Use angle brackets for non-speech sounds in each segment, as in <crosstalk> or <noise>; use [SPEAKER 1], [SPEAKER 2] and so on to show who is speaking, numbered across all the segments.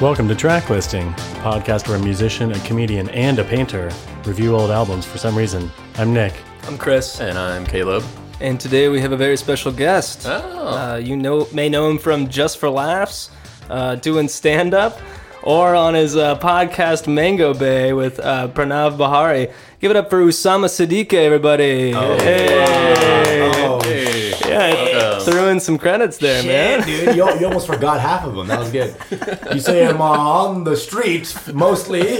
[SPEAKER 1] Welcome to Track Listing, a podcast where a musician, a comedian, and a painter review old albums for some reason. I'm Nick.
[SPEAKER 2] I'm Chris,
[SPEAKER 3] And I'm Caleb.
[SPEAKER 2] and today we have a very special guest.
[SPEAKER 3] Oh.
[SPEAKER 2] Uh, you know, may know him from Just for Laughs, uh, doing stand up, or on his uh, podcast Mango Bay with uh, Pranav Bahari. Give it up for Usama Siddiqui, everybody!
[SPEAKER 4] Oh,
[SPEAKER 2] Hey.
[SPEAKER 3] Hey.
[SPEAKER 2] Yeah, threw in some credits there, man.
[SPEAKER 4] Dude, you, you almost forgot half of them. That was good. You say I'm on the street mostly.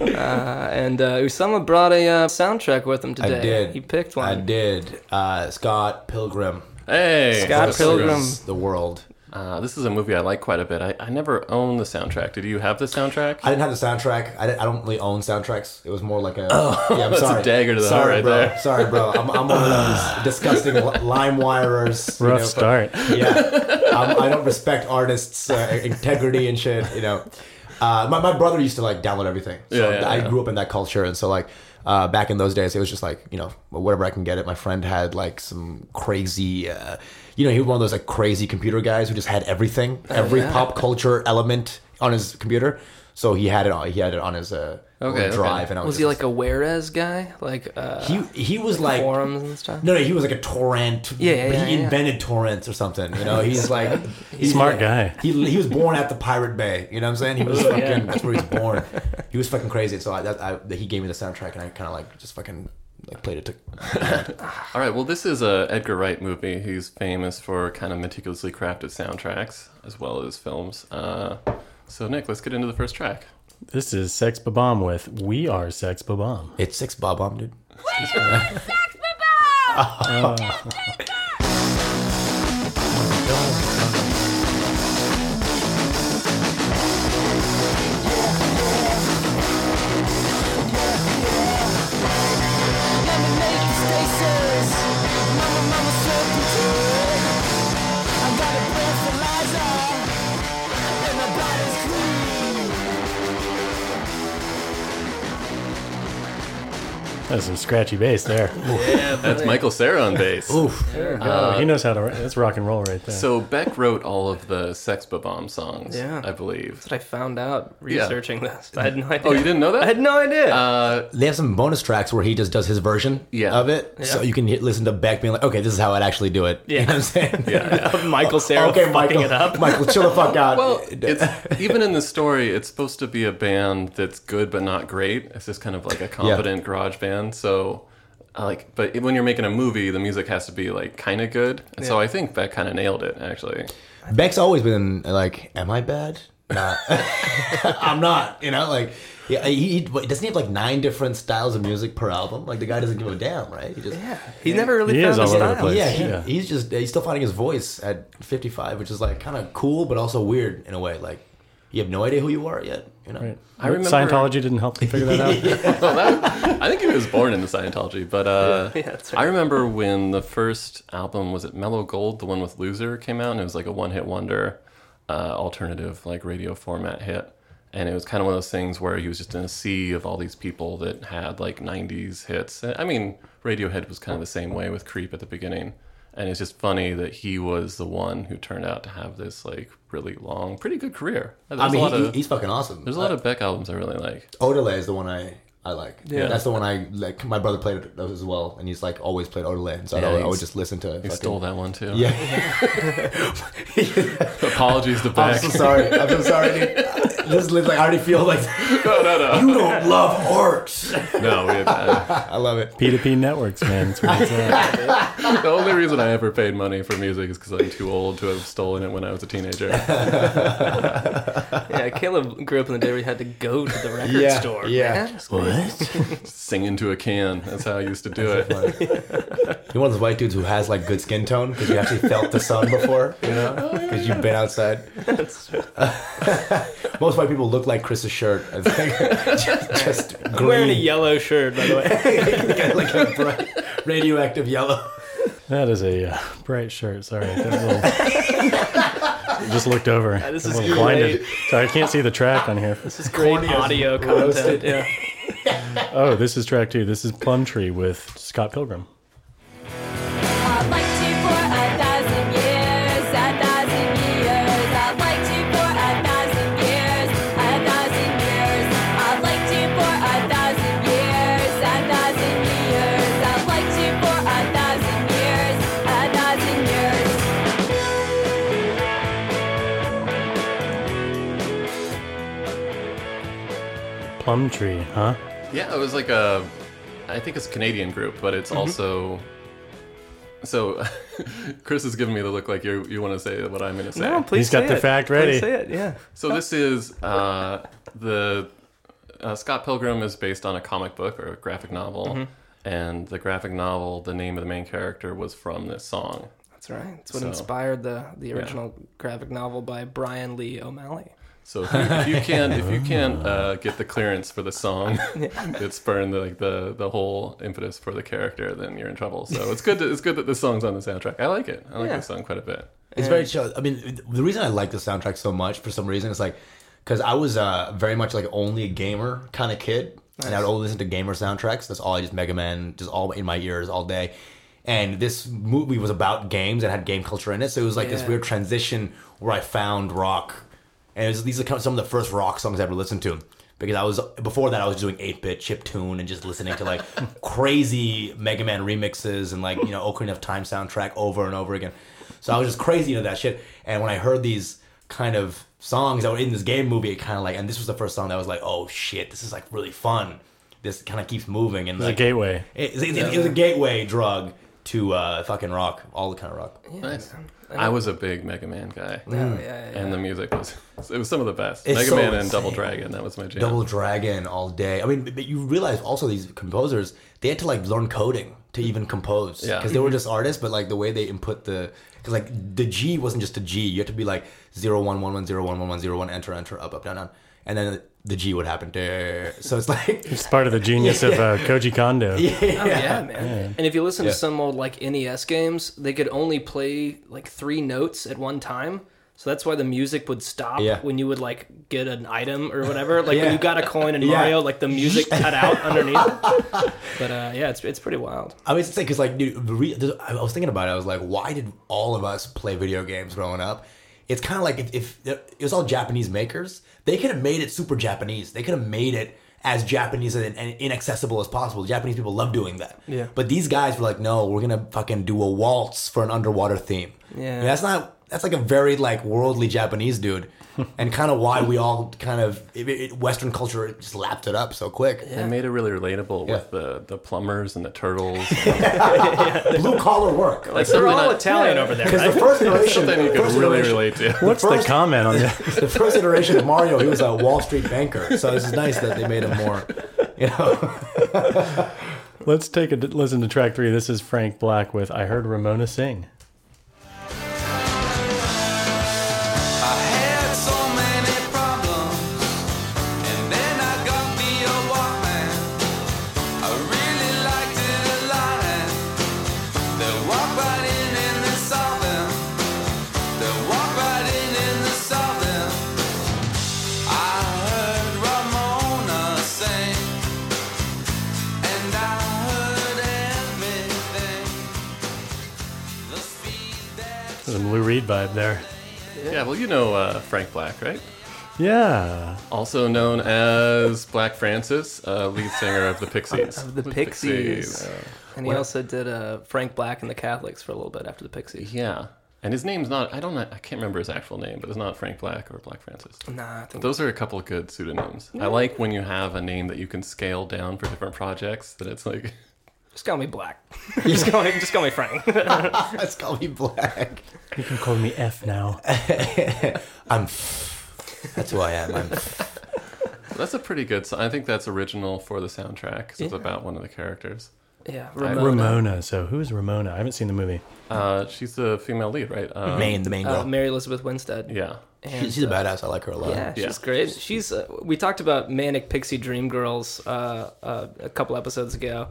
[SPEAKER 2] And uh, Usama brought a uh, soundtrack with him today.
[SPEAKER 4] I did.
[SPEAKER 2] He picked
[SPEAKER 4] I
[SPEAKER 2] one.
[SPEAKER 4] did. Uh, Scott Pilgrim.
[SPEAKER 3] Hey.
[SPEAKER 2] Scott
[SPEAKER 3] This
[SPEAKER 2] Pilgrim.
[SPEAKER 3] is-
[SPEAKER 4] The world.
[SPEAKER 3] Uh, this is a movie I like quite a bit. I, I never own the soundtrack. Did you have the soundtrack?
[SPEAKER 4] I didn't have the soundtrack. I, didn't- I don't really own soundtracks. It was more like a. yeah, I'm
[SPEAKER 3] Oh, that's a
[SPEAKER 4] sorry.
[SPEAKER 3] dagger to the heart
[SPEAKER 4] sorry,
[SPEAKER 3] right
[SPEAKER 4] bro.
[SPEAKER 3] there.
[SPEAKER 4] Sorry, bro. I'm, I'm one
[SPEAKER 3] <laughs>
[SPEAKER 4] of these disgusting li- lime wirers. you
[SPEAKER 1] Rough
[SPEAKER 4] know, but-
[SPEAKER 1] start.
[SPEAKER 4] yeah, <laughs> um, I don't respect artists' uh, integrity and shit. You know, uh, my my brother used to like download everything. So
[SPEAKER 3] Yeah, yeah,
[SPEAKER 4] I
[SPEAKER 3] yeah.
[SPEAKER 4] grew up in that culture, and so like uh, back in those days, it was just like you know whatever I can get it. My friend had like some crazy. Uh, you know, he was one of those like crazy computer guys who just had everything,
[SPEAKER 2] Oh,
[SPEAKER 4] every pop culture element on his computer. So he had it. On, he had it on his uh, little
[SPEAKER 3] Okay, okay.
[SPEAKER 4] drive. And I
[SPEAKER 2] Was
[SPEAKER 4] was,
[SPEAKER 2] he
[SPEAKER 4] just-
[SPEAKER 2] like a Juarez guy? Like uh,
[SPEAKER 4] he? He was like
[SPEAKER 2] forums and stuff?
[SPEAKER 4] no, no, he was like a torrent.
[SPEAKER 2] Yeah, yeah,
[SPEAKER 4] but
[SPEAKER 2] yeah,
[SPEAKER 4] he
[SPEAKER 2] yeah.
[SPEAKER 4] invented torrents or something. You know, he's like
[SPEAKER 2] <laughs>
[SPEAKER 4] he's
[SPEAKER 1] Smart
[SPEAKER 4] like-
[SPEAKER 1] guy.
[SPEAKER 4] He, he was born at the pirate bay. You know what I'm saying? He was
[SPEAKER 2] Oh,
[SPEAKER 4] fucking. That's where he's born. He was fucking crazy. So I, that, I, he gave me the soundtrack, and I kind of like just fucking like played it. To,
[SPEAKER 3] All right. Well, this is a Edgar Wright movie. He's famous for kind of meticulously crafted soundtracks as well as films. Uh, so, Nick, let's get into the first track.
[SPEAKER 1] This is Sex Babam with We Are Sex Babam.
[SPEAKER 4] it's six Bob Bomb, dude.
[SPEAKER 5] Let me make you stasis. Mama, mama, slow control. I got a breathalyzer, and my body's clean.
[SPEAKER 1] That's some scratchy bass there.
[SPEAKER 3] That's Michael
[SPEAKER 2] <laughs>
[SPEAKER 3] Cera on bass.
[SPEAKER 1] Oh, he knows how to. That's rock and roll right there.
[SPEAKER 3] So, Beck wrote all of the Sex Bomb songs,
[SPEAKER 2] Yeah.
[SPEAKER 3] I believe.
[SPEAKER 2] That's what I found out researching this. I had no idea.
[SPEAKER 3] Oh, you didn't know that?
[SPEAKER 2] I had no idea.
[SPEAKER 3] Uh,
[SPEAKER 4] They have some bonus tracks where he just does his version
[SPEAKER 3] Yeah.
[SPEAKER 4] of it, so you can hit, listen to Beck being like, "Okay, this is how I'd actually do it."
[SPEAKER 2] <laughs> Yeah.
[SPEAKER 4] You know what I'm saying?
[SPEAKER 3] yeah.
[SPEAKER 4] <laughs>
[SPEAKER 3] yeah.
[SPEAKER 2] Michael Sarah
[SPEAKER 4] Okay,
[SPEAKER 2] fucking
[SPEAKER 4] Michael.
[SPEAKER 2] it up.
[SPEAKER 4] Michael, chill the fuck out.
[SPEAKER 3] Well, it's, even in the story, it's supposed to be a band that's good but not great. It's just kind of like a competent garage band. So, I like, but when you're making a movie, the music has to be like kind of good. And so I think that kind of nailed it, actually.
[SPEAKER 4] Beck's always been like, "Am I bad?
[SPEAKER 3] <laughs>
[SPEAKER 4] Nah, I'm not." You know, like, yeah, he, he doesn't he have like nine different styles of music per album. Like, the guy doesn't give a damn, right? He just, yeah,
[SPEAKER 2] He never really
[SPEAKER 1] He
[SPEAKER 2] found
[SPEAKER 1] is
[SPEAKER 2] his
[SPEAKER 1] all over the
[SPEAKER 2] style.
[SPEAKER 1] place.
[SPEAKER 4] yeah, he,
[SPEAKER 1] Yeah.
[SPEAKER 4] he's just he's still finding his voice at 55, which is like kind of cool, but also weird in a way. Like, you have no idea who you are yet. You know,
[SPEAKER 1] Right.
[SPEAKER 3] I remember-
[SPEAKER 1] Scientology didn't help him figure that out.
[SPEAKER 3] I think he was born into Scientology, but uh,
[SPEAKER 2] Yeah, <laughs> that's
[SPEAKER 3] I remember when the first album was it Mellow Gold, the one with Loser, came out, and it was like a one-hit wonder, uh, alternative like radio format hit, and it was kind of one of those things where he was just in a sea of all these people that had like '90s hits. I mean, Radiohead was kind of the same way with Creep at the beginning, and it's just funny that he was the one who turned out to have this like really long, pretty good career. There's
[SPEAKER 4] I
[SPEAKER 3] a
[SPEAKER 4] mean,
[SPEAKER 3] lot
[SPEAKER 4] he,
[SPEAKER 3] of
[SPEAKER 4] he's uh, fucking awesome.
[SPEAKER 3] there's a lot of Beck albums I really like.
[SPEAKER 4] Odelay is the one I I like. Yeah, that's the one I like. My brother played it as well, and he's like always played Odelay, and so I, would, I
[SPEAKER 3] he's-
[SPEAKER 4] would just listen to.
[SPEAKER 3] You
[SPEAKER 4] fucking-
[SPEAKER 3] stole that one too.
[SPEAKER 4] Yeah.
[SPEAKER 3] <laughs> Apologies to
[SPEAKER 4] I'm
[SPEAKER 3] Beck.
[SPEAKER 4] so sorry. I'm so sorry. <laughs> dude. This is like I already feel like you don't love art.
[SPEAKER 3] No, we uh, <laughs>
[SPEAKER 4] I love it.
[SPEAKER 1] P2P networks, man. That's what it's at.
[SPEAKER 3] the only reason I ever paid money for music is because I'm too old to have stolen it when I was a teenager.
[SPEAKER 4] <laughs>
[SPEAKER 2] Yeah, Caleb grew up in the day where you had to go to the record
[SPEAKER 4] Yeah,
[SPEAKER 2] store.
[SPEAKER 4] yeah.
[SPEAKER 2] Man,
[SPEAKER 4] What?
[SPEAKER 3] Sing into a can. That's how I used to do it.
[SPEAKER 4] You're one of those white dudes who has like good skin tone because you actually felt the sun before, you know, because you've been <laughs> outside.
[SPEAKER 2] that's true.
[SPEAKER 4] Most white people look like Chris's shirt. <laughs> I think. just, just green,
[SPEAKER 2] Wearing a yellow shirt, by the way.
[SPEAKER 4] like a bright, radioactive yellow. <laughs>
[SPEAKER 1] That is a uh, bright shirt. Sorry. That little... Just looked over.
[SPEAKER 2] this
[SPEAKER 1] I'm
[SPEAKER 2] is
[SPEAKER 1] a little blinded. Sorry, I can't see the track on here.
[SPEAKER 2] This is great
[SPEAKER 4] Corny
[SPEAKER 2] <laughs>
[SPEAKER 4] as
[SPEAKER 2] audio
[SPEAKER 4] roasted.
[SPEAKER 2] content. Yeah.
[SPEAKER 1] Oh, this is track two. This is Plum Tree with Scott Pilgrim.
[SPEAKER 5] I'd like to for a thousand years, a thousand years. I'd like to for a
[SPEAKER 1] Plum Tree, huh?
[SPEAKER 3] Yeah, it was like a, I think it's a Canadian group, but it's
[SPEAKER 4] Mm-hmm.
[SPEAKER 3] also. So, <laughs> Chris is giving me the look like you you want to say what I'm going to say.
[SPEAKER 2] <laughs> No, please.
[SPEAKER 1] He's got
[SPEAKER 2] say
[SPEAKER 1] the
[SPEAKER 2] it.
[SPEAKER 1] fact
[SPEAKER 2] Please
[SPEAKER 1] ready.
[SPEAKER 2] say it. Yeah.
[SPEAKER 3] So this is uh, the uh, Scott Pilgrim is based on a comic book or a graphic novel, and the graphic novel, the name of the main character was from this song.
[SPEAKER 2] That's right. That's what
[SPEAKER 3] So-
[SPEAKER 2] inspired the the original graphic novel by Brian Lee O'Malley.
[SPEAKER 3] So if you, if you can if you can uh, get the clearance for the song <laughs> that spurned like the the whole impetus for the character, then you're in trouble. So it's good to, it's good that this song's on the soundtrack. I like it. I like
[SPEAKER 2] Yeah.
[SPEAKER 3] this song quite a bit.
[SPEAKER 4] It's very chill. I mean, the reason I like the soundtrack so much for some reason is like because I was uh, very much like only a gamer kind of kid, and I'd only listen to gamer soundtracks. That's all I just Mega Man, just all in my ears all day. And this movie was about games and had game culture in it, so it was like this
[SPEAKER 2] Yeah.
[SPEAKER 4] weird transition where I found rock, and it was, these are kind of some of the first rock songs I ever listened to. Because I was before that, I was doing eight bit chip tune and just listening to like crazy Mega Man remixes and like you know Ocarina of Time soundtrack over and over again. So I was just crazy into that shit. And when I heard these kind of songs that were in this game movie, it kind of like, and this was the first song that was like, oh shit, this is like really fun. This kind of keeps moving and
[SPEAKER 1] It's a
[SPEAKER 4] like,
[SPEAKER 1] gateway.
[SPEAKER 4] it, it, it- it was a gateway drug to uh, fucking rock, all the kind of rock.
[SPEAKER 3] Nice. I was a big Mega Man guy,
[SPEAKER 2] Yeah,
[SPEAKER 1] Hmm.
[SPEAKER 2] yeah, yeah.
[SPEAKER 3] and the music was it was some of the best.
[SPEAKER 4] It's
[SPEAKER 3] Mega
[SPEAKER 4] so
[SPEAKER 3] Man and
[SPEAKER 4] insane.
[SPEAKER 3] Double Dragon. That was my jam.
[SPEAKER 4] Double Dragon all day. I mean, but you realize also these composers they had to like learn coding to even compose
[SPEAKER 3] Yeah.
[SPEAKER 4] because they were just artists, but like the way they input the because like the G wasn't just a G. You had to be like zero one one one zero one one one zero one enter enter up up down down, and then the G would happen. Duh. So it's like
[SPEAKER 1] It's part of the genius
[SPEAKER 4] <laughs>
[SPEAKER 1] of uh, Koji Kondo.
[SPEAKER 2] <laughs> Oh, yeah, man. And if you listen to
[SPEAKER 4] Yeah.
[SPEAKER 2] some old like NES games, they could only play like three notes at one time. So that's why the music would stop
[SPEAKER 4] Yeah.
[SPEAKER 2] when you would like get an item or whatever. Like when
[SPEAKER 4] Yeah.
[SPEAKER 2] you got a coin in
[SPEAKER 4] Yeah.
[SPEAKER 2] Mario, like the music cut out underneath. it. But uh, yeah, it's it's pretty wild.
[SPEAKER 4] I mean, it's because like dude, the re- the- I was thinking about it. I was like, why did all of us play video games growing up? It's kind of like if, if it was all Japanese makers, they could have made it super Japanese. They could have made it as Japanese and, and inaccessible as possible. Japanese people love doing that.
[SPEAKER 2] Yeah.
[SPEAKER 4] But these guys were like, no, we're gonna fucking do a waltz for an underwater theme.
[SPEAKER 2] Yeah.
[SPEAKER 4] And that's not. That's like a very like worldly Japanese dude, and kind of why we all kind of it, it, Western culture just lapped it up so quick.
[SPEAKER 3] They made it really relatable with the, the plumbers and the
[SPEAKER 2] <laughs>
[SPEAKER 3] turtles.
[SPEAKER 4] Blue collar work.
[SPEAKER 3] Like
[SPEAKER 2] They're
[SPEAKER 3] something
[SPEAKER 2] all
[SPEAKER 3] I-
[SPEAKER 2] Italian over there.
[SPEAKER 4] Because the first iteration,
[SPEAKER 3] something you could
[SPEAKER 4] first
[SPEAKER 3] really
[SPEAKER 4] iteration-
[SPEAKER 3] relate to.
[SPEAKER 1] What's the
[SPEAKER 4] first-
[SPEAKER 1] comment on that? <laughs>
[SPEAKER 4] the first iteration of Mario, he was a Wall Street banker. So this is nice that they made him more, you know.
[SPEAKER 1] Let's take a d- listen to track three. This is Frank Black with I Heard Ramona Sing.
[SPEAKER 6] had so many problems, and then I got me a Walkman. I really liked it a lot, and they walk right in in the southern. They walk right in in the southern. I heard Ramona sing, and I heard everything. The speed that.
[SPEAKER 1] Some Lou Reed vibe there.
[SPEAKER 3] yeah, well, you know uh, Frank Black, right?
[SPEAKER 1] Yeah.
[SPEAKER 3] Also known as Black Francis, uh, lead singer of the Pixies.
[SPEAKER 2] Of the Pixies. Uh, And he also did uh, Frank Black and the Catholics for a little bit after the Pixies.
[SPEAKER 3] Yeah, and his name's not. I don't. know- I can't remember his actual name, but it's not Frank Black or Black Francis.
[SPEAKER 2] Nah, I think
[SPEAKER 3] Those are a couple of good pseudonyms. I like when you have a name that you can scale down for different projects. That it's like <laughs>
[SPEAKER 2] just call me Black. just call me just call me Frank. <laughs>
[SPEAKER 4] Let's call me black.
[SPEAKER 1] You can call me F now.
[SPEAKER 4] I'm. That's who I am. I'm,
[SPEAKER 3] that's a pretty good. So I think that's original for the soundtrack. 'cause It's about one of the characters.
[SPEAKER 2] yeah,
[SPEAKER 1] Ramona. So who's Ramona? I haven't seen the movie.
[SPEAKER 3] Uh, she's the female lead, right? Um,
[SPEAKER 4] main, the main
[SPEAKER 2] Uh,
[SPEAKER 4] girl.
[SPEAKER 2] Mary Elizabeth Winstead.
[SPEAKER 3] Yeah.
[SPEAKER 2] And,
[SPEAKER 4] She's a
[SPEAKER 2] uh,
[SPEAKER 4] badass. I like her a lot.
[SPEAKER 2] Yeah,
[SPEAKER 3] Yeah.
[SPEAKER 2] she's great. She's uh, we talked about manic pixie dream girls uh, uh, a couple episodes ago,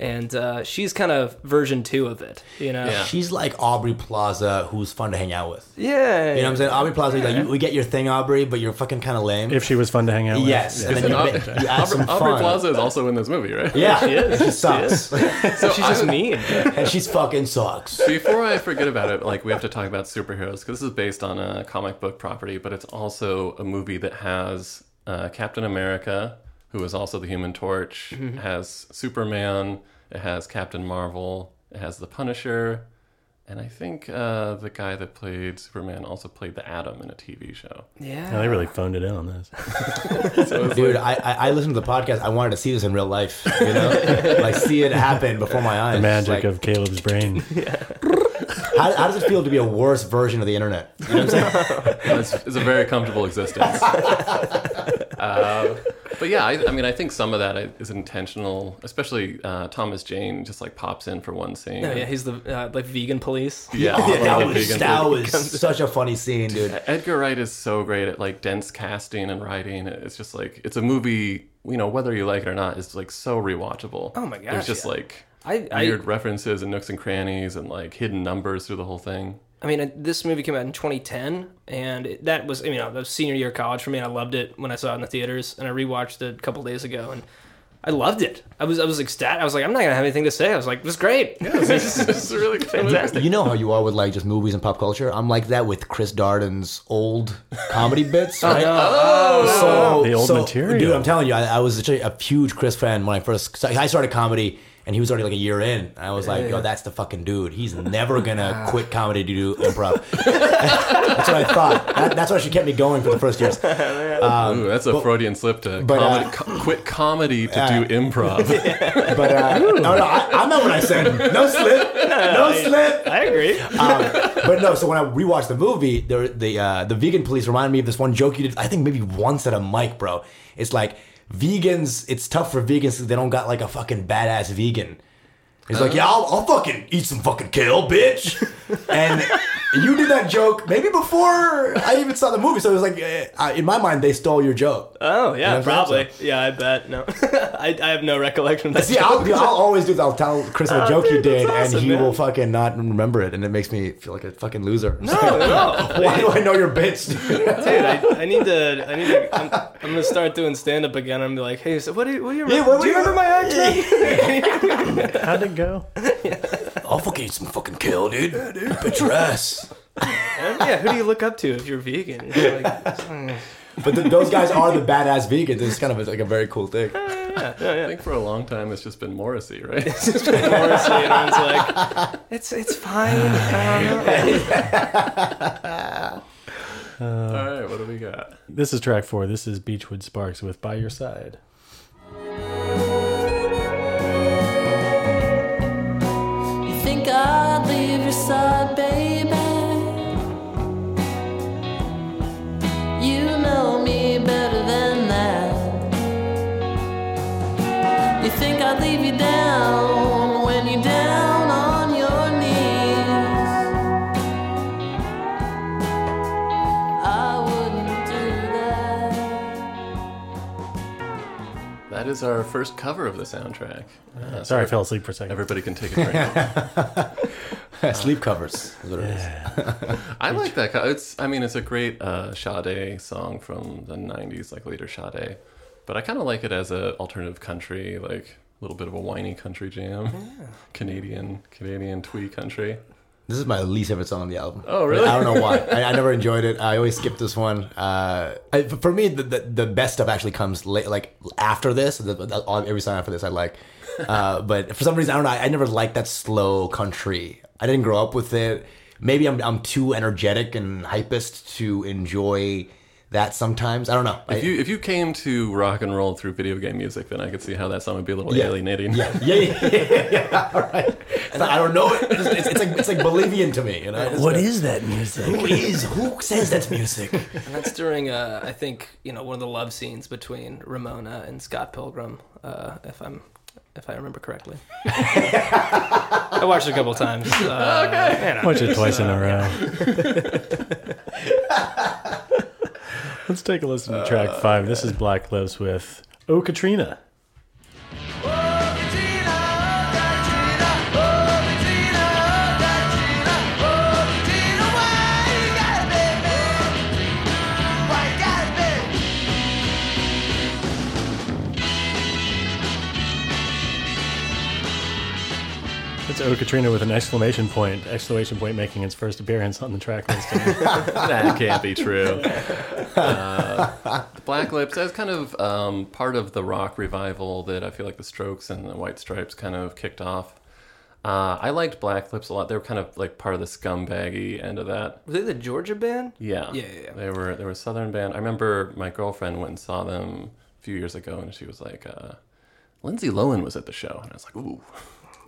[SPEAKER 2] and uh, she's kind of version two of it. You know,
[SPEAKER 3] Yeah.
[SPEAKER 4] She's like Aubrey Plaza, who's fun to hang out with.
[SPEAKER 2] yeah.
[SPEAKER 4] You know what I'm saying? Aubrey Plaza, like, you, we get your thing, Aubrey, but you're fucking kind of lame.
[SPEAKER 1] If she was fun to hang out with.
[SPEAKER 4] yes. <laughs> And then
[SPEAKER 3] Isn't
[SPEAKER 4] you,
[SPEAKER 3] Aubrey,
[SPEAKER 4] ba- you add some
[SPEAKER 3] Aubrey- Aubrey
[SPEAKER 4] fun.
[SPEAKER 3] Plaza is also in this movie, right?
[SPEAKER 4] Yeah, she, sucks. <laughs>
[SPEAKER 3] So
[SPEAKER 2] she's just
[SPEAKER 3] I-
[SPEAKER 2] mean.
[SPEAKER 4] and she's fucking sucks.
[SPEAKER 3] Before I forget about it, like we have to talk about superheroes because this is based on a comic book property, but it's also a movie that has uh, Captain America, who is also the Human Torch,
[SPEAKER 4] Mm-hmm.
[SPEAKER 3] has Superman, it has Captain Marvel, it has the Punisher, And I think uh, the guy that played Superman also played the Atom in a TV show.
[SPEAKER 1] No,
[SPEAKER 2] Yeah.
[SPEAKER 1] they really phoned it in on this.
[SPEAKER 4] Dude, I, I I listened to the podcast. I wanted to see this in real life, you
[SPEAKER 3] <laughs>
[SPEAKER 4] know, like see it happen before my eyes.
[SPEAKER 1] The magic
[SPEAKER 4] Like,
[SPEAKER 1] of Caleb's
[SPEAKER 4] <laughs>
[SPEAKER 1] brain.
[SPEAKER 4] how, how does it feel to be a worse version of the internet? You know what I'm saying?
[SPEAKER 3] it's, it's a very comfortable existence. Uh, but yeah, I, I mean, I think some of that uh, is intentional, especially uh, Thomas Jane just like pops in for one scene.
[SPEAKER 2] No, yeah, he's the uh, like vegan police.
[SPEAKER 3] Yeah,
[SPEAKER 4] Yeah,
[SPEAKER 3] <laughs> like
[SPEAKER 4] that
[SPEAKER 3] a
[SPEAKER 4] was
[SPEAKER 3] vegan
[SPEAKER 4] that
[SPEAKER 3] food.
[SPEAKER 4] was such a funny scene, dude.
[SPEAKER 3] Edgar Wright is so great at like dense casting and writing. It's just like it's a movie, you know, whether you like it or not, is like so rewatchable.
[SPEAKER 2] Oh my gosh,
[SPEAKER 3] There's just
[SPEAKER 2] yeah.
[SPEAKER 3] like
[SPEAKER 2] I, I
[SPEAKER 3] weird references and nooks and crannies and like hidden numbers through the whole thing.
[SPEAKER 2] I mean, uh, this movie came out in 2010, and it, that was, I mean, uh, that was senior year of college for me. And I loved it when I saw it in the theaters, and I rewatched it a couple days ago, and I loved it. I was, I was ecstatic. I was like, I'm not gonna have anything to say. I was like, this is great.
[SPEAKER 3] it's, it's
[SPEAKER 2] <laughs>
[SPEAKER 3] really fantastic.
[SPEAKER 4] You know how you are with like just movies and pop culture. I'm like that with Chris Darden's old <laughs> comedy bits, right? Oh, so,
[SPEAKER 1] The old
[SPEAKER 4] so-
[SPEAKER 1] material.
[SPEAKER 4] dude. I'm telling you, I, I was such a, a huge Chris fan when I first. so I started comedy, and he was already like a year in. I was like, yo, that's the fucking dude. He's never gonna quit comedy to do improv. <laughs> that's what I thought. That, that's why she kept me going for the first years.
[SPEAKER 2] Um,
[SPEAKER 3] Ooh, that's a Freudian slip to
[SPEAKER 4] but, uh,
[SPEAKER 3] comedy, co-
[SPEAKER 2] <laughs>
[SPEAKER 3] quit comedy to do improv.
[SPEAKER 4] But uh, no, no, I, I meant what I said. <laughs> No slip, no slip.
[SPEAKER 2] I agree.
[SPEAKER 4] um, but no, so when I rewatched the movie, there, the uh, the vegan police reminded me of this one joke you did. I think maybe once at a mic, bro. It's like vegans. It's tough for vegans 'cause they don't got like a fucking badass vegan. He's
[SPEAKER 2] Uh-huh.
[SPEAKER 4] like, yeah, I'll, I'll fucking eat some fucking kale, bitch. and you did that joke maybe before I even saw the movie, so it was like, eh, I- in my mind, they stole your joke.
[SPEAKER 2] Oh yeah,
[SPEAKER 4] that's
[SPEAKER 2] probably.
[SPEAKER 4] awesome.
[SPEAKER 2] Yeah, I bet. No, <laughs> I, I have no recollection. Of that
[SPEAKER 4] See, I'll, I'll always do that. I'll tell Chris a joke you
[SPEAKER 2] Oh, dude, that's
[SPEAKER 4] did,
[SPEAKER 2] awesome,
[SPEAKER 4] and he
[SPEAKER 2] man.
[SPEAKER 4] will fucking not remember it, and it makes me feel like a fucking loser.
[SPEAKER 2] <laughs> no, no.
[SPEAKER 4] <laughs> Why do I know
[SPEAKER 2] <laughs>
[SPEAKER 4] your bitch? dude?
[SPEAKER 2] dude, I, I need to. I need to. I'm, I'm gonna start doing stand up again. I'm gonna be like, hey, so what do you, what do you
[SPEAKER 4] Yeah,
[SPEAKER 2] remember?
[SPEAKER 4] what
[SPEAKER 2] do you
[SPEAKER 4] were you-
[SPEAKER 2] remember my act? man?
[SPEAKER 1] How'd it go?
[SPEAKER 4] <laughs> I'll fucking eat some fucking kill, dude. Bitch your ass.
[SPEAKER 2] yeah, who do you look up to if you're vegan? You're like,
[SPEAKER 4] <laughs> But th- those guys are the badass vegans. It's kind of like a very cool thing. <laughs>
[SPEAKER 3] I think for a long time it's just been Morrissey,
[SPEAKER 2] <laughs>
[SPEAKER 3] right?
[SPEAKER 2] Morrissey, and everyone's like, <laughs> it's it's fine. Um, I <laughs> don't know.
[SPEAKER 3] All
[SPEAKER 2] Uh,
[SPEAKER 3] right, what do we got?
[SPEAKER 1] This is track four. This is Beechwood Sparks with By Your Side.
[SPEAKER 5] You think I'd leave your side, baby? You know me better than that. You think I'd leave you down when you're down on your knees? I wouldn't do that.
[SPEAKER 3] That is our first cover of the soundtrack. Uh,
[SPEAKER 1] Sorry, I fell asleep for a second.
[SPEAKER 3] Everybody can take a
[SPEAKER 2] <laughs>
[SPEAKER 3] drink.
[SPEAKER 4] Sleep covers. Is what it is.
[SPEAKER 3] I like that. co- It's, I mean, it's a great uh, Sade song from the '90s, like later Sade. But I kind of like it as a alternative country, like a little bit of a whiny country jam, Canadian, Canadian twee country.
[SPEAKER 4] This is my least favorite song on the album.
[SPEAKER 3] Oh, really?
[SPEAKER 4] I don't know why. I, I never enjoyed it. I always skip this one. Uh, I, for me, the, the the best stuff actually comes late, like after this. The, the, all- every song after this, I like. Uh, but for some reason, I don't know. I, I never liked that slow country. I didn't grow up with it. Maybe I'm I'm too energetic and hypist to enjoy that. Sometimes I don't know. I-
[SPEAKER 3] If you if you came to rock and roll through video game music, then I could see how that song would be a little
[SPEAKER 4] Yeah.
[SPEAKER 3] alienating.
[SPEAKER 4] Yeah, yeah, yeah, yeah, yeah. <laughs> All right. It's not- I don't know it. It's, it's, it's like it's like Bolivian to me. You know.
[SPEAKER 1] What is that music?
[SPEAKER 4] Who is? Who says that's music?
[SPEAKER 2] And that's during, uh, I think, you know, one of the love scenes between Ramona and Scott Pilgrim, uh, if I'm, if I remember
[SPEAKER 4] <laughs>
[SPEAKER 2] correctly. I watched it a couple times. Uh, man, I-
[SPEAKER 1] Watch it twice in a row. <laughs> Let's take a listen to track
[SPEAKER 4] Uh,
[SPEAKER 1] five. This is Black Lips with Oh Katrina. It's Oh Katrina with an exclamation point. Exclamation point making its first appearance on the track listing.
[SPEAKER 3] <laughs> that can't be true. Uh, the Black Lips, that's kind of um, part of the rock revival that I feel like the Strokes and the White Stripes kind of kicked off. Uh, I liked Black Lips a lot. They were kind of like part of the scumbaggy end of that.
[SPEAKER 2] Was it the Georgia band?
[SPEAKER 3] Yeah.
[SPEAKER 2] Yeah, yeah, yeah.
[SPEAKER 3] They were they were a southern band. I remember my girlfriend went and saw them a few years ago, and she was like, uh, "Lindsay Lohan was at the show," and I was like, "Ooh, <laughs>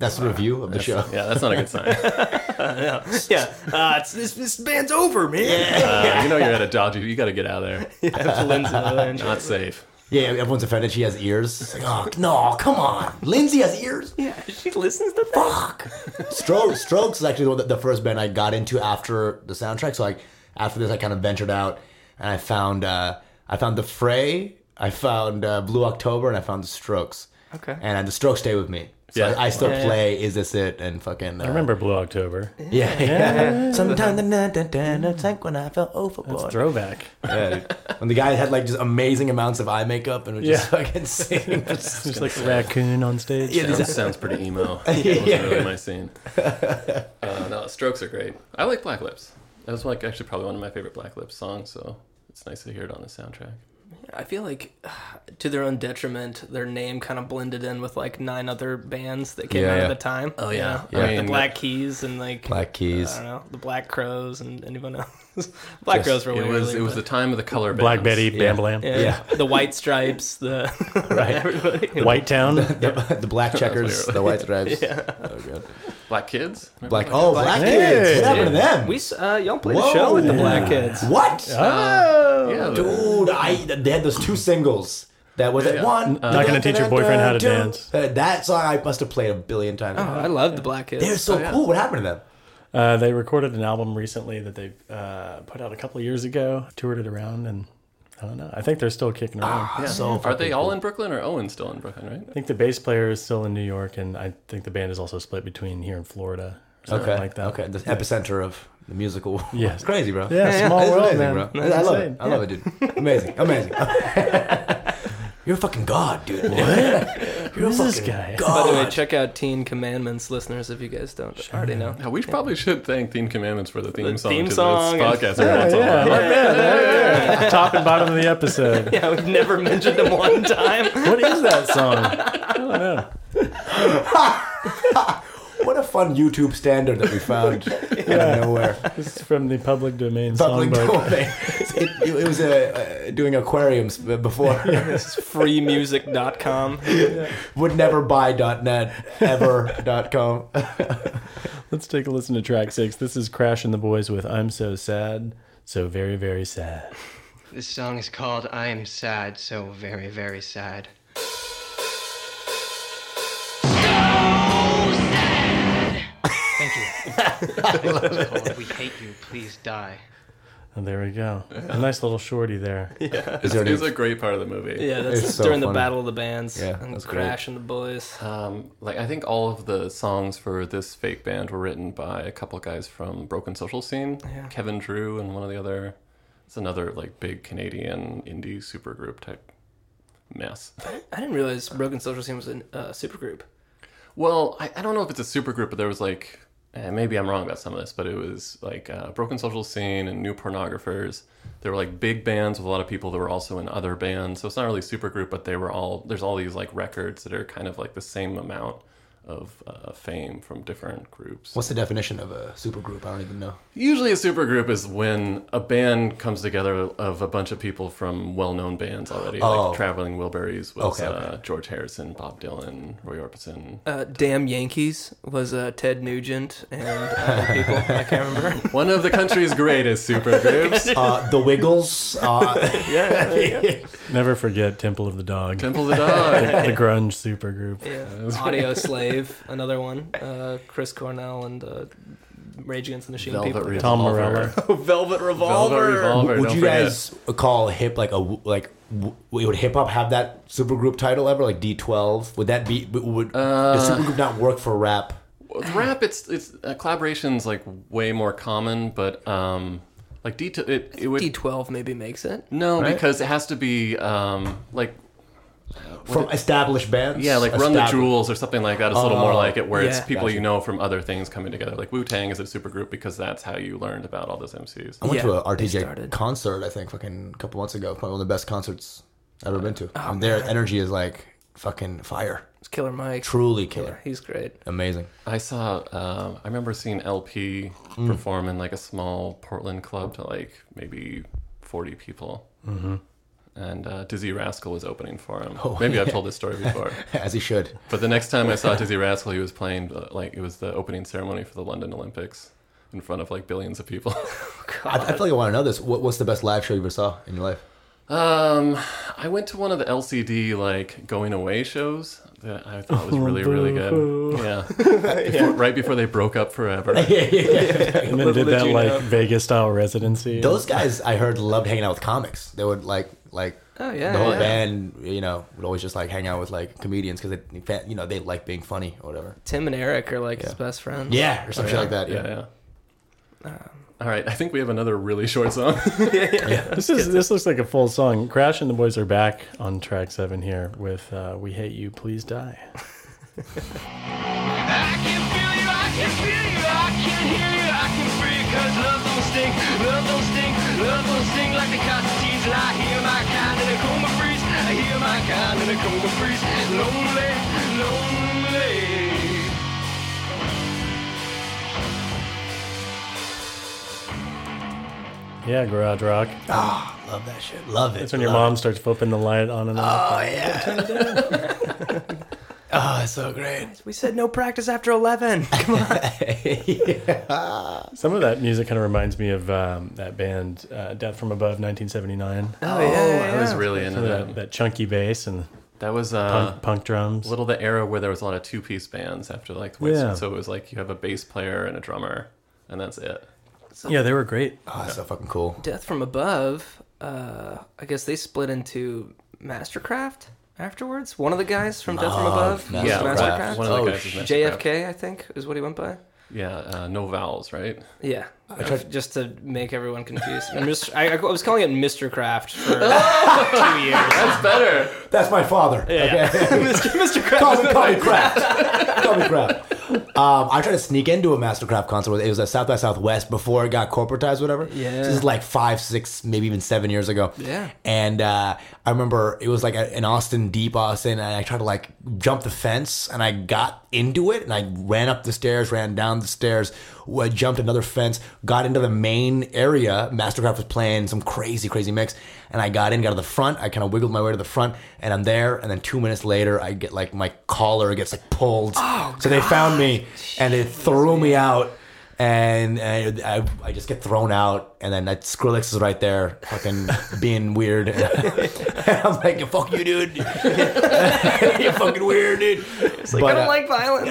[SPEAKER 4] That's the review of the show.
[SPEAKER 3] yeah, that's not a good sign.
[SPEAKER 2] Yeah. Uh, it's, this, this band's over, man.
[SPEAKER 3] Uh, you know, you're at a dodgy. You got to get out of there.
[SPEAKER 2] Yeah. <laughs> Lindsay Lohan.
[SPEAKER 3] Not safe."
[SPEAKER 4] Yeah, everyone's offended. She has ears. It's like, oh no, come on, Lindsay has ears.
[SPEAKER 2] Yeah, <laughs> she listens to that.
[SPEAKER 4] Fuck. Strokes. Strokes is actually the, one that, the first band I got into after the soundtrack. So like after this, I kind of ventured out and I found uh, I found the Fray, I found uh, Blue October, and I found the Strokes.
[SPEAKER 2] Okay.
[SPEAKER 4] And uh, the Strokes stay with me. So
[SPEAKER 3] Yeah.
[SPEAKER 4] I, I still
[SPEAKER 2] Yeah, yeah.
[SPEAKER 4] play "Is This It" and fucking. Uh,
[SPEAKER 1] I remember Blue October.
[SPEAKER 4] Yeah, yeah. <laughs> Sometimes the night that then it's like when I fell
[SPEAKER 1] It's
[SPEAKER 4] overboard.
[SPEAKER 1] throwback.
[SPEAKER 4] Yeah, dude. when the guy had like just amazing amounts of eye makeup and would just
[SPEAKER 1] Yeah.
[SPEAKER 4] <laughs> fucking sing.
[SPEAKER 1] It's just like a raccoon on stage.
[SPEAKER 4] Yeah,
[SPEAKER 3] Sounds, sounds pretty <laughs> emo. That wasn't really my <laughs> scene. Uh, no, Strokes are great. I like Black Lips. That was like actually probably one of my favorite Black Lips songs. So it's nice to hear it on the soundtrack.
[SPEAKER 2] I feel like, <sighs> uh, to their own detriment, their name kind of blended in with like nine other bands that came
[SPEAKER 4] Yeah,
[SPEAKER 2] out
[SPEAKER 4] yeah.
[SPEAKER 2] at the time. Oh
[SPEAKER 3] yeah.
[SPEAKER 2] like
[SPEAKER 3] I mean,
[SPEAKER 2] the Black Keys and like
[SPEAKER 4] Black Keys.
[SPEAKER 2] I don't know the Black Crows and anyone else. <laughs> Black
[SPEAKER 4] Just-
[SPEAKER 2] Crows were way
[SPEAKER 3] It was
[SPEAKER 2] early,
[SPEAKER 3] it was the
[SPEAKER 2] but-
[SPEAKER 3] time of the color.
[SPEAKER 1] Black
[SPEAKER 3] bands.
[SPEAKER 1] Betty, Bam Blam,
[SPEAKER 2] yeah,
[SPEAKER 4] yeah.
[SPEAKER 2] the White Stripes, the
[SPEAKER 4] Right.
[SPEAKER 2] <laughs> everybody.
[SPEAKER 1] White Town.
[SPEAKER 4] <laughs> the, the black checkers, the white stripes. Oh, God.
[SPEAKER 3] Black Kids. Remember
[SPEAKER 4] Black. Oh, black
[SPEAKER 1] Kids.
[SPEAKER 4] kids.
[SPEAKER 1] Hey.
[SPEAKER 4] What happened to them?
[SPEAKER 2] We s- uh, y'all played a show with the
[SPEAKER 4] Whoa.
[SPEAKER 2] Black Kids.
[SPEAKER 4] what?
[SPEAKER 1] Oh.
[SPEAKER 3] Yeah, the-
[SPEAKER 4] Dude, I they had those two singles. That was
[SPEAKER 3] yeah.
[SPEAKER 4] it. One.
[SPEAKER 1] Not Gonna Teach Your Boyfriend How to Dance.
[SPEAKER 4] Uh, That song I must have played a billion times.
[SPEAKER 2] I love the Black Kids.
[SPEAKER 4] They're so
[SPEAKER 3] yeah.
[SPEAKER 4] cool. What happened to them?
[SPEAKER 1] Uh, they recorded an album recently that they uh, put out a couple of years ago, toured it around, and I don't know. I think they're still kicking around.
[SPEAKER 4] Yeah.
[SPEAKER 3] Are they all in Brooklyn or Owen's still in Brooklyn? Right.
[SPEAKER 1] I think the bass player is still in New York, and I think the band is also split between here and Florida. Or something
[SPEAKER 4] okay?
[SPEAKER 1] like that.
[SPEAKER 4] Okay, the epicenter of the musical. world.
[SPEAKER 1] Yes.
[SPEAKER 4] It's crazy, bro.
[SPEAKER 1] Yeah, small
[SPEAKER 4] It's
[SPEAKER 1] world,
[SPEAKER 4] amazing,
[SPEAKER 1] man.
[SPEAKER 4] bro.
[SPEAKER 1] That's
[SPEAKER 4] I love
[SPEAKER 1] insane.
[SPEAKER 4] it. I love it, dude. Amazing, amazing. You're a fucking god, dude. What? You're
[SPEAKER 1] Who's
[SPEAKER 4] a
[SPEAKER 1] this
[SPEAKER 4] fucking
[SPEAKER 1] guy?
[SPEAKER 4] god.
[SPEAKER 2] By the way, check out Teen Commandments, listeners, if you guys don't already know. <laughs>
[SPEAKER 3] Now, we probably should thank Theme Commandments for the theme song
[SPEAKER 2] theme
[SPEAKER 3] to
[SPEAKER 2] song and-
[SPEAKER 3] this podcast. Yeah,
[SPEAKER 1] Yeah, my man, right there. Top and bottom of the
[SPEAKER 4] <laughs>
[SPEAKER 1] episode.
[SPEAKER 2] Yeah, we've never mentioned them one time.
[SPEAKER 1] What is that song? I don't know.
[SPEAKER 4] What a fun YouTube standard that
[SPEAKER 3] <laughs>
[SPEAKER 4] we found out of nowhere.
[SPEAKER 1] This is from the public domain
[SPEAKER 4] Public
[SPEAKER 1] songbook.
[SPEAKER 3] <laughs>
[SPEAKER 4] domain. It, it, it was uh, uh, doing aquariums
[SPEAKER 3] <laughs>
[SPEAKER 4] b- before.
[SPEAKER 2] Freemusic.com.
[SPEAKER 4] <laughs> Would never buy .net ever dot .com. <laughs>
[SPEAKER 1] Let's take a listen to track six. This is Crash and the Boys with I'm So Sad, So Very, Very Sad.
[SPEAKER 7] This song is called I Am Sad, so very, very sad. Thank you. Cold, We hate you, please die.
[SPEAKER 1] And Oh, there we go. A nice little shorty
[SPEAKER 4] <laughs>
[SPEAKER 1] there.
[SPEAKER 4] Is there
[SPEAKER 3] It was
[SPEAKER 4] any,
[SPEAKER 3] a great part of the movie.
[SPEAKER 2] Yeah, that's <laughs>
[SPEAKER 4] It's so
[SPEAKER 2] during the
[SPEAKER 4] funny.
[SPEAKER 2] Battle of the Bands.
[SPEAKER 4] Yeah,
[SPEAKER 2] and
[SPEAKER 4] that's great.
[SPEAKER 2] Crash and the Boys.
[SPEAKER 3] Um, like I think all of the songs for this fake band were written by a couple of guys from Broken Social Scene, Kevin Drew, and one of the other. It's another like big Canadian indie supergroup type mess.
[SPEAKER 2] I didn't realize Broken Social Scene was a uh, supergroup.
[SPEAKER 3] Well, I, I don't know if it's a supergroup, but there was like, and maybe I'm wrong about some of this, but it was like uh, Broken Social Scene and New Pornographers. There were like big bands with a lot of people that were also in other bands. So it's not really a supergroup, but they were all, there's all these like records that are kind of like the same amount of uh, fame from different groups.
[SPEAKER 4] what's the definition of a supergroup? I don't even know.
[SPEAKER 3] Usually, a supergroup is when a band comes together of a bunch of people from well-known bands already,
[SPEAKER 4] Oh.
[SPEAKER 3] like Traveling Wilburys with
[SPEAKER 4] Okay,
[SPEAKER 3] Uh, George Harrison, Bob Dylan, Roy Orbison.
[SPEAKER 2] Uh, Damn Yankees was uh, Ted Nugent and uh,
[SPEAKER 4] <laughs>
[SPEAKER 2] other people. I can't remember.
[SPEAKER 3] One of the country's greatest
[SPEAKER 4] <laughs>
[SPEAKER 3] supergroups,
[SPEAKER 4] Uh, the Wiggles. <laughs> Uh, <laughs>
[SPEAKER 1] Never forget Temple of the Dog, the
[SPEAKER 3] Temple of the Dog.
[SPEAKER 1] grunge supergroup.
[SPEAKER 2] Yeah. Audio
[SPEAKER 4] <laughs>
[SPEAKER 2] Slave, another one. Uh, Chris Cornell and uh, Rage Against the Machine
[SPEAKER 3] <laughs> Velvet
[SPEAKER 2] people.
[SPEAKER 3] Revolver.
[SPEAKER 1] Tom Morello.
[SPEAKER 2] <laughs> Oh, Velvet Revolver.
[SPEAKER 3] Velvet Revolver.
[SPEAKER 4] would
[SPEAKER 3] don't
[SPEAKER 4] you
[SPEAKER 3] forget.
[SPEAKER 4] guys call hip like a w- like? w- Would hip hop have that supergroup title ever? Like D12? Would that be? Would, would
[SPEAKER 3] Uh,
[SPEAKER 4] does supergroup not work for rap?
[SPEAKER 3] with rap? It's it's uh, collaborations like way more common, but um, like D it, it would
[SPEAKER 2] D12 maybe makes it.
[SPEAKER 3] no because it has to be um like
[SPEAKER 4] From established bands?
[SPEAKER 3] Yeah, like Run the
[SPEAKER 4] Estab-
[SPEAKER 3] Jewels or something like that. It's a little more
[SPEAKER 4] Oh,
[SPEAKER 3] like it, where it's
[SPEAKER 2] yeah.
[SPEAKER 3] people
[SPEAKER 4] Gotcha.
[SPEAKER 3] you know from other things coming together. Like Wu Tang is a supergroup because that's how you learned about all those MCs.
[SPEAKER 4] I went to
[SPEAKER 2] Yeah,
[SPEAKER 4] a RTJ
[SPEAKER 2] started. Oh,
[SPEAKER 4] concert, I think, fucking a couple months ago. Probably one of the best concerts I've ever been to. and their energy is like fucking fire.
[SPEAKER 2] It's Killer Mike.
[SPEAKER 4] Truly killer.
[SPEAKER 2] He's great.
[SPEAKER 4] Amazing. <laughs>
[SPEAKER 3] I saw. um I remember seeing LP
[SPEAKER 4] Hmm.
[SPEAKER 3] perform in like a small Portland club to like maybe forty people. Mm-hmm. And uh, Dizzy Rascal was opening for him.
[SPEAKER 4] Oh,
[SPEAKER 3] Maybe I've told this story
[SPEAKER 4] <laughs>
[SPEAKER 3] before.
[SPEAKER 4] As he should.
[SPEAKER 3] But the next time I saw Dizzy Rascal, he was playing uh, like it was the opening ceremony for the London Olympics in front of like billions of people. <laughs>
[SPEAKER 4] I, I feel like I want to know this. What, what's the best live show you ever saw in your
[SPEAKER 2] <laughs>
[SPEAKER 4] life?
[SPEAKER 3] um, I went to one of the LCD like going away shows that I thought was really really good. Yeah, Before- right before they broke up forever.
[SPEAKER 1] And then
[SPEAKER 2] Little
[SPEAKER 1] did
[SPEAKER 2] did
[SPEAKER 1] that
[SPEAKER 2] you
[SPEAKER 1] like
[SPEAKER 2] know.
[SPEAKER 1] Vegas style residency.
[SPEAKER 4] <laughs> Those guys I heard loved hanging out with comics. They would like like
[SPEAKER 2] Oh, yeah,
[SPEAKER 4] the whole
[SPEAKER 2] yeah.
[SPEAKER 4] band you know would always just like hang out with like comedians because they you know they like being funny or whatever.
[SPEAKER 2] Tim and Eric are like his best friends.
[SPEAKER 4] Yeah, or
[SPEAKER 2] Oh,
[SPEAKER 4] something like that.
[SPEAKER 3] yeah, yeah. All right, I think we have another really short song. <laughs>
[SPEAKER 1] this is this looks like a full song. Crash and the boys are back on track seven here with uh, "We Hate You, Please Die."
[SPEAKER 6] I can feel you, I can feel you, I can hear you, I can feel you, cause love don't stink, love don't stink, love don't stink like the Constantine's, and I hear my kind in a coma freeze, I hear my kind in a coma freeze, lonely, lonely.
[SPEAKER 1] Yeah, garage rock.
[SPEAKER 4] Love that shit. Love it.
[SPEAKER 1] That's when your
[SPEAKER 4] Love
[SPEAKER 1] mom starts flipping the light on and off.
[SPEAKER 4] Oh yeah. <laughs> oh, it's so great.
[SPEAKER 2] We said no practice after 11.
[SPEAKER 3] <laughs>
[SPEAKER 2] Come on.
[SPEAKER 1] Some of that music kind of reminds me of um, that band uh, Death from Above, 1979.
[SPEAKER 2] Oh, yeah.
[SPEAKER 3] I was really into
[SPEAKER 1] Some of that,
[SPEAKER 3] that.
[SPEAKER 1] that chunky bass and
[SPEAKER 3] That was
[SPEAKER 1] punk,
[SPEAKER 3] uh,
[SPEAKER 1] punk drums.
[SPEAKER 3] little the era where there was a lot of two piece bands after like the White
[SPEAKER 1] Yeah.
[SPEAKER 3] So it was like you have a bass player and a drummer, and that's it.
[SPEAKER 1] yeah, they were great.
[SPEAKER 4] Oh, that's so fucking cool.
[SPEAKER 2] Death from Above, uh, I guess they split into Mastercraft afterwards. One of the guys from Death from Above was
[SPEAKER 3] Yeah,
[SPEAKER 2] Mastercraft.
[SPEAKER 3] one, one of the
[SPEAKER 4] Oh,
[SPEAKER 3] guys. is Mastercraft.
[SPEAKER 2] JFK, I think, is what he went by.
[SPEAKER 3] Yeah, uh, no vowels, right?
[SPEAKER 2] Yeah, Uh, just to make everyone confused. Mis- I, I was calling it Mr. Craft <laughs> for two <laughs> years.
[SPEAKER 3] That's better.
[SPEAKER 4] That's my father. <laughs> Okay.
[SPEAKER 2] Mr. Mr. Craft.
[SPEAKER 4] call me, call me crap. call me crap. Um, I tried to sneak into a Mastercraft concert. It was at South by Southwest before it got corporatized, whatever.
[SPEAKER 2] Yeah.
[SPEAKER 4] this is like five, six, maybe even seven years ago.
[SPEAKER 2] Yeah.
[SPEAKER 4] and uh, I remember it was like a, in Austin, deep Austin, and I tried to like jump the fence, and I got into it, and I ran up the stairs, ran down the stairs, w- jumped another fence, got into the main area. Mastercraft was playing some crazy, crazy mix, and I got in, got to the front. I kind of wiggled my way to the front, and I'm there. And then two minutes later, I get like my collar gets like pulled, so they found me and they threw me out and I, I, I just get thrown out, and then that Skrillex is right there,
[SPEAKER 1] <laughs>
[SPEAKER 4] fucking being weird. <laughs> and I'm like, "Fuck you, dude! <laughs> You're fucking weird, dude." uh,
[SPEAKER 2] I don't like violence.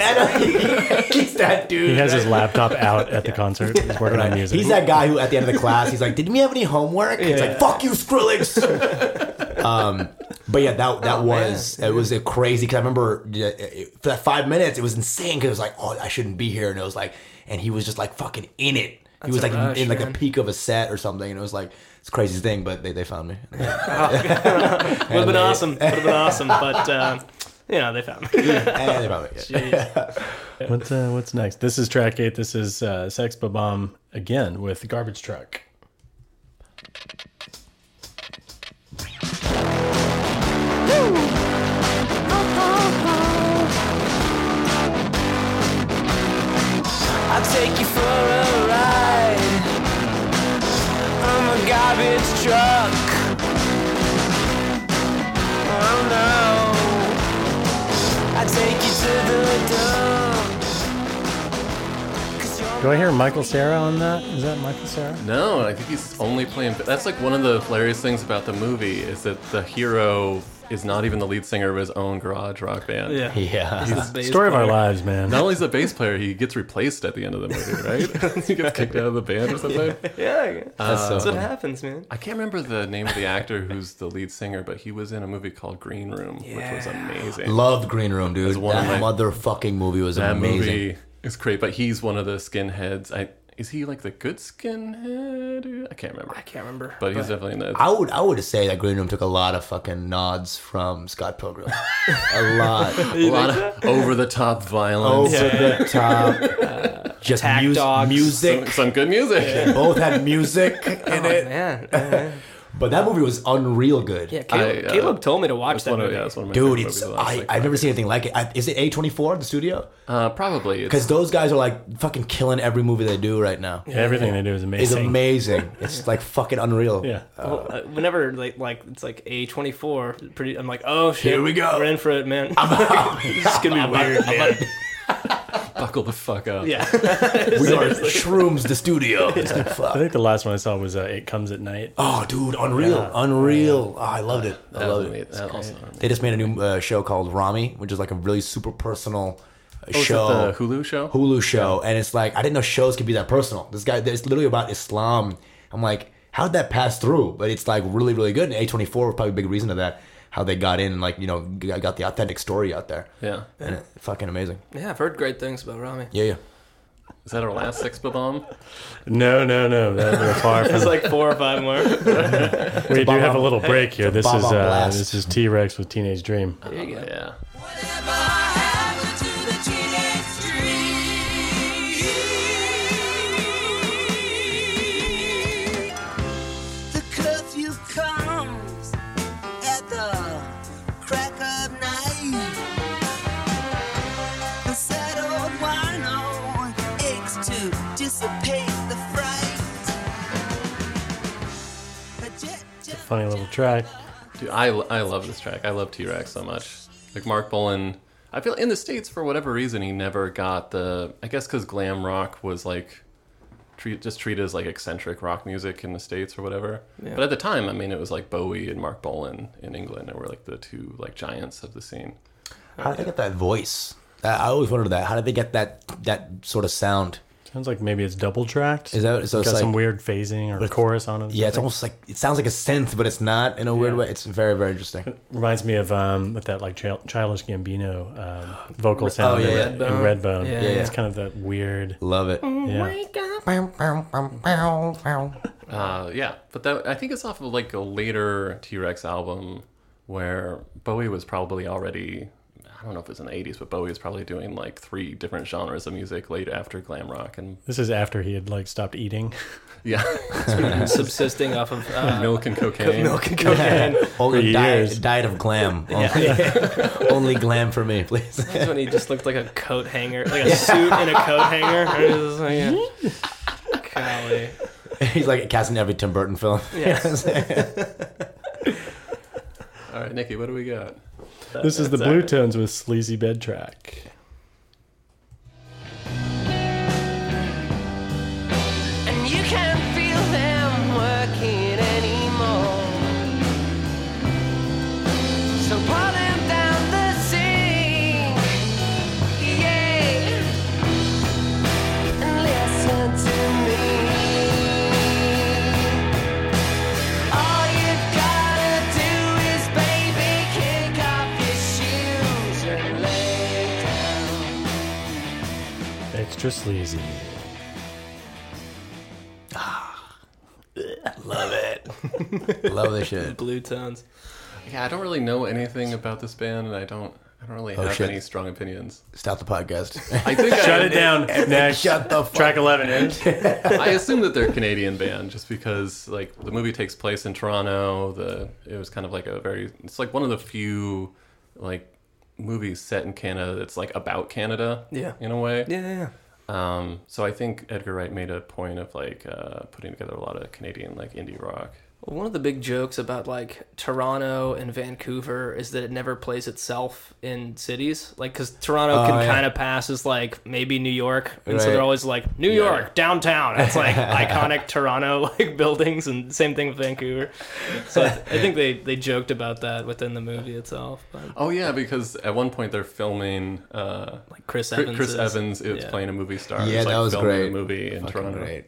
[SPEAKER 4] <laughs> he's that dude.
[SPEAKER 1] He has his laptop out at the concert. He's working on music.
[SPEAKER 4] He's that guy who, at the end of the class, he's like, "Did we have any homework?" It's like, "Fuck you, Skrillex." um,
[SPEAKER 3] <laughs>
[SPEAKER 4] but yeah, that
[SPEAKER 2] Oh,
[SPEAKER 4] that was it was a crazy. Because I remember yeah, it- it- for that five minutes, it was insane. Because it was like, "Oh, I shouldn't be here," and it was like, and he was just like fucking in it. he was
[SPEAKER 2] a
[SPEAKER 4] like
[SPEAKER 2] rush,
[SPEAKER 4] in like
[SPEAKER 2] man.
[SPEAKER 4] the peak of a set or something, and it was like it's a crazy thing. But they, they
[SPEAKER 2] <laughs>
[SPEAKER 4] found me.
[SPEAKER 2] Would have been awesome. Would have been awesome. But, uh, you know, they found me.
[SPEAKER 4] And they found me. Yeah.
[SPEAKER 1] What's uh, what's next? This is track eight. This is uh, Sex Bomb again with Garbage Truck.
[SPEAKER 5] I'll take you for a ride. I'm a garbage truck. Oh no. I'll take you to the dump. 'Cause you're
[SPEAKER 1] Do I hear Michael Sarah on that? Is that Michael Sarah?
[SPEAKER 3] No, I think he's only playing. That's like one of the hilarious things about the movie is that the hero is not even the lead singer of his own garage rock band.
[SPEAKER 2] Yeah.
[SPEAKER 4] yeah.
[SPEAKER 1] Uh, Story of our lives, man.
[SPEAKER 3] Not only is the bass player, he gets replaced at the end of the movie,
[SPEAKER 2] <laughs>
[SPEAKER 3] right? he gets kicked out of the band or something.
[SPEAKER 2] Yeah.
[SPEAKER 4] That's
[SPEAKER 2] That's
[SPEAKER 4] so
[SPEAKER 2] what
[SPEAKER 4] funny.
[SPEAKER 2] happens, man.
[SPEAKER 3] I can't remember the name of the actor who's the lead singer, but he was in a movie called Green Room, which was amazing.
[SPEAKER 4] Loved Green Room, dude.
[SPEAKER 3] one of
[SPEAKER 4] That
[SPEAKER 3] my-
[SPEAKER 4] motherfucking movie was
[SPEAKER 3] that
[SPEAKER 4] amazing.
[SPEAKER 3] movie is great, but he's one of the skinheads. I is he like the good skinhead? I can't remember.
[SPEAKER 2] I can't remember.
[SPEAKER 3] But he's definitely in the
[SPEAKER 4] I would I would say that Green Room took a lot of fucking nods from Scott Pilgrim. <laughs> a lot.
[SPEAKER 3] a lot of over the top
[SPEAKER 4] Oh,
[SPEAKER 3] violence.
[SPEAKER 4] Over the top.
[SPEAKER 2] <laughs>
[SPEAKER 4] Just
[SPEAKER 2] Attack
[SPEAKER 4] mus-
[SPEAKER 2] dogs.
[SPEAKER 4] music.
[SPEAKER 3] Some good
[SPEAKER 2] <laughs>
[SPEAKER 3] music.
[SPEAKER 4] Both had music in
[SPEAKER 2] Oh,
[SPEAKER 4] it.
[SPEAKER 2] man. Yeah, yeah.
[SPEAKER 4] But that movie was unreal good.
[SPEAKER 2] Yeah, Caleb,
[SPEAKER 3] I, uh,
[SPEAKER 2] Caleb told me to watch
[SPEAKER 3] <laughs> That's
[SPEAKER 2] that
[SPEAKER 3] one of,
[SPEAKER 2] movie.
[SPEAKER 3] yeah, that's one of my
[SPEAKER 4] Dude,
[SPEAKER 3] favorite
[SPEAKER 4] it's
[SPEAKER 3] movies of the last,
[SPEAKER 4] I,
[SPEAKER 3] like,
[SPEAKER 4] I've never seen anything like it. I, is it A24, the studio?
[SPEAKER 3] Uh, probably. It's-
[SPEAKER 4] Because those guys are like fucking killing every movie they do right now.
[SPEAKER 1] Everything they do is
[SPEAKER 4] It's
[SPEAKER 1] amazing.
[SPEAKER 4] amazing.
[SPEAKER 2] <laughs>
[SPEAKER 4] It's like fucking unreal.
[SPEAKER 1] Yeah.
[SPEAKER 2] Well, uh, whenever like, like it's like a twenty four, pretty. I'm like, oh shit,
[SPEAKER 4] Here we go.
[SPEAKER 2] We're in for it, man. <laughs> this is gonna be weird, man.
[SPEAKER 3] buckle the fuck up.
[SPEAKER 2] yeah,
[SPEAKER 4] We are shrooms, the studio. It's like,
[SPEAKER 1] I
[SPEAKER 4] fuck.
[SPEAKER 1] think the last one I saw was uh, It Comes at Night.
[SPEAKER 4] Oh, dude, unreal. Unreal. Oh, I loved it. I
[SPEAKER 3] That was
[SPEAKER 4] loved it.
[SPEAKER 3] amazing. That also.
[SPEAKER 4] They just made a new uh, show called Rami, which is like a really super personal uh,
[SPEAKER 3] Oh, is that
[SPEAKER 4] show.
[SPEAKER 3] the Hulu show?
[SPEAKER 4] Hulu show, and it's like I didn't know shows could be that personal. This guy, it's literally about Islam. I'm like, how did that pass through? But it's like really, really good. And A24 was probably a big reason to that. How they got in, like you know, g- got the authentic story out there.
[SPEAKER 3] Yeah.
[SPEAKER 4] and it, fucking amazing.
[SPEAKER 2] <laughs> yeah. I've heard great things about Rami.
[SPEAKER 4] Yeah, yeah.
[SPEAKER 3] Is that our last Sexpa bomb?
[SPEAKER 1] No, no, no. That, we're
[SPEAKER 4] <laughs>
[SPEAKER 1] far from.
[SPEAKER 2] There's like four or five more. There
[SPEAKER 1] we do
[SPEAKER 4] bomb
[SPEAKER 1] have a
[SPEAKER 4] on-
[SPEAKER 1] little break here. This
[SPEAKER 4] bomb
[SPEAKER 1] is
[SPEAKER 4] on
[SPEAKER 1] uh,
[SPEAKER 4] blast.
[SPEAKER 1] this is T Rex with Teenage Dream.
[SPEAKER 2] you go.
[SPEAKER 3] Oh, Yeah.
[SPEAKER 5] Whatever happened to the teenage dream? The curfew comes at the crack of night. The sad old wino aches to dissipate the fright. The jet- jet-
[SPEAKER 1] Funny little track.
[SPEAKER 3] Dude, I, I love this track. I love T Rex so much. Like Mark Bolan, I feel in the States, for whatever reason, he never got the. I guess because glam rock was like. Treat, just treated as like eccentric rock music in the states or whatever. But at the time, I mean, it was like Bowie and Mark Bolan in England, and were like the two like giants of the scene.
[SPEAKER 4] How did they get that voice? I, I always wondered that. How did they get that that sort of sound?
[SPEAKER 1] Sounds like maybe it's double tracked.
[SPEAKER 4] Is that so?
[SPEAKER 1] got
[SPEAKER 4] It's like,
[SPEAKER 1] some weird phasing or chorus on it? or
[SPEAKER 4] yeah, it's
[SPEAKER 1] something.
[SPEAKER 4] almost like it sounds like a synth, but it's not in a weird way. It's very, very interesting.
[SPEAKER 1] reminds me of um, with that like Chil- Childish Gambino um, vocal sound
[SPEAKER 4] Oh, yeah,
[SPEAKER 1] in,
[SPEAKER 2] yeah.
[SPEAKER 1] in Redbone. yeah,
[SPEAKER 2] Yeah. Yeah.
[SPEAKER 1] it's kind of that weird.
[SPEAKER 4] Love it.
[SPEAKER 1] Yeah.
[SPEAKER 3] Uh, yeah, but that I think it's off of like a later T Rex album where Bowie was probably already. I don't know if it was in the 80s, but Bowie was probably doing like three different genres of music late after glam rock. And <laughs>
[SPEAKER 1] This is after he had like stopped eating.
[SPEAKER 3] yeah,
[SPEAKER 2] <laughs> subsisting off of uh,
[SPEAKER 3] milk and cocaine.
[SPEAKER 2] milk and cocaine.
[SPEAKER 4] <laughs> Only
[SPEAKER 1] years.
[SPEAKER 4] diet, diet of glam. <laughs> Only, <laughs> only glam for me, <laughs> please.
[SPEAKER 2] That's <laughs> when he just looked like a coat hanger, like a suit and a coat hanger. It was like, yeah. <laughs> Golly.
[SPEAKER 4] He's like casting every Tim Burton <laughs> film.
[SPEAKER 3] All right, Nikki, what do we got?
[SPEAKER 1] This is the Blue Tones with Sleazy Bed Track.
[SPEAKER 5] and you can't feel them working anymore. So pull them down the sink, yeah, and listen to me. All you've gotta do is, baby, kick off your shoes and lay down.
[SPEAKER 1] Extra sleazy.
[SPEAKER 4] Love it. <laughs> Love this shit.
[SPEAKER 2] Blue tones.
[SPEAKER 3] Yeah, I don't really know anything about this band, and I don't. I don't really have
[SPEAKER 4] shit.
[SPEAKER 3] any strong opinions.
[SPEAKER 4] Stop the podcast. <laughs>
[SPEAKER 3] I think I,
[SPEAKER 1] down. Next.
[SPEAKER 4] Shut the fuck.
[SPEAKER 1] Track 11.
[SPEAKER 3] I assume that they're a Canadian band just because like the movie takes place in Toronto. The it was kind of like a very it's like one of the few like movies set in Canada that's like about Canada.
[SPEAKER 2] Yeah.
[SPEAKER 3] In a way.
[SPEAKER 2] Yeah, yeah, yeah.
[SPEAKER 3] Um, so I think Edgar Wright made a point of like uh, putting together a lot of Canadian like indie rock.
[SPEAKER 2] One of the big jokes about like Toronto and Vancouver is that it never plays itself in cities. Like, because Toronto can
[SPEAKER 4] yeah.
[SPEAKER 2] kind of pass as like maybe New York. And so
[SPEAKER 4] Right.
[SPEAKER 2] they're always like, New York, downtown. It's like iconic Toronto like buildings and same thing with Vancouver. So I, I think they, they joked about that within the movie itself. But
[SPEAKER 3] Oh yeah, because at one point they're filming uh,
[SPEAKER 2] like Chris
[SPEAKER 3] Chris
[SPEAKER 2] Evans.
[SPEAKER 3] Chris
[SPEAKER 2] is-
[SPEAKER 3] Evans is
[SPEAKER 2] yeah.
[SPEAKER 3] playing a movie star.
[SPEAKER 4] Yeah,
[SPEAKER 3] who's, like,
[SPEAKER 4] that was
[SPEAKER 3] filming
[SPEAKER 4] great.
[SPEAKER 3] A movie in
[SPEAKER 4] Fucking
[SPEAKER 3] Toronto.
[SPEAKER 4] great.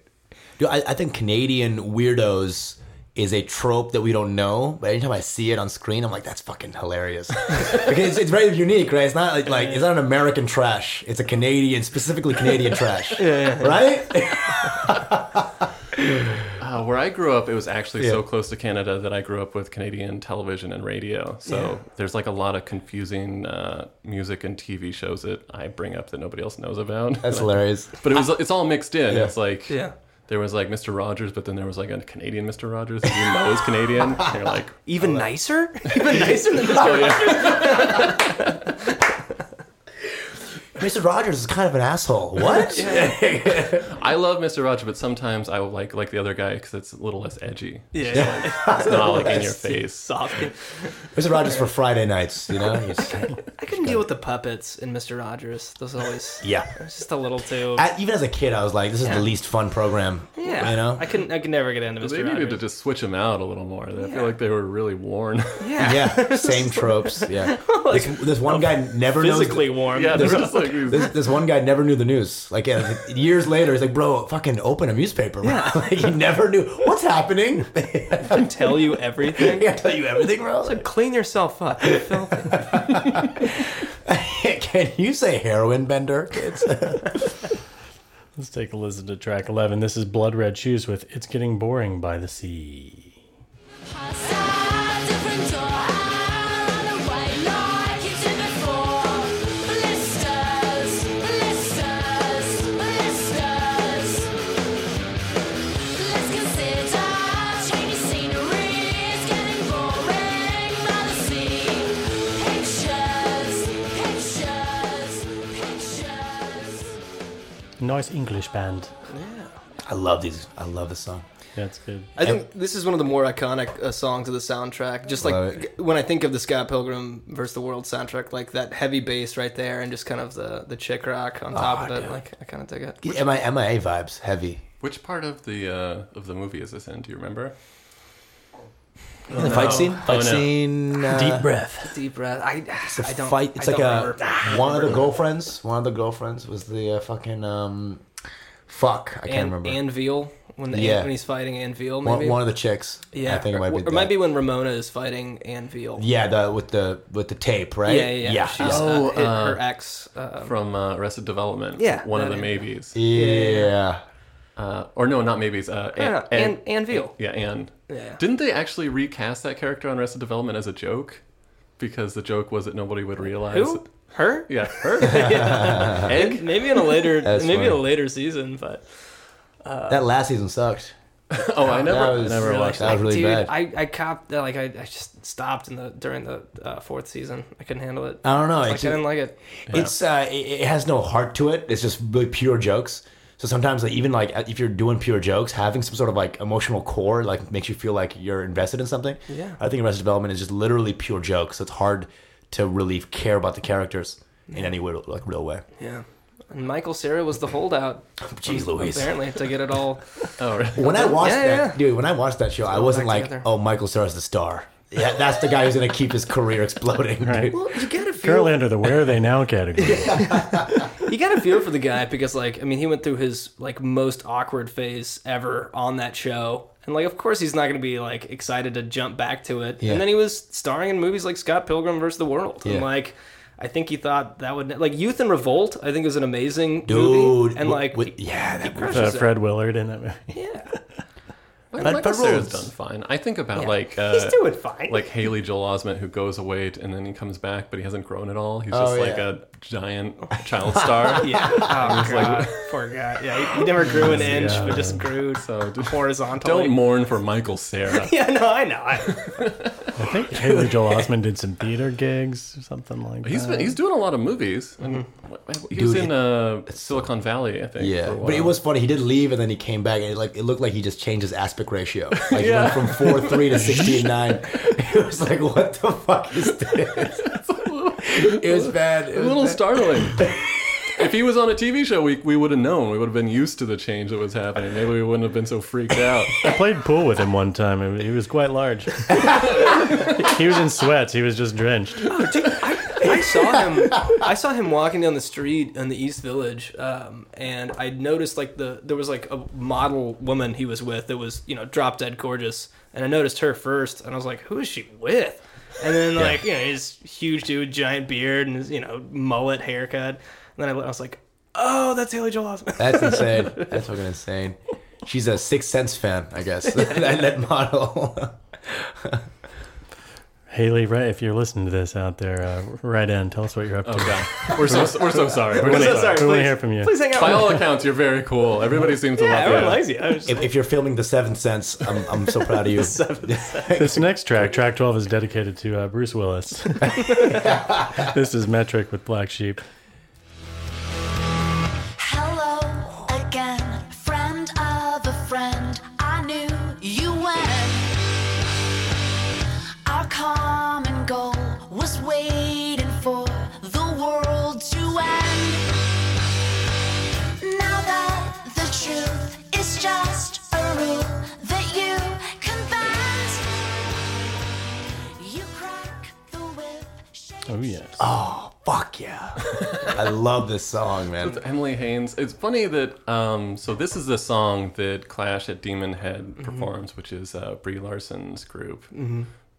[SPEAKER 4] Dude, I, I think Canadian weirdos is a trope that we don't know, but anytime I see it on screen, I'm like, that's fucking <laughs> hilarious. because it's, it's very unique, right? It's not like, like it's not an American trash. It's a Canadian, specifically Canadian <laughs> trash. Right? <laughs>
[SPEAKER 3] Uh, where I grew up, it was actually
[SPEAKER 4] Yeah.
[SPEAKER 3] so close to Canada that I grew up with Canadian television and radio. So there's like a lot of confusing uh, music and TV shows that I bring up that nobody else knows about.
[SPEAKER 4] That's hilarious.
[SPEAKER 3] But it was it's all mixed in.
[SPEAKER 4] Yeah.
[SPEAKER 3] It's like
[SPEAKER 2] Yeah.
[SPEAKER 3] There was like Mr. Rogers, but then there was like a Canadian Mr. Rogers. and You know it was
[SPEAKER 4] <laughs>
[SPEAKER 3] Canadian. And you're like, "Oh,
[SPEAKER 2] Even nicer? <laughs> Even nicer than Mr. Rogers?
[SPEAKER 4] Mr. Rogers is kind of an <laughs> asshole. What?
[SPEAKER 3] I love Mr. Rogers, but sometimes I will like like the other guy because it's a little less edgy.
[SPEAKER 2] Yeah.
[SPEAKER 3] It's not like
[SPEAKER 4] <laughs>
[SPEAKER 3] in your face.
[SPEAKER 2] Soft.
[SPEAKER 4] Mr. Rogers for Friday nights, you know? He's-
[SPEAKER 2] I couldn't deal with the puppets in Mr. Rogers. Those always
[SPEAKER 4] yeah.
[SPEAKER 2] it's just a little too.
[SPEAKER 4] I, even as a kid, I was like, this is
[SPEAKER 2] Yeah.
[SPEAKER 4] the least fun program.
[SPEAKER 2] yeah,
[SPEAKER 4] You know?
[SPEAKER 2] I couldn't. I could never get into Mr.
[SPEAKER 3] They needed
[SPEAKER 2] Rogers.
[SPEAKER 3] to just switch them out a little more. I
[SPEAKER 2] Yeah.
[SPEAKER 3] feel like they were really
[SPEAKER 4] <laughs>
[SPEAKER 3] worn. <laughs>
[SPEAKER 2] yeah.
[SPEAKER 4] yeah. Same tropes. Yeah. This, this one guy never
[SPEAKER 2] <laughs>
[SPEAKER 4] knows.
[SPEAKER 2] physically warm.
[SPEAKER 3] yeah, they were just like
[SPEAKER 4] This,
[SPEAKER 3] these
[SPEAKER 4] this one guy never knew the news. Like yeah, like, years later, he's like, "Bro, fucking open a newspaper." Bro.
[SPEAKER 2] Yeah.
[SPEAKER 4] <laughs> like he never knew what's happening. <laughs>
[SPEAKER 2] They tell you <laughs> everything.
[SPEAKER 4] I tell you everything, bro.
[SPEAKER 2] So clean yourself up. you filthy.
[SPEAKER 4] <laughs> Can you say heroin bender, kids?
[SPEAKER 1] <laughs> Let's take a listen to track 11. This is Blood Red Shoes with It's Getting Boring by the Sea. Nice English band.
[SPEAKER 4] I love these. I love this song.
[SPEAKER 1] That's good.
[SPEAKER 2] I think this is one of the more iconic uh, songs of the soundtrack. Just
[SPEAKER 4] Love
[SPEAKER 2] like when I think of the Scott Pilgrim versus the World soundtrack, like that heavy bass right there, and just kind of the the chick rock on top of it.
[SPEAKER 4] Ah, dude.
[SPEAKER 2] Like I kind of dig it.
[SPEAKER 4] MIA, MIA vibes, heavy.
[SPEAKER 3] Which part of the uh, of the movie is this in? Do you remember?
[SPEAKER 4] The fight scene. Fight
[SPEAKER 3] no.
[SPEAKER 4] scene. Uh,
[SPEAKER 1] Deep breath.
[SPEAKER 2] Deep breath. I,
[SPEAKER 4] It's a
[SPEAKER 2] I don't
[SPEAKER 4] fight. It's
[SPEAKER 2] I
[SPEAKER 4] like
[SPEAKER 2] don't
[SPEAKER 4] a
[SPEAKER 2] remember.
[SPEAKER 3] Ah,
[SPEAKER 4] one of the girlfriends. One of the girlfriends was the uh, fucking um, fuck. I can't
[SPEAKER 2] and,
[SPEAKER 4] remember.
[SPEAKER 2] and Veal when the,
[SPEAKER 4] Yeah.
[SPEAKER 2] when he's fighting Ann Veal
[SPEAKER 4] one,
[SPEAKER 2] maybe
[SPEAKER 4] one of the chicks.
[SPEAKER 2] yeah
[SPEAKER 4] I think it might be.
[SPEAKER 2] or, or might
[SPEAKER 4] that.
[SPEAKER 2] be when Ramona is fighting Ann Veal
[SPEAKER 4] Yeah, the with the with the tape, right?
[SPEAKER 2] yeah yeah, yeah. She's,
[SPEAKER 4] yeah.
[SPEAKER 2] uh,
[SPEAKER 3] Oh,
[SPEAKER 2] hit
[SPEAKER 3] uh,
[SPEAKER 2] her ex uh,
[SPEAKER 3] From uh, Arrested Development.
[SPEAKER 2] Yeah,
[SPEAKER 3] One of
[SPEAKER 2] that
[SPEAKER 3] the
[SPEAKER 2] is-
[SPEAKER 3] maybes.
[SPEAKER 4] Yeah.
[SPEAKER 3] Uh, or no, not maybes. Uh,
[SPEAKER 2] no, no,
[SPEAKER 3] Ann-
[SPEAKER 2] Ann- Ann Veal.
[SPEAKER 3] Yeah, Anne.
[SPEAKER 2] Yeah.
[SPEAKER 3] Didn't they actually recast that character on Arrested Development as a joke? Because the joke was that nobody would realize.
[SPEAKER 2] who her
[SPEAKER 3] Yeah, her.
[SPEAKER 2] Maybe- maybe in a later
[SPEAKER 4] Uh, <laughs> That's
[SPEAKER 2] maybe in a
[SPEAKER 4] funny.
[SPEAKER 2] later season but
[SPEAKER 4] that last season sucked.
[SPEAKER 2] <laughs>
[SPEAKER 3] oh, I never.
[SPEAKER 4] That was-
[SPEAKER 3] I never
[SPEAKER 4] Really?
[SPEAKER 3] watched
[SPEAKER 4] That was really
[SPEAKER 2] dude
[SPEAKER 4] bad.
[SPEAKER 2] I, I copped like I, I just stopped in the during the uh, fourth season I couldn't handle it
[SPEAKER 4] I don't know.
[SPEAKER 2] It's
[SPEAKER 4] it's-
[SPEAKER 2] like, I didn't like it
[SPEAKER 4] It's uh, it, it has no heart to it. It's just really pure jokes. So sometimes, like even like if you're doing pure jokes, having some sort of like emotional core like makes you feel like you're invested in something.
[SPEAKER 2] Yeah.
[SPEAKER 4] I think Arrested Development is just literally pure jokes. So it's hard to really care about the characters in any way, like real
[SPEAKER 2] <laughs>
[SPEAKER 4] way. <laughs>
[SPEAKER 2] yeah and Michael Sarah was the holdout
[SPEAKER 4] Jeez, Louise.
[SPEAKER 2] apparently to get it all
[SPEAKER 3] Oh, really?
[SPEAKER 4] When I watched
[SPEAKER 2] Yeah,
[SPEAKER 4] that,
[SPEAKER 2] yeah.
[SPEAKER 4] dude, when I watched that show, I wasn't
[SPEAKER 2] back
[SPEAKER 4] like,
[SPEAKER 2] together.
[SPEAKER 4] oh, Michael Cera's the star. Yeah, that's the guy who's gonna keep his career <laughs> exploding.
[SPEAKER 1] Right.
[SPEAKER 4] Dude.
[SPEAKER 2] <laughs> you gotta feel
[SPEAKER 1] Girl under the Where Are They Now category.
[SPEAKER 4] <laughs>
[SPEAKER 2] you got a feel for the guy because like i mean he went through his like most awkward phase ever on that show and like of course he's not going to be like excited to jump back to it
[SPEAKER 4] Yeah.
[SPEAKER 2] and then he was starring in movies like scott pilgrim versus the world
[SPEAKER 4] Yeah.
[SPEAKER 2] and like i think he thought that would like youth and revolt i think was an amazing
[SPEAKER 4] Dude,
[SPEAKER 2] movie and
[SPEAKER 4] wi-
[SPEAKER 2] like
[SPEAKER 4] wi- yeah, that
[SPEAKER 2] crushes
[SPEAKER 1] Uh,
[SPEAKER 2] it.
[SPEAKER 1] Fred Willard in that movie.
[SPEAKER 2] yeah
[SPEAKER 3] Michael
[SPEAKER 4] but
[SPEAKER 3] Cera's
[SPEAKER 4] rules.
[SPEAKER 3] done fine. I think about
[SPEAKER 2] Yeah.
[SPEAKER 3] like uh,
[SPEAKER 2] he's doing fine
[SPEAKER 3] like Haley Joel Osment who goes away t- and then he comes back, but he hasn't grown at all. He's
[SPEAKER 4] Oh,
[SPEAKER 3] just like
[SPEAKER 4] yeah.
[SPEAKER 3] a giant
[SPEAKER 2] <laughs>
[SPEAKER 3] child star.
[SPEAKER 2] <laughs> yeah oh god poor guy yeah he, he never grew an inch but just grew
[SPEAKER 3] So d-
[SPEAKER 2] horizontally <laughs>
[SPEAKER 3] don't mourn for Michael Sarah.
[SPEAKER 2] yeah no i know I,
[SPEAKER 1] I think Haley Joel Osment did some theater gigs or something like that.
[SPEAKER 3] He's been,
[SPEAKER 4] Um,
[SPEAKER 3] he's doing a lot of movies. And He was
[SPEAKER 4] Dude,
[SPEAKER 3] in
[SPEAKER 4] it-
[SPEAKER 3] uh, Silicon Valley, I think. for
[SPEAKER 4] Yeah,
[SPEAKER 3] a
[SPEAKER 4] Mm-hmm. but it
[SPEAKER 3] while.
[SPEAKER 4] was funny. He did leave, and then he came back, and it, like it looked like he just changed his aspect ratio. Like he went from four three
[SPEAKER 3] <laughs>
[SPEAKER 4] to sixteen nine. It was like, what the fuck
[SPEAKER 3] <laughs>
[SPEAKER 4] is this? it was bad. It
[SPEAKER 3] a
[SPEAKER 4] was
[SPEAKER 3] little
[SPEAKER 4] bad. <laughs>
[SPEAKER 3] startling. if he was on a TV show, we, we would have known. We would have been used to the change that was happening. Maybe we wouldn't have been so freaked out.
[SPEAKER 1] I played pool with him one time. and He was quite
[SPEAKER 4] <laughs>
[SPEAKER 1] large. he was in sweats. He was just drenched.
[SPEAKER 2] I
[SPEAKER 1] <laughs>
[SPEAKER 2] saw him. I saw him walking down the street in the East Village, um, and I noticed like the there was like a model woman he was with that was you know drop dead gorgeous, and I noticed her first, and I was like, who is she with? And then like you know his huge dude, giant beard, and his you know mullet haircut. And then I, looked, I was like, oh, that's Haley Joel Osment.
[SPEAKER 4] That's insane. That's fucking insane.
[SPEAKER 3] <laughs>
[SPEAKER 4] She's <laughs> a Sixth Sense fan, I guess. that, that model.
[SPEAKER 1] Haley, right? If you're listening to this out there, uh, right in. Tell us what you're up to.
[SPEAKER 3] Oh god, we're so we're so sorry. We're
[SPEAKER 1] We
[SPEAKER 3] so
[SPEAKER 2] <laughs>
[SPEAKER 1] wanna- We want
[SPEAKER 3] sorry.
[SPEAKER 1] to
[SPEAKER 2] please.
[SPEAKER 1] hear from you.
[SPEAKER 2] Please hang out.
[SPEAKER 3] By
[SPEAKER 2] with
[SPEAKER 3] all accounts, you're very cool. Everybody seems to
[SPEAKER 2] Yeah,
[SPEAKER 3] love
[SPEAKER 2] everyone
[SPEAKER 3] you.
[SPEAKER 2] likes you. I was just-
[SPEAKER 4] If, if you're filming the seventh sense, I'm, I'm so proud
[SPEAKER 3] <laughs>
[SPEAKER 4] of you.
[SPEAKER 1] This next track, track 12, is dedicated to uh, Bruce Willis. <laughs> this is Metric with Black Sheep.
[SPEAKER 8] Hello again, friend of a friend. I knew you when our common goal was waiting for the world to end. Now that the truth is just a rule that you can bend, you crack the whip. shake
[SPEAKER 1] Oh, yes.
[SPEAKER 4] Fuck yeah. I love this song, man.
[SPEAKER 3] With Emily Haynes. It's funny that um, so this is the song that Clash at Demon Head
[SPEAKER 2] Mm-hmm.
[SPEAKER 3] performs, which is uh, Brie Larson's group.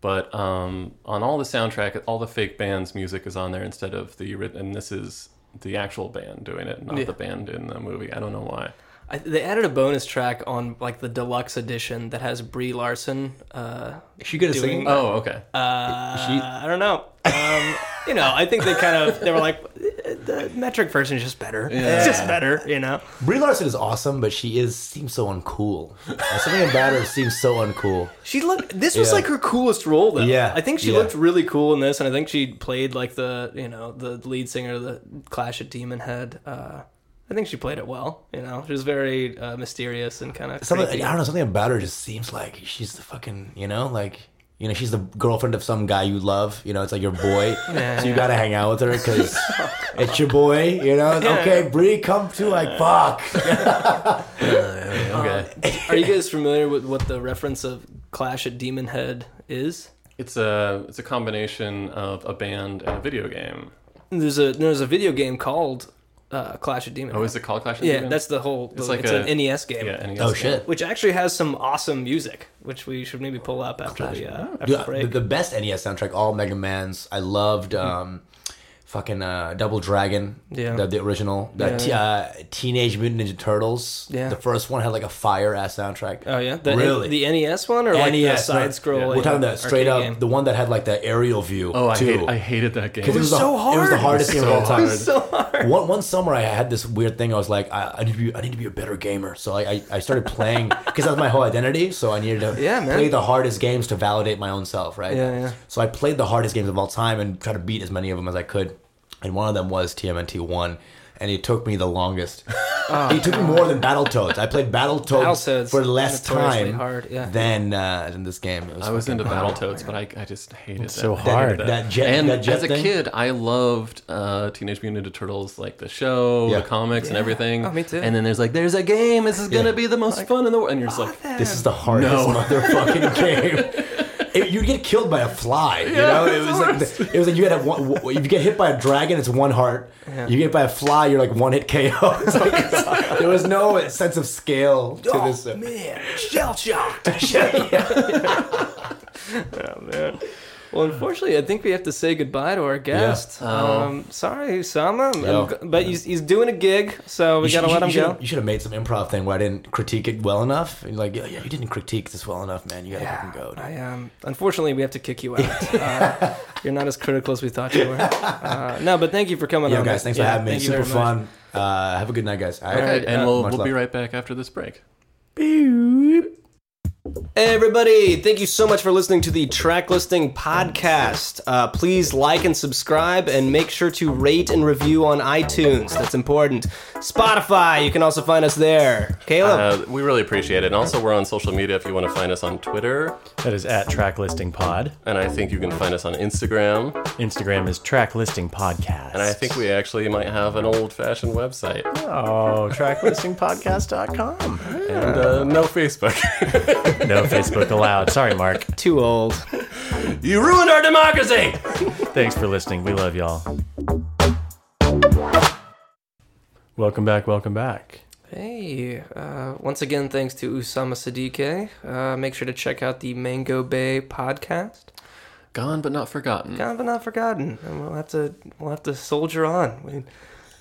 [SPEAKER 3] But um, on all the soundtrack, all the fake band's music is on there instead of the ri- and this is the actual band doing it, not
[SPEAKER 2] Yeah.
[SPEAKER 3] the band in the movie. I don't know why.
[SPEAKER 2] I, they added a bonus track on like the deluxe edition that has Brie Larson. Uh,
[SPEAKER 4] Is she gonna
[SPEAKER 2] Doing-
[SPEAKER 4] sing? Oh,
[SPEAKER 3] Oh, okay. Uh,
[SPEAKER 2] I don't know. Um, you know, I think they kind of they were like the metric version is just better. It's just better, you know.
[SPEAKER 4] Brie Larson is awesome, but she is seems so uncool. There's something about her seems so uncool.
[SPEAKER 2] She looked. This was
[SPEAKER 4] Yeah.
[SPEAKER 2] like her coolest role, though.
[SPEAKER 4] Yeah,
[SPEAKER 2] I think she
[SPEAKER 4] yeah.
[SPEAKER 2] looked really cool in this, and I think she played like the you know the lead singer of the Clash at Demon Head. Uh, I think she played it well. You know, she was very uh, mysterious and kind of.
[SPEAKER 4] Something
[SPEAKER 2] creepy.
[SPEAKER 4] I don't know. Something about her just seems like she's the fucking you know like. You know, she's the girlfriend of some guy you love. You know, it's like
[SPEAKER 2] <laughs>
[SPEAKER 4] your boy. so you gotta hang out with her because it's your boy. You know, okay, Brie, come to like fuck.
[SPEAKER 2] uh, Are you guys familiar with what the reference of Clash at Demon Head is?
[SPEAKER 3] It's a it's a combination of a band and a video game.
[SPEAKER 2] There's a there's a video game called uh, Clash at Demon.
[SPEAKER 3] Oh,
[SPEAKER 2] Head.
[SPEAKER 3] is it called Clash? at
[SPEAKER 2] yeah,
[SPEAKER 3] Demon?
[SPEAKER 2] that's the whole. It's,
[SPEAKER 3] It's like
[SPEAKER 2] an
[SPEAKER 3] a-
[SPEAKER 2] NES game.
[SPEAKER 3] yeah. E NES
[SPEAKER 4] Oh
[SPEAKER 3] game.
[SPEAKER 4] shit.
[SPEAKER 2] Which actually has some awesome music, which we should maybe pull up after the uh, after
[SPEAKER 4] Dude,
[SPEAKER 2] the
[SPEAKER 4] the,
[SPEAKER 2] break. Mm-hmm.
[SPEAKER 4] the best NES soundtrack, all Mega Man's. I loved um, fucking uh, Double Dragon,
[SPEAKER 2] Yeah.
[SPEAKER 4] the, the original. The t- uh, Teenage Mutant Ninja Turtles.
[SPEAKER 2] Yeah.
[SPEAKER 4] The first one had like a fire ass soundtrack.
[SPEAKER 2] Oh yeah, the,
[SPEAKER 4] really?
[SPEAKER 2] the NES one or like the
[SPEAKER 4] NES
[SPEAKER 2] side
[SPEAKER 4] E right?
[SPEAKER 2] scroll.
[SPEAKER 4] We're talking the straight up the one that had like the aerial view.
[SPEAKER 3] Oh, I,
[SPEAKER 4] too.
[SPEAKER 3] hate, I hated that game.
[SPEAKER 4] 'Cause
[SPEAKER 3] It
[SPEAKER 4] the-
[SPEAKER 2] so
[SPEAKER 4] It was the
[SPEAKER 2] hard.
[SPEAKER 4] hardest game of
[SPEAKER 2] <laughs>
[SPEAKER 4] all time.
[SPEAKER 2] so hard.
[SPEAKER 4] One, one summer, I had this weird thing. I was like, I, I need to be, I need to be a better gamer. So I, I, I started playing because that's my whole identity. So I needed to
[SPEAKER 2] <laughs> Yeah, man.
[SPEAKER 4] play the hardest games to validate my own self, right?
[SPEAKER 2] Yeah, yeah.
[SPEAKER 4] So I played the hardest games of all time and tried to beat as many of them as I could. And one of them was TMNT one, and it took me
[SPEAKER 2] <laughs>
[SPEAKER 4] the longest. it took me more than Battletoads. I played
[SPEAKER 2] Battletoads
[SPEAKER 4] Battletoads for less
[SPEAKER 2] notoriously
[SPEAKER 4] time
[SPEAKER 2] hard, yeah.
[SPEAKER 4] than uh, in this game. It
[SPEAKER 3] I was
[SPEAKER 4] fucking <laughs>
[SPEAKER 3] into
[SPEAKER 4] hard.
[SPEAKER 3] Battletoads, but I, I just hated it.
[SPEAKER 1] so
[SPEAKER 4] That-
[SPEAKER 1] hard.
[SPEAKER 4] That, jet,
[SPEAKER 3] and
[SPEAKER 4] that jet
[SPEAKER 3] as a
[SPEAKER 4] thing.
[SPEAKER 3] kid, I loved uh, Teenage Mutant Ninja Turtles, like the show,
[SPEAKER 4] Yeah.
[SPEAKER 3] the comics, and everything.
[SPEAKER 2] Oh, me too.
[SPEAKER 3] And then there's like, there's a game. This is gonna
[SPEAKER 4] Yeah.
[SPEAKER 3] be the most fun in the world. And you're just like,
[SPEAKER 4] This is the
[SPEAKER 2] <laughs>
[SPEAKER 4] hardest motherfucking game. It, you get killed by a fly. you know, it was like the- it was like you had a one. w- If you get hit by a dragon, it's one heart. You get by a fly, you're like one hit KO. <laughs> It's like, it's- there was no sense of scale to this.
[SPEAKER 2] Oh,
[SPEAKER 4] uh,
[SPEAKER 2] man, shell shocked.
[SPEAKER 4] <laughs> yeah.
[SPEAKER 2] Oh, Well, unfortunately, I think we have to say goodbye to our guest. Um, sorry, Usama, I'm-
[SPEAKER 4] Yo.
[SPEAKER 2] I'm- but he's, he's doing a gig, so we
[SPEAKER 4] You
[SPEAKER 2] gotta
[SPEAKER 4] should-
[SPEAKER 2] let him
[SPEAKER 4] you
[SPEAKER 2] go.
[SPEAKER 4] should- You should have made some improv thing where I didn't critique it well enough. And like, yeah, yeah, you didn't critique this well enough, man. You gotta fucking go. dude.
[SPEAKER 2] I um, unfortunately, we have to kick you
[SPEAKER 4] <laughs>
[SPEAKER 2] out. uh, you're not as critical as we thought you were. Uh, no, but thank you for coming
[SPEAKER 4] Yo,
[SPEAKER 2] on.
[SPEAKER 4] guys, thanks
[SPEAKER 2] Yeah,
[SPEAKER 4] for having me.
[SPEAKER 2] thank you
[SPEAKER 4] Super
[SPEAKER 2] very much.
[SPEAKER 4] fun. Uh, have a good night, guys. All
[SPEAKER 3] okay. and we'll,
[SPEAKER 4] Much
[SPEAKER 3] we'll be
[SPEAKER 4] love.
[SPEAKER 3] right back after this break.
[SPEAKER 2] Hey everybody, thank you so much for listening to the track listing podcast. Uh, please like and subscribe and make sure to rate and review on iTunes. That's important. Spotify, you can also find us there.
[SPEAKER 4] Oh.
[SPEAKER 2] Caleb.
[SPEAKER 3] Uh, we really appreciate it. And also, we're on social media if you want to find us on Twitter.
[SPEAKER 1] That is at Track Listing Pod.
[SPEAKER 3] And I think you can find us on Instagram.
[SPEAKER 1] Instagram is Track Listing Podcast.
[SPEAKER 3] And I think we actually might have an old fashioned website
[SPEAKER 1] Oh, tracklistingpodcast.com.
[SPEAKER 3] and uh, no Facebook.
[SPEAKER 4] <laughs>
[SPEAKER 1] No Facebook allowed. Sorry, Mark.
[SPEAKER 2] Too old.
[SPEAKER 3] you ruined our democracy!
[SPEAKER 1] Thanks for listening. We love y'all. Welcome back. Welcome back.
[SPEAKER 2] Hey, uh, once again, thanks to Usama Siddique. Uh, make sure to check out the Mango Bay podcast.
[SPEAKER 3] Gone but not forgotten.
[SPEAKER 2] Gone but not forgotten, and we'll have to we'll have to soldier on. We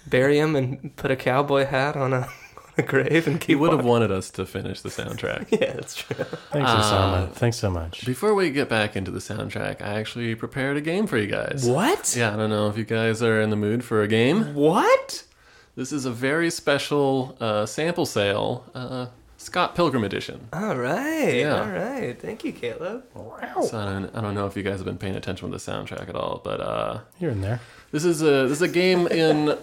[SPEAKER 2] bury him and put a <laughs> cowboy hat on a, the grave and
[SPEAKER 3] He
[SPEAKER 2] keep
[SPEAKER 3] would have
[SPEAKER 2] on. <laughs>
[SPEAKER 3] wanted us to finish the soundtrack.
[SPEAKER 2] Yeah, that's true.
[SPEAKER 1] Thanks,
[SPEAKER 3] Uh,
[SPEAKER 1] Osama. Thanks so much.
[SPEAKER 3] Before we get back into the soundtrack, I actually prepared a game for you guys.
[SPEAKER 2] What?
[SPEAKER 3] Yeah, I don't know if you guys are in the mood for a game.
[SPEAKER 2] What?
[SPEAKER 3] This is a very special uh, sample sale, uh, Scott Pilgrim edition.
[SPEAKER 2] All right.
[SPEAKER 3] Yeah.
[SPEAKER 2] All right. Thank you, Caleb.
[SPEAKER 3] So I don't, I don't know if you guys have been paying attention with the soundtrack at all, but uh,
[SPEAKER 1] Here and there.
[SPEAKER 3] this is a this is a
[SPEAKER 2] <laughs>
[SPEAKER 3] game in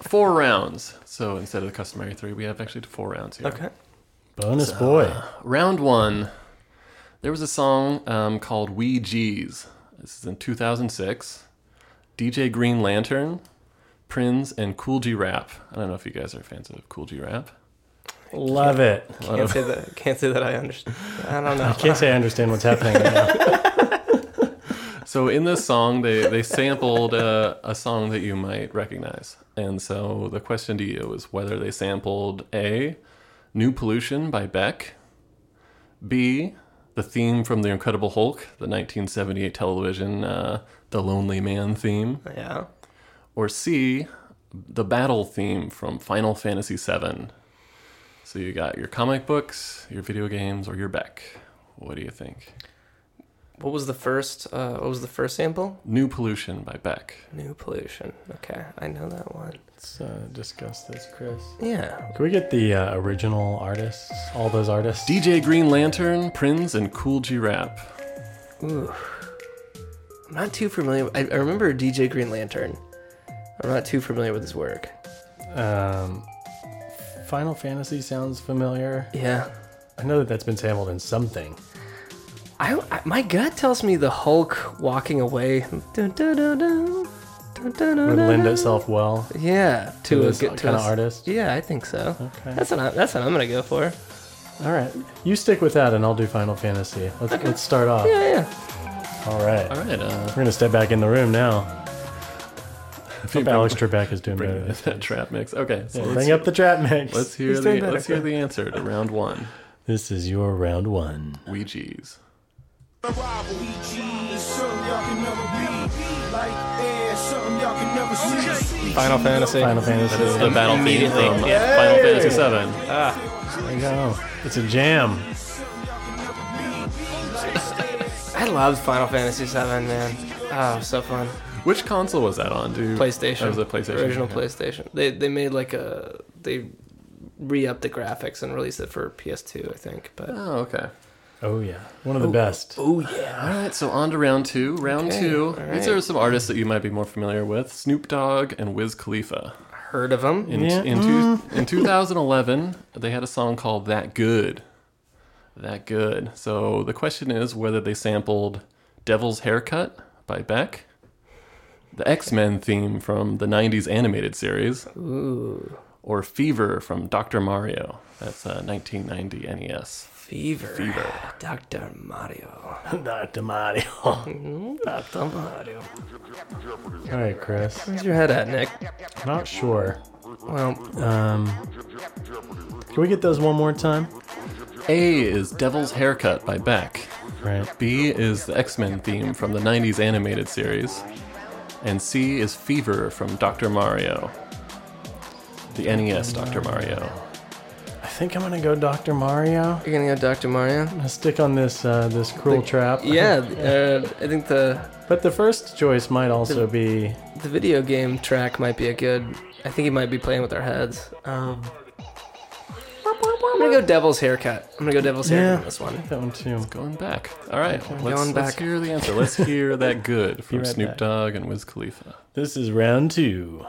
[SPEAKER 3] four rounds. So instead of the customary three, we have actually four rounds here.
[SPEAKER 2] Okay.
[SPEAKER 1] Bonus boy.
[SPEAKER 3] round one, there was a song um, called We G's. This is in 2006. DJ Green Lantern, Prince, and Cool G Rap. I don't know if you guys are fans of Cool G Rap.
[SPEAKER 1] Love it.
[SPEAKER 2] Can't say that. Can't say that I understand. I don't
[SPEAKER 1] <laughs>
[SPEAKER 2] know.
[SPEAKER 1] Can't say I understand what's happening right now.
[SPEAKER 3] So in this song, they, they sampled uh, a, a song that you might recognize. And so the question to you is whether they sampled A, New Pollution by Beck, B, the theme from The Incredible Hulk, the 1978 television uh, The Lonely Man theme,
[SPEAKER 2] Yeah.
[SPEAKER 3] or C, the battle theme from Final Fantasy VII. So you got your comic books, your video games, or your Beck. What do you think?
[SPEAKER 2] What was the first? Uh, what was the first sample?
[SPEAKER 3] New Pollution by Beck.
[SPEAKER 2] New pollution. Okay, I know that one.
[SPEAKER 1] Let's uh, discuss this, Chris.
[SPEAKER 2] Yeah.
[SPEAKER 1] Can we get the uh, original artists? All those artists?
[SPEAKER 3] DJ Green Lantern, Prince, and Cool G Rap.
[SPEAKER 2] Ooh. I'm not too familiar. I, I remember DJ Green Lantern. I'm not too familiar with his work.
[SPEAKER 1] Um, Final Fantasy sounds familiar.
[SPEAKER 2] Yeah.
[SPEAKER 1] I know that that's been sampled in something.
[SPEAKER 2] I, I- my gut tells me the Hulk walking away. Dun, dun, dun, dun. Dun, dun, dun,
[SPEAKER 1] Would
[SPEAKER 2] dun,
[SPEAKER 1] lend
[SPEAKER 2] dun.
[SPEAKER 1] itself well
[SPEAKER 2] Yeah.
[SPEAKER 1] to
[SPEAKER 2] To, a
[SPEAKER 1] this
[SPEAKER 2] good
[SPEAKER 1] kind
[SPEAKER 2] to
[SPEAKER 1] of
[SPEAKER 2] us-
[SPEAKER 1] artist.
[SPEAKER 2] Yeah, I think so.
[SPEAKER 1] Okay.
[SPEAKER 2] That's what I, that's what I'm gonna go for.
[SPEAKER 1] All right. You stick with that and I'll do Final Fantasy. Let's, let's start off.
[SPEAKER 2] Yeah, yeah.
[SPEAKER 1] All right.
[SPEAKER 3] All right, uh,
[SPEAKER 1] We're going to step back in the room
[SPEAKER 3] <laughs>
[SPEAKER 1] now.
[SPEAKER 3] I think
[SPEAKER 1] Alex Trebek is doing
[SPEAKER 3] bring
[SPEAKER 1] better.
[SPEAKER 3] in <laughs> that trap mix. Okay, so
[SPEAKER 1] Bring
[SPEAKER 3] let's,
[SPEAKER 1] up the trap mix.
[SPEAKER 3] let's hear
[SPEAKER 2] He's doing
[SPEAKER 3] the
[SPEAKER 2] better.
[SPEAKER 3] let's hear the answer to round one.
[SPEAKER 1] This is your round one.
[SPEAKER 3] We G's.
[SPEAKER 2] Final Fantasy.
[SPEAKER 1] Final
[SPEAKER 3] It's the
[SPEAKER 1] Fantasy.
[SPEAKER 3] battle theme from uh, Final Fantasy VII.
[SPEAKER 1] There you go. It's a jam.
[SPEAKER 2] I loved Final Fantasy VII, man. Oh, it was so fun.
[SPEAKER 3] Which console was that on? Do
[SPEAKER 2] PlayStation.
[SPEAKER 3] That was a PlayStation.
[SPEAKER 2] Original
[SPEAKER 3] okay.
[SPEAKER 2] PlayStation. They they made like a they re-upped the graphics and released it for PS2, I think. But
[SPEAKER 3] Oh, okay.
[SPEAKER 1] Oh, yeah. One of the <laughs> best.
[SPEAKER 2] oh yeah,
[SPEAKER 3] All right, so on to round two. Round
[SPEAKER 2] Okay,
[SPEAKER 3] two.
[SPEAKER 2] all
[SPEAKER 3] These
[SPEAKER 2] right.
[SPEAKER 3] are some artists that you might be more familiar with: Snoop Dogg and Wiz Khalifa.
[SPEAKER 2] heard of them?
[SPEAKER 3] In
[SPEAKER 1] Yeah.
[SPEAKER 3] in, two,
[SPEAKER 2] Mm. <laughs>
[SPEAKER 3] in 2011, they had a song called "That Good." That good. So the question is whether they sampled "Devil's Haircut" by Beck, the X Men theme from the '90s animated series, or "Fever" from Dr. Mario. That's uh, 1990 NES.
[SPEAKER 2] Fever.
[SPEAKER 3] Fever.
[SPEAKER 2] Doctor Mario.
[SPEAKER 1] Dr. Mario. <laughs> All
[SPEAKER 2] Doctor Mario.
[SPEAKER 1] right, Chris.
[SPEAKER 2] Where's your head at, Nick?
[SPEAKER 1] Not sure. Um,
[SPEAKER 2] Well,
[SPEAKER 1] Can we get those one more time?
[SPEAKER 3] A is "Devil's Haircut" by Beck.
[SPEAKER 1] Right.
[SPEAKER 3] B is the X Men theme from the 90s animated series. And C is Fever from Dr. Mario. The NES Dr. Mario.
[SPEAKER 1] I think I'm gonna go Dr. Mario.
[SPEAKER 2] you're gonna go Doctor Mario.
[SPEAKER 1] I'll stick on this uh, this cruel trap. <laughs>
[SPEAKER 2] <laughs> Yeah, uh, I think the
[SPEAKER 1] But the first choice might also be
[SPEAKER 2] the video game track might be a good. I think he might be playing with our heads. Um, I'm gonna go Devil's haircut. I'm gonna go Devil's haircut
[SPEAKER 1] Yeah.
[SPEAKER 2] on this one.
[SPEAKER 1] that one too.
[SPEAKER 3] Going back. All right, let's,
[SPEAKER 2] going
[SPEAKER 3] let's
[SPEAKER 2] back.
[SPEAKER 3] hear the answer. Let's
[SPEAKER 1] <laughs>
[SPEAKER 3] hear that good from
[SPEAKER 1] right
[SPEAKER 3] Snoop
[SPEAKER 1] back.
[SPEAKER 3] Dogg and Wiz Khalifa.
[SPEAKER 1] This is round two.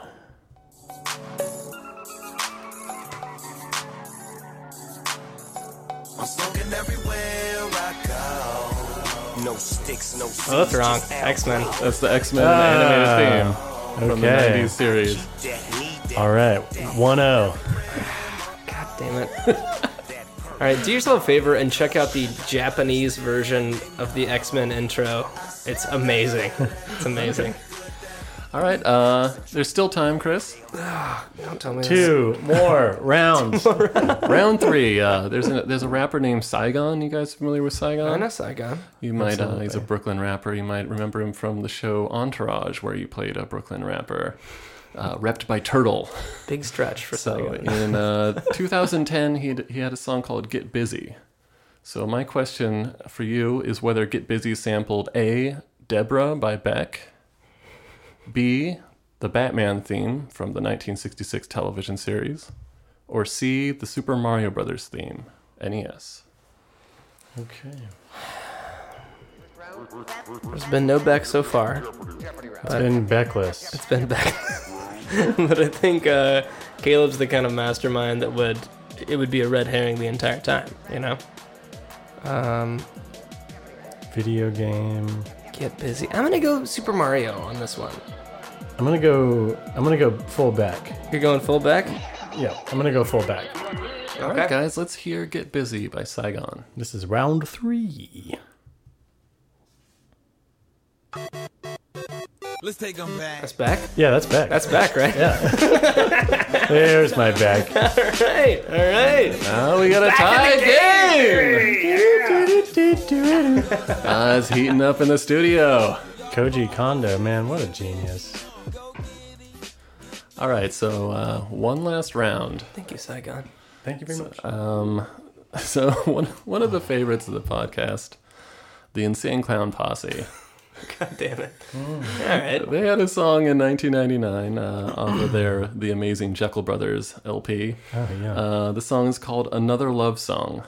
[SPEAKER 9] I'm smoking everywhere I go. No sticks, no seeds.
[SPEAKER 2] Oh, that's wrong.
[SPEAKER 9] just
[SPEAKER 2] X Men.
[SPEAKER 3] That's the X Men
[SPEAKER 1] Ah,
[SPEAKER 3] animated theme from the
[SPEAKER 1] Okay.
[SPEAKER 3] 90s series.
[SPEAKER 9] that, need that,
[SPEAKER 1] All right. 1 0.
[SPEAKER 2] God damn it. <laughs> All right, do yourself a favor and check out the Japanese version of the X Men intro. It's amazing. It's amazing.
[SPEAKER 3] All right, uh, there's still time, Chris.
[SPEAKER 2] <laughs> Don't tell me this.
[SPEAKER 1] Two
[SPEAKER 3] <laughs>
[SPEAKER 1] more rounds.
[SPEAKER 3] Round three. Uh, there's a there's a rapper named Saigon. You guys familiar with Saigon?
[SPEAKER 2] I know Saigon.
[SPEAKER 3] You might, uh, he's a Brooklyn rapper. You might remember him from the show Entourage, where you played a Brooklyn rapper. uh, repped by Turtle.
[SPEAKER 2] Big stretch for
[SPEAKER 3] So
[SPEAKER 2] Saigon.
[SPEAKER 3] in uh, 2010, he he had a song called "Get Busy." So my question for you is whether "Get Busy" sampled a Deborah by Beck, b the Batman theme from the 1966 television series, or c the Super Mario Brothers theme E (NES).
[SPEAKER 1] Okay.
[SPEAKER 2] There's been no Beck so far.
[SPEAKER 1] It's been Beckless.
[SPEAKER 2] It's been Beck. <laughs> but I think uh, Caleb's the kind of mastermind that would it would be a red herring the entire time, you know? Um,
[SPEAKER 1] Video game.
[SPEAKER 2] get busy. I'm gonna go Super Mario on this one.
[SPEAKER 1] I'm gonna go. I'm gonna go full back.
[SPEAKER 2] You're going full Beck?
[SPEAKER 1] Yeah, I'm gonna go full back.
[SPEAKER 3] All right, guys, let's hear "Get Busy" by Saigon.
[SPEAKER 1] This is round three.
[SPEAKER 9] Let's take them back.
[SPEAKER 2] That's Beck.
[SPEAKER 1] Yeah, that's back.
[SPEAKER 2] That's Beck, right? <laughs>
[SPEAKER 1] There's my back.
[SPEAKER 2] All right. All right.
[SPEAKER 3] Oh, we got a tie game.
[SPEAKER 1] Koji
[SPEAKER 3] Uh, it's heating up in the studio.
[SPEAKER 1] Kondo, man, what a genius.
[SPEAKER 3] All right, so uh, one last round. um,
[SPEAKER 2] Thank you, Saigon.
[SPEAKER 1] Thank you very much.
[SPEAKER 3] <laughs> So one one of the favorites of the podcast, the Insane Clown Posse.
[SPEAKER 2] <laughs> God damn it. All right.
[SPEAKER 3] They had a song in 1999 uh, off of their The Amazing Jekyll Brothers LP.
[SPEAKER 1] oh, yeah.
[SPEAKER 3] Uh, the song is called Another Love Song.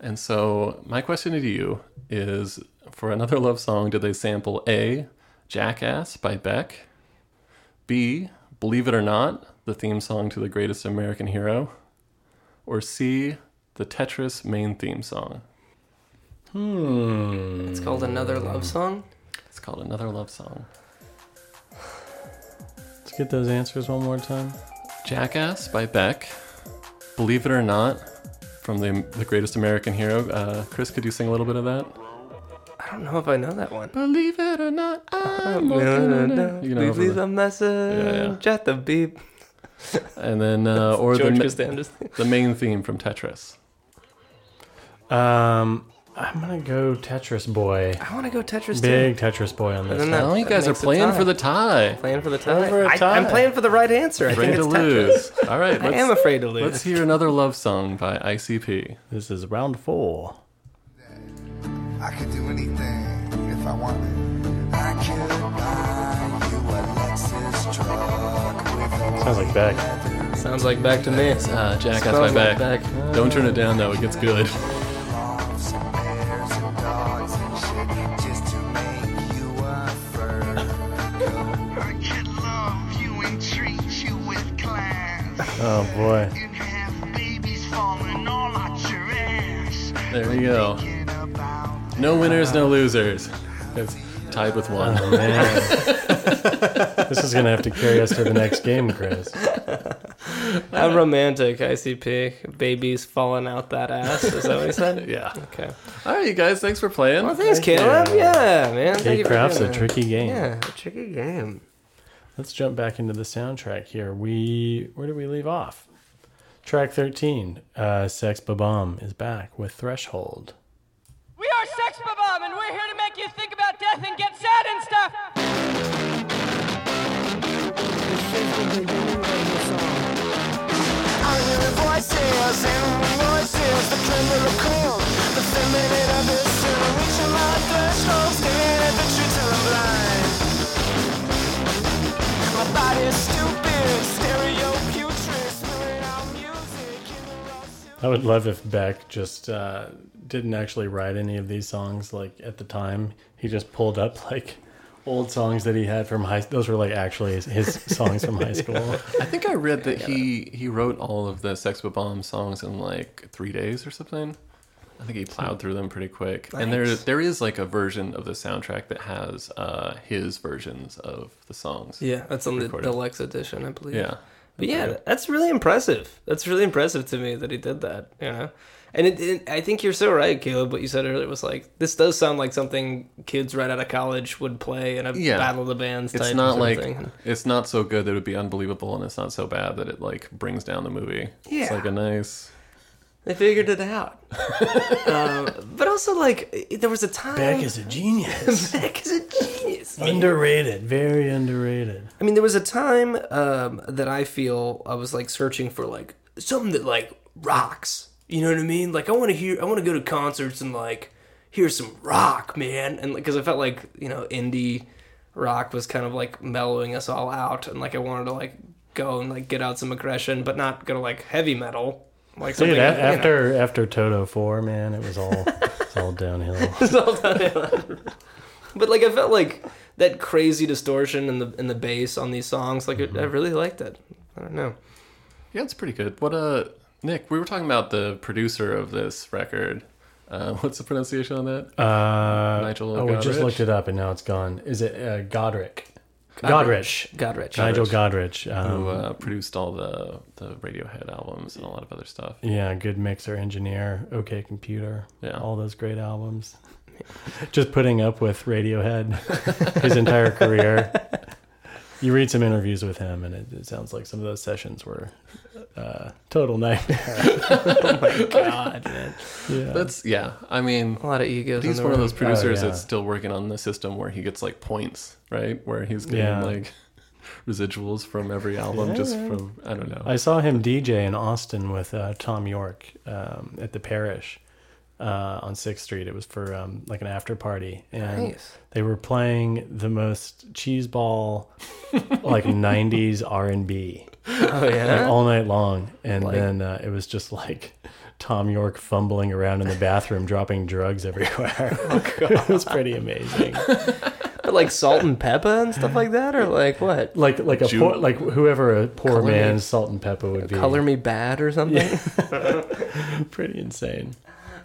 [SPEAKER 3] And so my question to you is: For Another Love Song, did they sample A. Jackass by Beck, B. Believe It or Not, the theme song to The Greatest American Hero, or C. The Tetris main theme song?
[SPEAKER 2] It's called Another Love Song.
[SPEAKER 3] It's called Another Love Song.
[SPEAKER 1] Let's get those answers one more time.
[SPEAKER 3] Jackass by Beck. Believe it or not, from the, the greatest American hero. Uh, Chris, could you sing a little bit of that?
[SPEAKER 2] I don't know if I know that one.
[SPEAKER 3] Believe it or not, I'm
[SPEAKER 2] No, no, no.
[SPEAKER 3] You know,
[SPEAKER 2] Please
[SPEAKER 3] over
[SPEAKER 2] leave
[SPEAKER 3] the-
[SPEAKER 2] a message at the beep.
[SPEAKER 3] and then uh, or the,
[SPEAKER 2] George
[SPEAKER 3] ma-
[SPEAKER 2] Costanza's thing.
[SPEAKER 3] the main theme from Tetris.
[SPEAKER 1] Um, I'm gonna go Tetris Boy.
[SPEAKER 2] <laughs> I want to go Tetris
[SPEAKER 1] Big Tetris Boy on
[SPEAKER 2] And then
[SPEAKER 1] this.
[SPEAKER 2] that-
[SPEAKER 3] Oh, you
[SPEAKER 2] that
[SPEAKER 3] guys are
[SPEAKER 2] makes a
[SPEAKER 3] playing
[SPEAKER 2] tie.
[SPEAKER 3] for the tie.
[SPEAKER 2] Playing for the tie.
[SPEAKER 1] for a
[SPEAKER 2] I, am
[SPEAKER 1] tie.
[SPEAKER 2] playing for the right answer. I
[SPEAKER 3] Afraid
[SPEAKER 2] <laughs> think
[SPEAKER 3] to
[SPEAKER 2] it's Tetris.
[SPEAKER 3] lose. All right,
[SPEAKER 2] I am
[SPEAKER 3] let's,
[SPEAKER 2] afraid to lose.
[SPEAKER 3] let's hear another love song by ICP.
[SPEAKER 1] This is round four.
[SPEAKER 10] I could do anything if I wanted. I could buy you a Lexus truck with a
[SPEAKER 1] Sounds like back.
[SPEAKER 2] Sounds like back to me.
[SPEAKER 3] Uh, Jackass by
[SPEAKER 2] Smells like
[SPEAKER 3] Beck. Don't turn it down though; it gets good.
[SPEAKER 10] loft, some bears and dogs and shit, just to make you a fur. <laughs> I could love you and treat you with class.
[SPEAKER 1] Oh boy.
[SPEAKER 10] And have babies falling all out your ass.
[SPEAKER 3] There you go.
[SPEAKER 10] Thinking about
[SPEAKER 3] No winners, no losers. It's tied with one.
[SPEAKER 1] Oh,
[SPEAKER 2] <laughs>
[SPEAKER 1] man. this is gonna have to carry us to the next game,
[SPEAKER 2] <laughs>
[SPEAKER 1] Chris.
[SPEAKER 2] How romantic, ICP. Babies falling out that ass. Is that what he said?
[SPEAKER 3] Yeah.
[SPEAKER 2] Okay.
[SPEAKER 3] All right, you guys. Thanks for playing.
[SPEAKER 2] Well, thanks,
[SPEAKER 1] Thank
[SPEAKER 2] Caleb.
[SPEAKER 1] you.
[SPEAKER 2] Yeah, man. Thank
[SPEAKER 1] K
[SPEAKER 2] you for
[SPEAKER 1] Craft's
[SPEAKER 2] doing
[SPEAKER 1] a
[SPEAKER 2] that.
[SPEAKER 1] tricky game.
[SPEAKER 2] Yeah, a tricky game.
[SPEAKER 1] Let's jump back into the soundtrack here. We where did we leave off? Track thirteen, uh, Sex Babam is back with Threshold.
[SPEAKER 5] We are Sex Bob, and we're here to make you think about death and get sad and stuff.
[SPEAKER 10] I hear the voices, animal voices, the tremble of cold, the feminine of this sin, reaching my threshold, staring at the truth till I'm blind. My body's stupid, stereo putrid, spilling out music. in the raw
[SPEAKER 1] I would love if Beck just uh, didn't actually write any of these songs like at the time. He just pulled up <laughs> like old songs that he had from high. Those were like actually his, his songs from high school.
[SPEAKER 3] I think I read that he he wrote all of the Sex Bomb songs in like three days or something. I think he plowed through them pretty quick. And there there is like a version of the soundtrack that has uh, his versions of the songs.
[SPEAKER 2] Yeah, that's on the
[SPEAKER 3] Recorded.
[SPEAKER 2] deluxe edition, I believe.
[SPEAKER 3] Yeah.
[SPEAKER 2] But yeah, that's really impressive. That's really impressive to me that he did that. You know, and it, it, I think you're so right, Caleb. What you said earlier was like this does sound like something kids right out of college would play in a
[SPEAKER 3] Yeah.
[SPEAKER 2] battle of the bands.
[SPEAKER 3] It's
[SPEAKER 2] type
[SPEAKER 3] not
[SPEAKER 2] sort of
[SPEAKER 3] like
[SPEAKER 2] thing.
[SPEAKER 3] it's not so good that it would be unbelievable, and it's not so bad that it like brings down the movie. It's
[SPEAKER 2] Yeah.
[SPEAKER 3] like a nice
[SPEAKER 2] They figured it
[SPEAKER 3] <laughs>
[SPEAKER 2] out. um, but also, like, there was a time.
[SPEAKER 1] Beck is a genius.
[SPEAKER 2] Beck is a
[SPEAKER 1] <laughs>
[SPEAKER 2] genius.
[SPEAKER 1] underrated, very underrated.
[SPEAKER 2] I mean, there was a time um, that I feel I was like searching for like something that like rocks. You know what I mean? Like I want to hear, I want to go to concerts and like hear some rock, man. And because I felt like you know indie rock was kind of like mellowing us all out, and like I wanted to like go and like get out some aggression, but not go to like heavy metal. Like
[SPEAKER 1] Dude,
[SPEAKER 2] something,
[SPEAKER 1] a-
[SPEAKER 2] you know. <laughs>
[SPEAKER 1] after after Toto Four, man, it was all it's all downhill.
[SPEAKER 2] It's all downhill. <laughs> but like I felt like that crazy distortion in the in the bass on these songs. Like I I really liked it. I don't know.
[SPEAKER 3] Yeah, it's pretty good. What uh, Nick? We were talking about the producer of this record. Uh, <laughs> what's the pronunciation on that?
[SPEAKER 1] Uh,
[SPEAKER 3] Nigel
[SPEAKER 1] oh, we just
[SPEAKER 3] Godrich?
[SPEAKER 1] looked it up and now it's gone. Is it uh, Godric? Godrich.
[SPEAKER 2] Godrich.
[SPEAKER 1] Nigel Godrich. Um,
[SPEAKER 3] who uh, produced all the the Radiohead albums and a lot of other stuff.
[SPEAKER 1] yeah, good mixer, engineer, OK Computer.
[SPEAKER 3] Yeah.
[SPEAKER 1] All those great albums. <laughs> just putting up with Radiohead <laughs> his entire career. You read some interviews with him, and it, it sounds like some of those sessions were uh, total
[SPEAKER 2] <laughs>
[SPEAKER 1] nightmare.
[SPEAKER 2] Oh God, man.
[SPEAKER 1] <laughs> Yeah.
[SPEAKER 3] That's yeah. I mean,
[SPEAKER 2] A lot of egos.
[SPEAKER 3] he's
[SPEAKER 2] in the
[SPEAKER 3] one of
[SPEAKER 2] room.
[SPEAKER 3] those producers
[SPEAKER 1] Oh, yeah.
[SPEAKER 3] that's still working on the system where he gets like points, right? Where he's getting
[SPEAKER 1] Yeah.
[SPEAKER 3] like <laughs> residuals from every album, just from I don't know.
[SPEAKER 1] I saw him DJ in Austin with uh, Tom York um, at the Parish uh, on Sixth Street. It was for um, like an after party, and
[SPEAKER 2] Nice.
[SPEAKER 1] they were playing the most
[SPEAKER 2] <laughs>
[SPEAKER 1] cheeseball like '90s R and B
[SPEAKER 2] Oh
[SPEAKER 1] like,
[SPEAKER 2] yeah.
[SPEAKER 1] all night long, and then uh, it was just like Tom York fumbling around in the bathroom, dropping drugs
[SPEAKER 2] <laughs>
[SPEAKER 1] everywhere.
[SPEAKER 2] Oh,
[SPEAKER 1] <laughs> it was pretty amazing.
[SPEAKER 2] But like salt and pepper and stuff like that, or like what?
[SPEAKER 1] Like like a
[SPEAKER 3] Ju-
[SPEAKER 1] poor, like whoever a poor
[SPEAKER 2] Color me-
[SPEAKER 1] man's salt and pepper would be.
[SPEAKER 2] Color me bad or something.
[SPEAKER 1] pretty insane.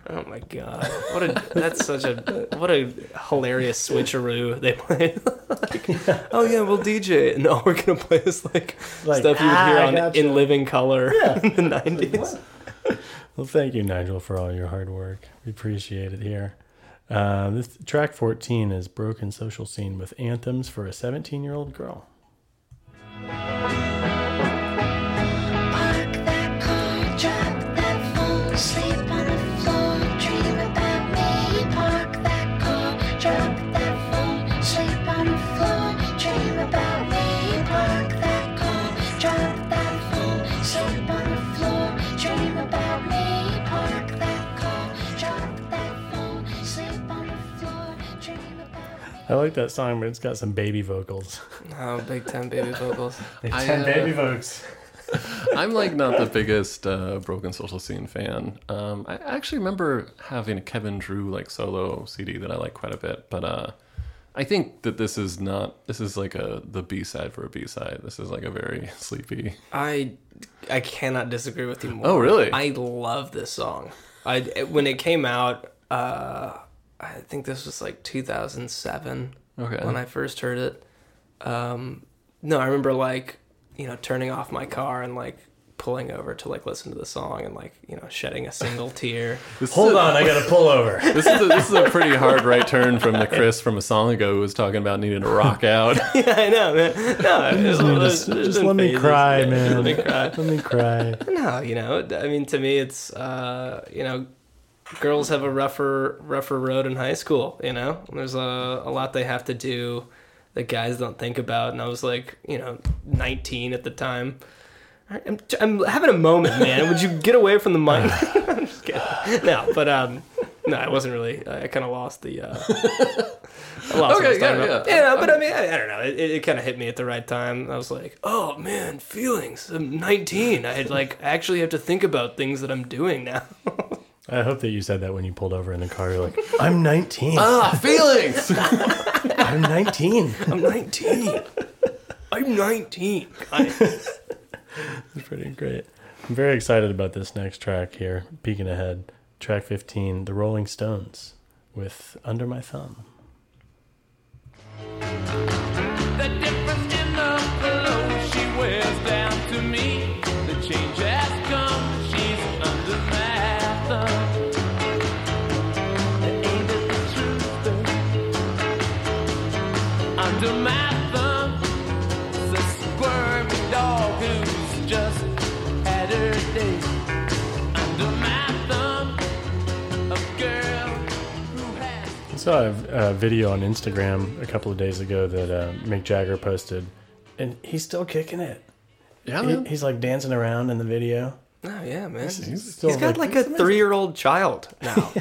[SPEAKER 2] Oh my god! What a that's such a what a hilarious switcheroo they played. <laughs> like, oh yeah, we'll DJ it, and all we're gonna play is like,
[SPEAKER 1] Like,
[SPEAKER 2] stuff you would
[SPEAKER 1] ah,
[SPEAKER 2] hear
[SPEAKER 1] I
[SPEAKER 2] on
[SPEAKER 1] gotcha.
[SPEAKER 2] In Living Color <laughs>
[SPEAKER 1] Yeah.
[SPEAKER 2] in the nineties.
[SPEAKER 1] Well, thank you, Nigel, for all your hard work. We appreciate it here. Uh, this track 14 is Broken Social Scene with Anthems for a 17 year old girl.
[SPEAKER 8] Park that car, drop that phone, sleep on the floor, dream about me. Park that car, drop that phone, sleep on the floor, dream about me. Park that car, drop that phone, sleep on the floor, dream about me. Park that car, drop that phone, sleep on the floor, dream about me.
[SPEAKER 1] I like that song, but it's got some baby vocals.
[SPEAKER 2] Oh, big time baby vocals.
[SPEAKER 3] I, uh,
[SPEAKER 1] vocals.
[SPEAKER 3] I'm like not the biggest uh, Broken Social Scene fan. Um, I actually remember having a Kevin Drew like solo CD that I like quite a bit, but uh, I think that this is not this is like a the B side for a B side. This is like a very <laughs> sleepy.
[SPEAKER 2] I I cannot disagree with you more.
[SPEAKER 3] Oh, really?
[SPEAKER 2] I love this song. I when it came out, uh, I think this was like 2007
[SPEAKER 3] Okay.
[SPEAKER 1] Uh-huh.
[SPEAKER 2] when I first heard it. Um, no, I remember like you know turning off my car and like pulling over to like listen to the song and like you know shedding a single tear. <laughs>
[SPEAKER 3] This is
[SPEAKER 1] Hold
[SPEAKER 3] a-
[SPEAKER 1] on, I gotta pull over.
[SPEAKER 3] This is, a, this is a pretty hard right turn from <laughs> the Chris from a song ago who was talking about needing to rock out.
[SPEAKER 2] yeah, I know, man. No, it was one of
[SPEAKER 1] just
[SPEAKER 2] those- it was
[SPEAKER 1] just
[SPEAKER 2] in
[SPEAKER 1] let me
[SPEAKER 2] phases.
[SPEAKER 1] cry,
[SPEAKER 2] Yeah,
[SPEAKER 1] man.
[SPEAKER 2] Let me cry.
[SPEAKER 1] <laughs> Let me cry.
[SPEAKER 2] No, you know, I mean, to me, it's uh, you know, girls have a rougher rougher road in high school. You know, there's a a lot they have to do that guys don't think about. And I was like, you know, 19 at the time. All right, I'm, I'm having a moment, man. Would you get away from the mic? <laughs> I'm just kidding. No, but um, no, I wasn't really. I kind of lost the. Uh, I lost what I
[SPEAKER 3] Okay,
[SPEAKER 2] was talking
[SPEAKER 3] yeah,
[SPEAKER 2] about.
[SPEAKER 3] yeah.
[SPEAKER 2] Yeah, but I mean, I, I don't know. It, it kind of hit me at the right time. I was like, oh man, feelings. I'm 19. I had like actually have to think about things that I'm doing now. <laughs>
[SPEAKER 1] I hope that you said that when you pulled over in the car. You're like, I'm 19.
[SPEAKER 3] ah, feelings!
[SPEAKER 1] <laughs> I'm 19.
[SPEAKER 2] I'm 19. I'm 19. I,
[SPEAKER 1] It's pretty great. I'm very excited about this next track here. Peeking ahead, track 15, The Rolling Stones with Under My Thumb.
[SPEAKER 6] The difference in the pillow she wears down to me. The change has come, she's under my thumb. Ain't it the truth, though? Under my thumb is a squirmy dog who's just had her day. Under my
[SPEAKER 1] saw a, a video on Instagram a couple of days ago that uh, Mick Jagger posted, and he's still kicking it.
[SPEAKER 3] <laughs> Yeah,
[SPEAKER 1] He-
[SPEAKER 3] man.
[SPEAKER 1] he's like dancing around in the video.
[SPEAKER 2] Oh yeah, man. He's
[SPEAKER 1] still
[SPEAKER 2] got <laughs> like a three-year-old child now.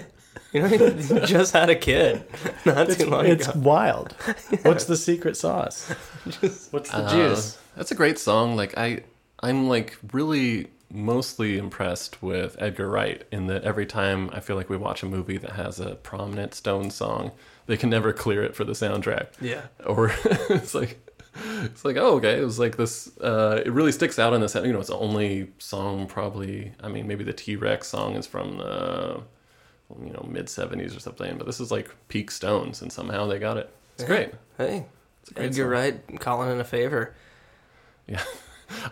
[SPEAKER 2] you know, he he just had a kid <laughs> not too long
[SPEAKER 1] It's <laughs>
[SPEAKER 2] ago.
[SPEAKER 1] wild. What's the secret sauce? What's the juice?
[SPEAKER 3] Uh, that's a great song. Like I, I'm like really mostly impressed with Edgar Wright in that every time I feel like we watch a movie that has a prominent Stone song, they can never clear it for the soundtrack.
[SPEAKER 2] Yeah.
[SPEAKER 3] Or <laughs> it's like. It's like oh okay it was like this uh, it really sticks out in this you know it's the only song probably I mean maybe the T Rex song is from the you know mid seventies or something but this is like peak Stones and somehow they got it it's great
[SPEAKER 2] Hey,
[SPEAKER 3] great
[SPEAKER 2] Edgar
[SPEAKER 3] song.
[SPEAKER 2] Wright calling in a favor.
[SPEAKER 3] Yeah,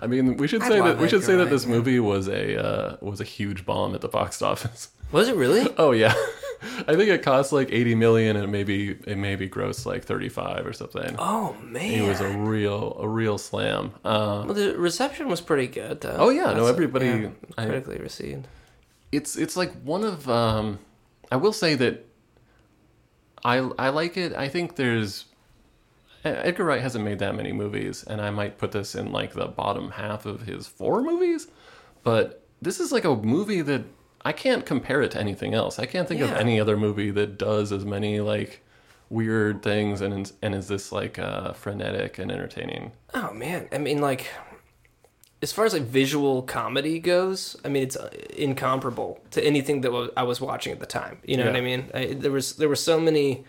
[SPEAKER 3] I mean, we should
[SPEAKER 2] I
[SPEAKER 3] say
[SPEAKER 2] love
[SPEAKER 3] that we should
[SPEAKER 2] Edgar
[SPEAKER 3] say that
[SPEAKER 2] Wright,
[SPEAKER 3] this
[SPEAKER 2] man.
[SPEAKER 3] movie was a uh, was a huge bomb at the box office. <laughs>
[SPEAKER 2] Was it really?
[SPEAKER 3] oh yeah, <laughs> I think it cost like eighty million, and maybe it maybe grossed like thirty five or something.
[SPEAKER 2] Oh
[SPEAKER 3] it
[SPEAKER 2] man.
[SPEAKER 3] was a real a real slam. Uh,
[SPEAKER 2] well, the reception was pretty good though.
[SPEAKER 3] Oh, yeah, no,
[SPEAKER 2] That's-
[SPEAKER 3] everybody-
[SPEAKER 2] yeah,
[SPEAKER 3] I-
[SPEAKER 2] critically received.
[SPEAKER 3] it's it's like one of um I will say that I I like it. I think there's E, Edgar Wright hasn't made that many movies and I might put this in like the bottom half of his four movies, but this is like a movie that I can't compare it to anything else. I can't think of
[SPEAKER 2] Yeah.
[SPEAKER 3] any other movie that does as many like weird things and is- and is this like uh frenetic and entertaining.
[SPEAKER 2] Oh man, I mean, like, as far as like visual comedy goes, I mean, it's uh, incomparable to anything that wa- I was watching at the time. You know what I
[SPEAKER 3] Yeah.
[SPEAKER 2] mean? I, there was there were so many.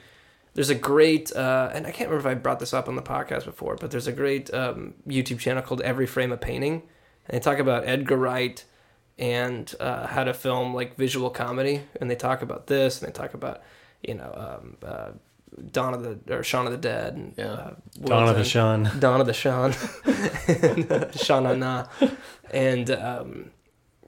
[SPEAKER 2] There's a great, uh, and I can't remember if I brought this up on the podcast before, but there's a great um, YouTube channel called Every Frame a Painting, and they talk about Edgar Wright and uh, how to film like visual comedy, and they talk about this, and they talk about you know um, uh, Dawn of the or Shaun of the Dead, and
[SPEAKER 3] Yeah.
[SPEAKER 2] uh,
[SPEAKER 1] Dawn of
[SPEAKER 2] World's
[SPEAKER 1] the
[SPEAKER 2] End.
[SPEAKER 1] Shun.
[SPEAKER 2] Dawn of the <laughs> Sean, and uh, Shaunana, and um,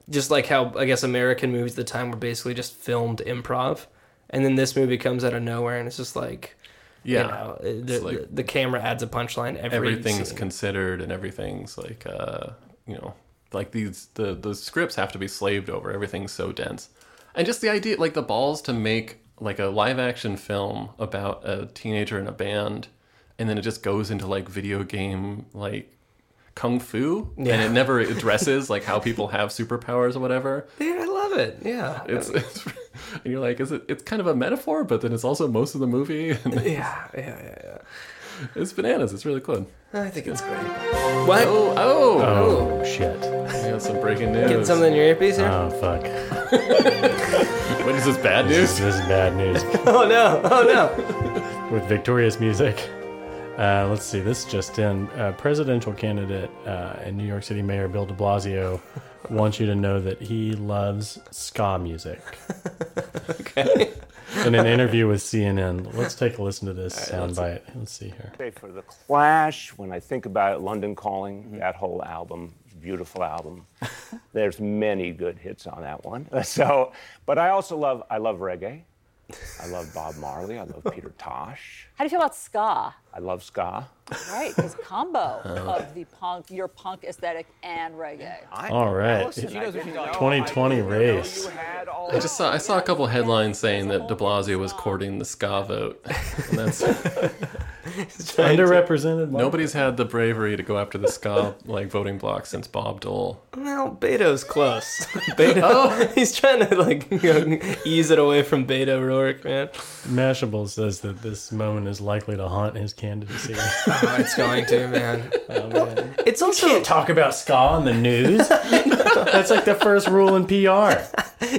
[SPEAKER 2] just like how I guess American movies at the time were basically just filmed improv, and then this movie comes out of nowhere and it's just like,
[SPEAKER 3] Yeah.
[SPEAKER 2] you know, the,
[SPEAKER 3] It's like-
[SPEAKER 2] the, the camera adds a punchline every
[SPEAKER 3] everything's
[SPEAKER 2] scene.
[SPEAKER 3] considered and everything's like uh you know like these the the scripts have to be slaved over everything's so dense and just the idea like the balls to make like a live action film about a teenager in a band and then it just goes into like video game like kung fu and it never addresses like how people have superpowers or whatever
[SPEAKER 2] Dude, I love it. Yeah,
[SPEAKER 3] it's, it's and you're like is it it's kind of a metaphor but then it's also most of the movie and
[SPEAKER 2] yeah, yeah, yeah, yeah.
[SPEAKER 3] it's bananas it's really cool
[SPEAKER 2] I think it's great. What?
[SPEAKER 3] oh oh,
[SPEAKER 1] Oh shit!
[SPEAKER 3] We got some breaking news.
[SPEAKER 2] Getting something in your earpiece here?
[SPEAKER 1] Oh fuck!
[SPEAKER 3] What is this bad
[SPEAKER 1] This,
[SPEAKER 3] news?
[SPEAKER 1] this is bad news.
[SPEAKER 2] oh no!
[SPEAKER 3] uh,
[SPEAKER 2] Oh no!
[SPEAKER 1] with victorious music. Uh, let's see, this just in. Uh, presidential candidate uh, and New York City Mayor Bill de <laughs> Blasio wants you to know that he loves ska <laughs> music.
[SPEAKER 2] Okay.
[SPEAKER 1] In an interview with CNN, let's take a listen to this soundbite. Let's see here.
[SPEAKER 11] say for the Clash, when I think about London Calling,
[SPEAKER 12] Mm-hmm.
[SPEAKER 11] that whole album, beautiful album. <laughs> There's many good hits on that one. <laughs> So, but I also love I love reggae. I love Bob Marley. I love
[SPEAKER 12] <laughs>
[SPEAKER 11] Peter Tosh.
[SPEAKER 12] How do you feel about ska?
[SPEAKER 11] I love ska.
[SPEAKER 12] Right, this combo of the punk, your punk aesthetic and reggae.
[SPEAKER 1] All right.
[SPEAKER 11] Listen, I didn't know-
[SPEAKER 1] 2020 race.
[SPEAKER 11] You had all
[SPEAKER 3] I just saw I saw a couple headlines saying that De Blasio was courting the ska vote, and
[SPEAKER 1] <laughs>
[SPEAKER 3] that's <laughs>
[SPEAKER 1] Underrepresented. market.
[SPEAKER 3] nobody's had the bravery to go after the ska like voting bloc since Bob Dole.
[SPEAKER 2] Well, Beto's close. Beto, <laughs> he's trying to like ease it away from Beto Rourke, man.
[SPEAKER 1] Mashable says that this moment is likely to haunt his <laughs> candidacy.
[SPEAKER 2] Oh, it's going to,
[SPEAKER 3] <laughs>
[SPEAKER 2] man.
[SPEAKER 3] Oh,
[SPEAKER 2] It's also
[SPEAKER 1] Can't talk about ska on the news. <laughs> That's like the first rule in PR.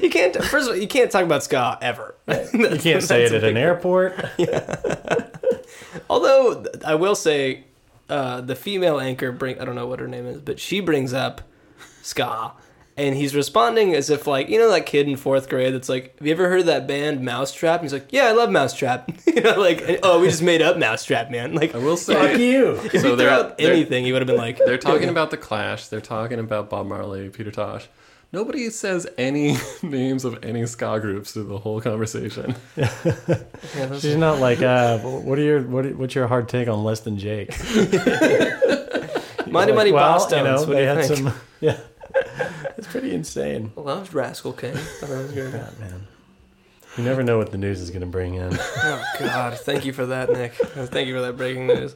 [SPEAKER 2] you can't. First of all, you can't talk about ska ever.
[SPEAKER 1] You can't say it at an airport.
[SPEAKER 2] Although th- I will say, uh, the female anchor bring. I don't know what her name is, but she brings up ska, and he's responding as if like you know that kid in fourth grade that's like, "Have you ever heard of that band Mousetrap?" And he's like, "Yeah, I love Mousetrap." <laughs> you know, like, and, "Oh, we just made up Mousetrap, man." Like,
[SPEAKER 3] I will say,
[SPEAKER 1] Fuck you.
[SPEAKER 2] if
[SPEAKER 3] so
[SPEAKER 2] you threw
[SPEAKER 3] they're-
[SPEAKER 2] out
[SPEAKER 3] they're-
[SPEAKER 2] anything, you would have been like,
[SPEAKER 3] They're talking about the Clash. They're talking about Bob Marley, Peter Tosh. Nobody says any <laughs> names of any ska groups through the whole conversation.
[SPEAKER 1] She's not like, uh, what are your what are, what's your hard take on less than Jake?
[SPEAKER 2] "Mighty
[SPEAKER 1] Like,
[SPEAKER 2] Mighty
[SPEAKER 1] well,
[SPEAKER 2] Boston."
[SPEAKER 1] you know,
[SPEAKER 2] what do
[SPEAKER 1] they
[SPEAKER 2] you
[SPEAKER 1] had
[SPEAKER 2] think?
[SPEAKER 1] some. <laughs> Yeah, it's pretty insane.
[SPEAKER 2] Loved Rascal King. Thought that was great.
[SPEAKER 1] God, man. You never know what the news is going to bring in.
[SPEAKER 2] Oh God! Thank you for that, Nick. Thank you for that breaking news.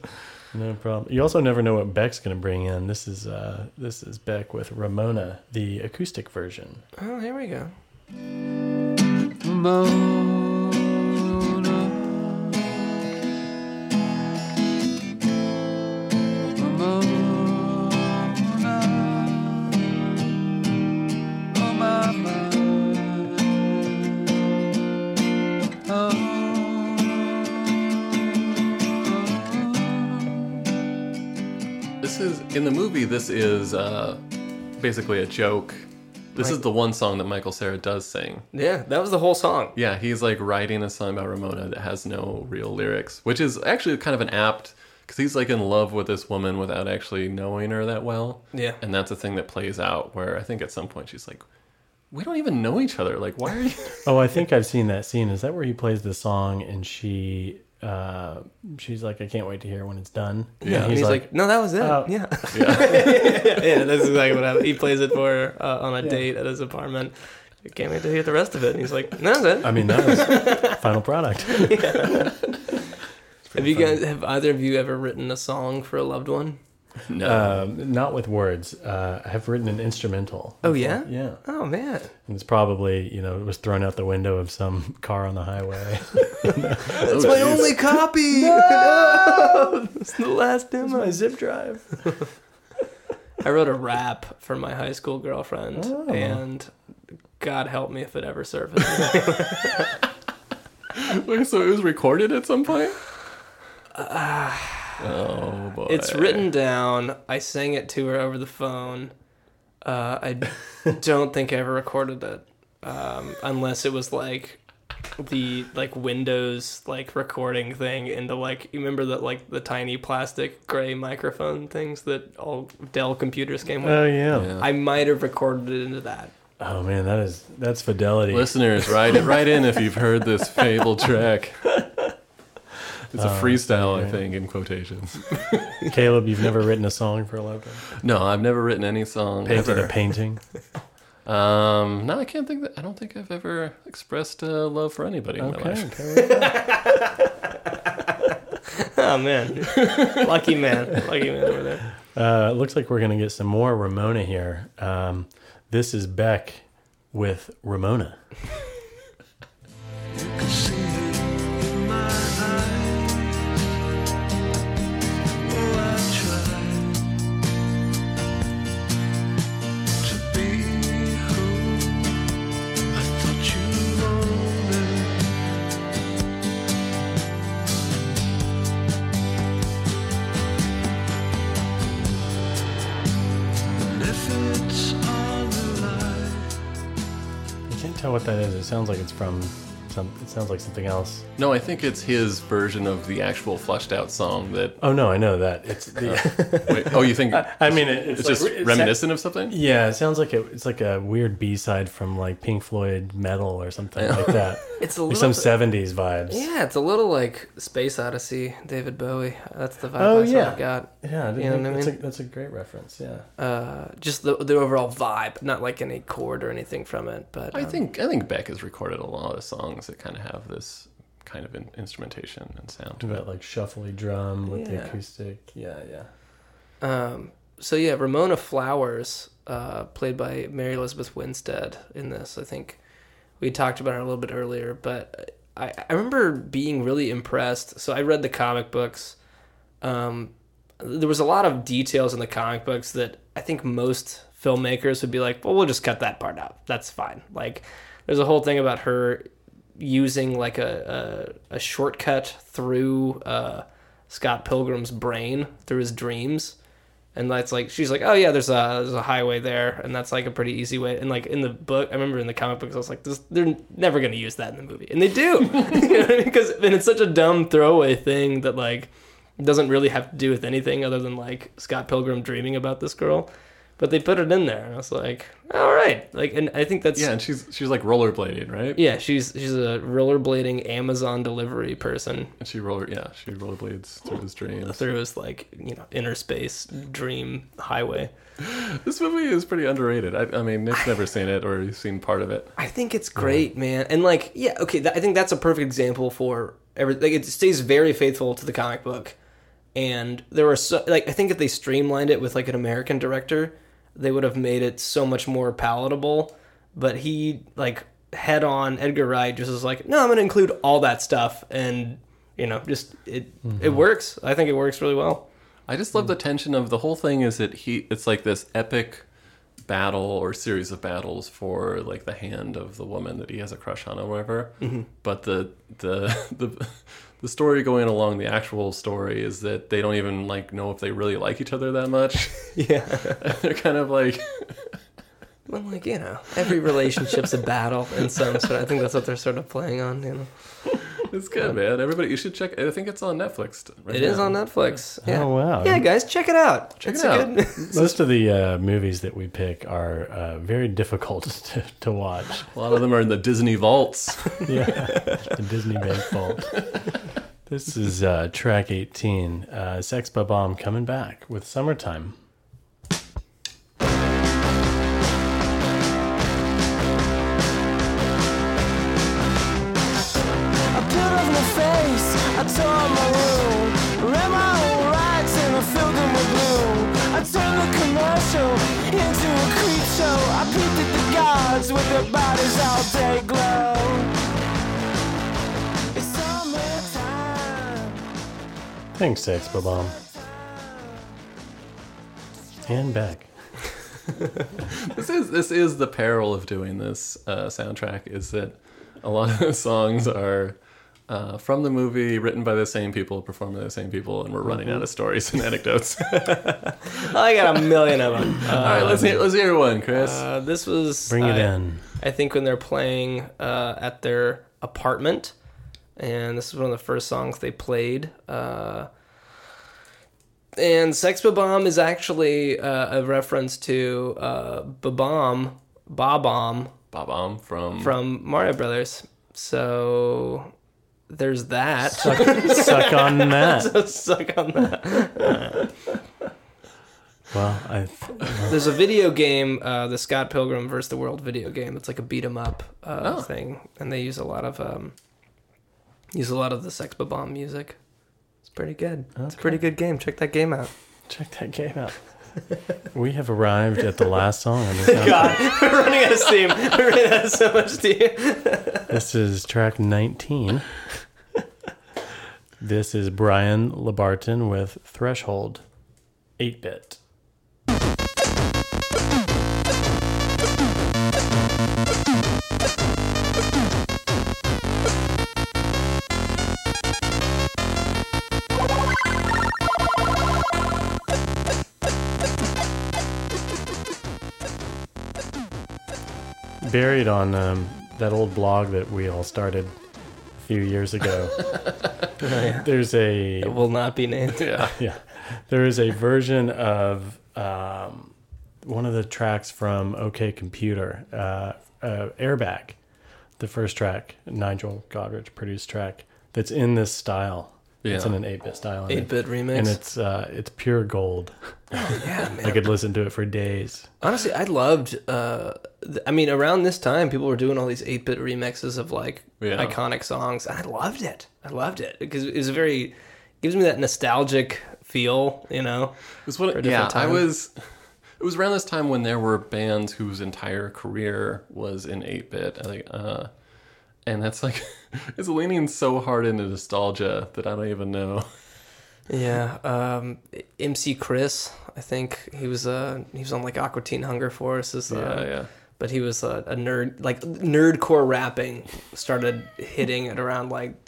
[SPEAKER 1] No problem. You also never know what Beck's going to bring in. This is uh, this is Beck with Ramona, the acoustic version.
[SPEAKER 2] Oh, here we go.
[SPEAKER 10] Oh, my mind. Oh.
[SPEAKER 3] This is in the movie. This is uh, basically a joke. This is the one song that Michael Sarah does sing.
[SPEAKER 2] Yeah, that was the whole song.
[SPEAKER 3] Yeah, he's like writing a song about Ramona that has no real lyrics, which is actually kind of an apt because he's like in love with this woman without actually knowing her that well.
[SPEAKER 2] Yeah.
[SPEAKER 3] and that's a thing that plays out where I think at some point she's like, "We don't even know each other. Like, why are you?" <laughs>
[SPEAKER 1] Oh, I think I've seen that scene. Is that where he plays the song and she uh, she's like, I can't wait to hear when it's done.
[SPEAKER 2] and he's, like, no, that was it.
[SPEAKER 1] "Oh."
[SPEAKER 2] yeah. <laughs> yeah, that's exactly what happened. He plays it for her uh, on a
[SPEAKER 1] Yeah.
[SPEAKER 2] date at his apartment. I can't wait to hear the rest of it. And he's like, no, that's it.
[SPEAKER 1] I mean, that
[SPEAKER 2] <laughs>
[SPEAKER 1] was final product.
[SPEAKER 2] Yeah. Have you guys? Have either of you ever written a song for a loved one?
[SPEAKER 3] No.
[SPEAKER 1] Um, not with words. Uh, I have written an instrumental.
[SPEAKER 2] Oh
[SPEAKER 1] before.
[SPEAKER 2] yeah.
[SPEAKER 1] Yeah.
[SPEAKER 2] Oh man.
[SPEAKER 1] And it's probably, you know, it was thrown out the window of some <laughs> car on the highway.
[SPEAKER 2] That's my only copy. <laughs> No! it's the last demo. my zip drive. <laughs> I wrote a rap for my high school girlfriend,
[SPEAKER 1] Oh.
[SPEAKER 2] and God help me if it ever surfaces.
[SPEAKER 3] Wait, so it was recorded at
[SPEAKER 2] <sighs>
[SPEAKER 3] some point. oh boy,
[SPEAKER 2] It's written down. I sang it to her over the phone. Uh,
[SPEAKER 1] <laughs>
[SPEAKER 2] I don't think I ever recorded it, um, unless it was like the like Windows like recording thing into like you remember that like the tiny plastic gray microphone things that all Dell computers came with.
[SPEAKER 1] Oh, yeah. Yeah.
[SPEAKER 2] I might have recorded it into that.
[SPEAKER 1] oh man, that is that's fidelity.
[SPEAKER 3] Listeners, write it right in if you've heard this fable
[SPEAKER 2] <laughs>
[SPEAKER 3] track. It's a
[SPEAKER 1] Oh,
[SPEAKER 3] freestyle, I
[SPEAKER 1] okay.
[SPEAKER 3] think, in quotations.
[SPEAKER 1] <laughs> Caleb, you've never written a song for a loved one.
[SPEAKER 3] No, I've never written any song.
[SPEAKER 1] Painted
[SPEAKER 3] ever.
[SPEAKER 1] a
[SPEAKER 3] <laughs>
[SPEAKER 1] painting.
[SPEAKER 3] Um, no, I can't think that. I don't think I've ever expressed uh, love for anybody in
[SPEAKER 1] Okay,
[SPEAKER 3] my life.
[SPEAKER 2] Oh man, <laughs>
[SPEAKER 1] <laughs>
[SPEAKER 2] lucky man, lucky man over there.
[SPEAKER 1] Uh, it looks like we're gonna get some more Ramona here. Um, this is Beck with Ramona. I can't tell what that is. It sounds like it's from some. It sounds like something else.
[SPEAKER 3] No, I think it's his version of the actual fleshed out song that.
[SPEAKER 1] Oh no, I know that. It's the.
[SPEAKER 3] Uh, wait, oh, you
[SPEAKER 1] <laughs>
[SPEAKER 3] think?
[SPEAKER 1] I, I mean, it- it's,
[SPEAKER 3] it's,
[SPEAKER 1] like-
[SPEAKER 3] just
[SPEAKER 1] it sa-
[SPEAKER 3] reminiscent of something.
[SPEAKER 1] Yeah, it sounds like it, it's like a weird B side from like Pink Floyd metal or something like that.
[SPEAKER 2] <laughs> It's a
[SPEAKER 1] Like
[SPEAKER 2] little
[SPEAKER 1] some
[SPEAKER 2] bit-
[SPEAKER 1] seventies vibes.
[SPEAKER 2] Yeah, it's a little like Space Odyssey, David Bowie. That's the vibe
[SPEAKER 1] Oh,
[SPEAKER 2] I sort
[SPEAKER 1] yeah.
[SPEAKER 2] of got.
[SPEAKER 1] Yeah, I
[SPEAKER 2] you
[SPEAKER 1] didn't
[SPEAKER 2] know what I
[SPEAKER 1] think-
[SPEAKER 2] mean.
[SPEAKER 1] that's a- that's a great reference. Yeah.
[SPEAKER 2] Uh, just the the overall vibe, not like any chord or anything from it. But
[SPEAKER 3] I
[SPEAKER 2] um,
[SPEAKER 3] think I think Beck has recorded a lot of songs that kind of have this kind of in- instrumentation and sound.
[SPEAKER 1] About like shuffly drum with
[SPEAKER 2] Yeah.
[SPEAKER 1] the acoustic. Yeah, yeah.
[SPEAKER 2] Um, so yeah, Ramona Flowers, uh, played by Mary Elizabeth Winstead in this. I think we talked about her a little bit earlier, but I, I remember being really impressed. So I read the comic books. Um, there was a lot of details in the comic books that I think most filmmakers would be like, well, we'll just cut that part out. That's fine. Like, there's a whole thing about her using like a a, a shortcut through uh, Scott Pilgrim's brain through his dreams, and that's like she's like, oh yeah, there's a there's a highway there, and that's like a pretty easy way. And like in the book, I remember in the comic books, I was like, this, they're never gonna use that in the movie, and they do, <laughs> because and it's such a dumb throwaway thing that like doesn't really have to do with anything other than like Scott Pilgrim dreaming about this girl. But they put it in there, and I was like, all right. Like, and I think that's
[SPEAKER 3] yeah, and she's she's like rollerblading, right?
[SPEAKER 2] yeah. She's she's a rollerblading Amazon delivery person.
[SPEAKER 3] And she roller yeah, she rollerblades
[SPEAKER 1] <laughs>
[SPEAKER 3] through his dreams.
[SPEAKER 2] Through his like you know inner space dream highway.
[SPEAKER 3] This movie is pretty underrated. I, I mean, Nick's never seen it or he's seen part of it.
[SPEAKER 2] I think it's great, man. And like, yeah, okay. That, I think that's a perfect example for every. Like, it stays very faithful to the comic book, and there were so like I think if they streamlined it with like an American director, they would have made it so much more palatable. But he like head on Edgar Wright just was like, no, I'm going to include all that stuff, and you know, just it it works. I think it works really well.
[SPEAKER 3] I just
[SPEAKER 2] Hmm.
[SPEAKER 3] love the tension of the whole thing is that he it's like this epic battle or series of battles for like the hand of the woman that he has a crush on or whatever.
[SPEAKER 2] Mhm.
[SPEAKER 3] But the the <laughs> the the story going along the actual story is that they don't even like know if they really like each other that much.
[SPEAKER 2] <laughs>
[SPEAKER 3] <laughs>
[SPEAKER 2] Yeah.
[SPEAKER 3] They're kind of like
[SPEAKER 2] Well, like you know, every relationship's a battle in some sort. I think that's what they're sort of playing on. You know,
[SPEAKER 3] it's good, man. Everybody you should check I think it's on Netflix. Right
[SPEAKER 2] it is
[SPEAKER 3] now.
[SPEAKER 2] on Netflix. Yeah.
[SPEAKER 1] Oh, wow.
[SPEAKER 2] Yeah, guys, check it out.
[SPEAKER 3] Check
[SPEAKER 2] It's
[SPEAKER 3] it
[SPEAKER 2] a
[SPEAKER 3] out.
[SPEAKER 2] good-
[SPEAKER 1] Most of the uh, movies that we pick are uh, very difficult <laughs> to, to watch.
[SPEAKER 3] A lot of them are in the Disney vaults.
[SPEAKER 1] Yeah, <laughs> the Disney Bank Vault. This is uh, track 18, uh, Sex Bomb coming back with Summertime.
[SPEAKER 5] I peeled off my face, I tore out my room, ran my own rights and I filled them with bloom. I turned the commercial into a creep show. I peeped at the gods with their bodies all day glow. It's summertime.
[SPEAKER 1] Thanks, Sex Bomb. And back.
[SPEAKER 3] this is this is the peril of doing this uh, soundtrack is that a lot of <laughs> the songs are uh, from the movie, written by the same people, performed by the same people, and we're running
[SPEAKER 2] Mm-hmm.
[SPEAKER 3] out of stories and anecdotes. <laughs>
[SPEAKER 2] Uh, I got a million of them.
[SPEAKER 3] All right, let's hear, let's hear one, Chris.
[SPEAKER 2] Uh, this was
[SPEAKER 1] Bring it
[SPEAKER 2] I-
[SPEAKER 1] in.
[SPEAKER 2] I think when they're playing uh, at their apartment, and this is one of the first songs they played. Uh, and Sex Bomb is actually uh, a reference to uh, Babam, Babam
[SPEAKER 3] Bob Om from
[SPEAKER 2] from Mario Brothers. So there's that.
[SPEAKER 1] Suck on that.
[SPEAKER 2] So <laughs> suck on that.
[SPEAKER 1] Well, I,
[SPEAKER 2] There's a video game, uh, the Scott Pilgrim versus the World video game. It's like a beat 'em up uh,
[SPEAKER 3] Oh.
[SPEAKER 2] thing, and they use a lot of um, use a lot of the Sex Bomb music. It's pretty good. It's a pretty good game. Check that game <laughs> out.
[SPEAKER 1] check that game out. We have arrived at the last song on this album.
[SPEAKER 2] we're running out of steam. <laughs> We're running out of so much steam.
[SPEAKER 1] This is track 19. this is Brian Labarton with Threshold 8 bit. buried on um, that old blog that we all started a few years <laughs> ago. Oh, There's a
[SPEAKER 2] It will not be <laughs> named.
[SPEAKER 3] yeah.
[SPEAKER 1] <laughs> yeah, there is a version of um, one of the tracks from OK Computer, uh, uh, Airbag, the first track, Nigel Godrich produced track that's in this style. It's
[SPEAKER 3] Yeah.
[SPEAKER 1] in an 8-bit style. and it-
[SPEAKER 2] 8-bit remix. Oh,
[SPEAKER 1] And it's uh, it's pure gold.
[SPEAKER 2] Yeah,
[SPEAKER 1] <laughs>
[SPEAKER 2] man.
[SPEAKER 1] I could listen to it for days.
[SPEAKER 2] Honestly, I loved. Uh, th- I mean, around this time, people were doing all these eight bit remixes of like
[SPEAKER 3] Yeah.
[SPEAKER 2] iconic songs. I loved it. I loved it because it was very gives me that nostalgic feel. You know,
[SPEAKER 3] It's what-
[SPEAKER 2] for a
[SPEAKER 3] yeah,
[SPEAKER 2] different
[SPEAKER 3] I
[SPEAKER 2] time.
[SPEAKER 3] was. It was around this time when there were bands whose entire career was in 8 bit. I think, uh, and that's like, <laughs> it's leaning so hard into nostalgia that I don't even know.
[SPEAKER 2] Yeah, um, MC Chris, I think he was uh he was on like Aqua Teen Hunger Force. Is, uh,
[SPEAKER 3] Yeah, yeah.
[SPEAKER 2] But he was a, a nerd, like nerdcore rapping started hitting at around like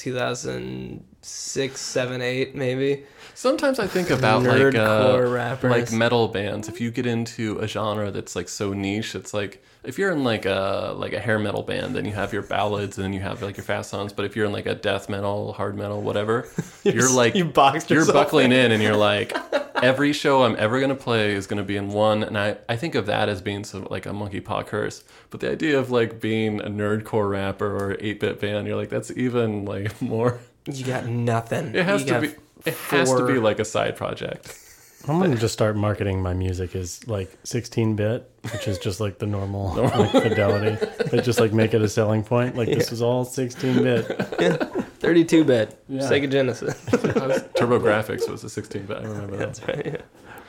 [SPEAKER 2] 2006, 7, 8, maybe.
[SPEAKER 3] Sometimes I think about like
[SPEAKER 2] Nerdcore
[SPEAKER 3] uh,
[SPEAKER 2] rappers.
[SPEAKER 3] like metal bands. If you get into a genre that's like so niche, it's like if you're in like a like a hair metal band, then you have your ballads and then you have like your fast songs. But if you're
[SPEAKER 2] <laughs>
[SPEAKER 3] in like a death metal, hard metal, whatever, you're, like
[SPEAKER 2] you boxed
[SPEAKER 3] you're
[SPEAKER 2] yourself <laughs>
[SPEAKER 3] buckling in and you're like every show I'm ever going to play is going to be in one. And I, I think of that as being so, like a monkey paw curse. But the idea of like being a nerdcore rapper or 8 bit band, you're like, that's even like <laughs> more.
[SPEAKER 2] You got nothing.
[SPEAKER 3] It has
[SPEAKER 2] You
[SPEAKER 3] to
[SPEAKER 2] got
[SPEAKER 3] be. It has to
[SPEAKER 2] four-
[SPEAKER 3] be like a side <laughs> project.
[SPEAKER 1] I'm gonna just start marketing my music as like 16 bit, which is just like the normal like, fidelity, but just like make it a selling point. Like this
[SPEAKER 2] Yeah.
[SPEAKER 1] is all 16 bit.
[SPEAKER 2] 32 bit
[SPEAKER 1] Yeah.
[SPEAKER 2] Sega Genesis. <laughs>
[SPEAKER 3] Turbo Graphics was a 16 bit. I remember that.
[SPEAKER 2] That's right. Yeah.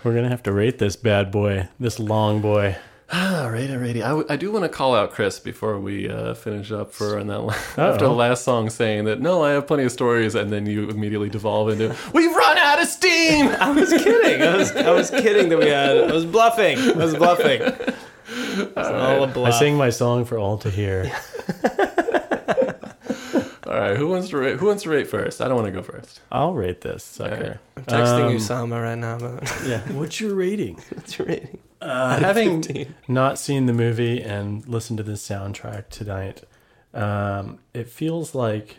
[SPEAKER 1] We're gonna have to rate this bad boy, this long boy.
[SPEAKER 3] Ah, righty, righty. I, w- I do want to call out Chris before we uh, finish up for and that la-
[SPEAKER 1] Uh-oh.
[SPEAKER 3] <laughs> after the last song saying that no, I have plenty of stories, and then you immediately devolve into we've run out of steam. <laughs>
[SPEAKER 2] I was kidding. I was, I was kidding that we had. I was bluffing. I was bluffing. It's all a
[SPEAKER 1] I
[SPEAKER 2] bluff.
[SPEAKER 1] sing my song for all to hear.
[SPEAKER 3] All right, who wants to rate? Who wants to rate first? I don't want to go first.
[SPEAKER 1] I'll rate this sucker.
[SPEAKER 2] I'm texting
[SPEAKER 1] Um,
[SPEAKER 2] Usama right now. But <laughs>
[SPEAKER 1] Yeah. What's your rating?
[SPEAKER 2] it's rating.
[SPEAKER 1] Uh, having
[SPEAKER 2] 15.
[SPEAKER 1] not seen the movie and listened to this soundtrack tonight, um, it feels like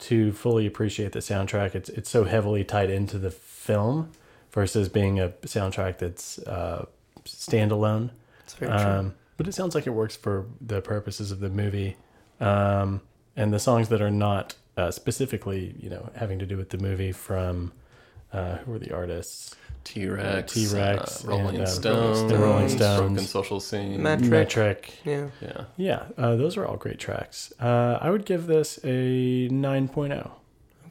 [SPEAKER 1] to fully appreciate the soundtrack, it's it's so heavily tied into the film versus being a soundtrack that's uh, standalone. It's
[SPEAKER 2] very
[SPEAKER 1] true. Um, But it sounds like it works for the purposes of the movie, um, and the songs that are not uh, specifically, you know, having to do with the movie from. Uh, who are the artists?
[SPEAKER 3] T Rex,
[SPEAKER 1] T Rex,
[SPEAKER 3] uh, Rolling Stones,
[SPEAKER 1] the Rolling
[SPEAKER 3] Broken
[SPEAKER 1] Stones,
[SPEAKER 3] Social Scene.
[SPEAKER 2] Metric.
[SPEAKER 1] Metric.
[SPEAKER 2] Yeah.
[SPEAKER 3] Yeah,
[SPEAKER 1] Yeah, uh, those are all great tracks. Uh, I would give this a oh. 9.0.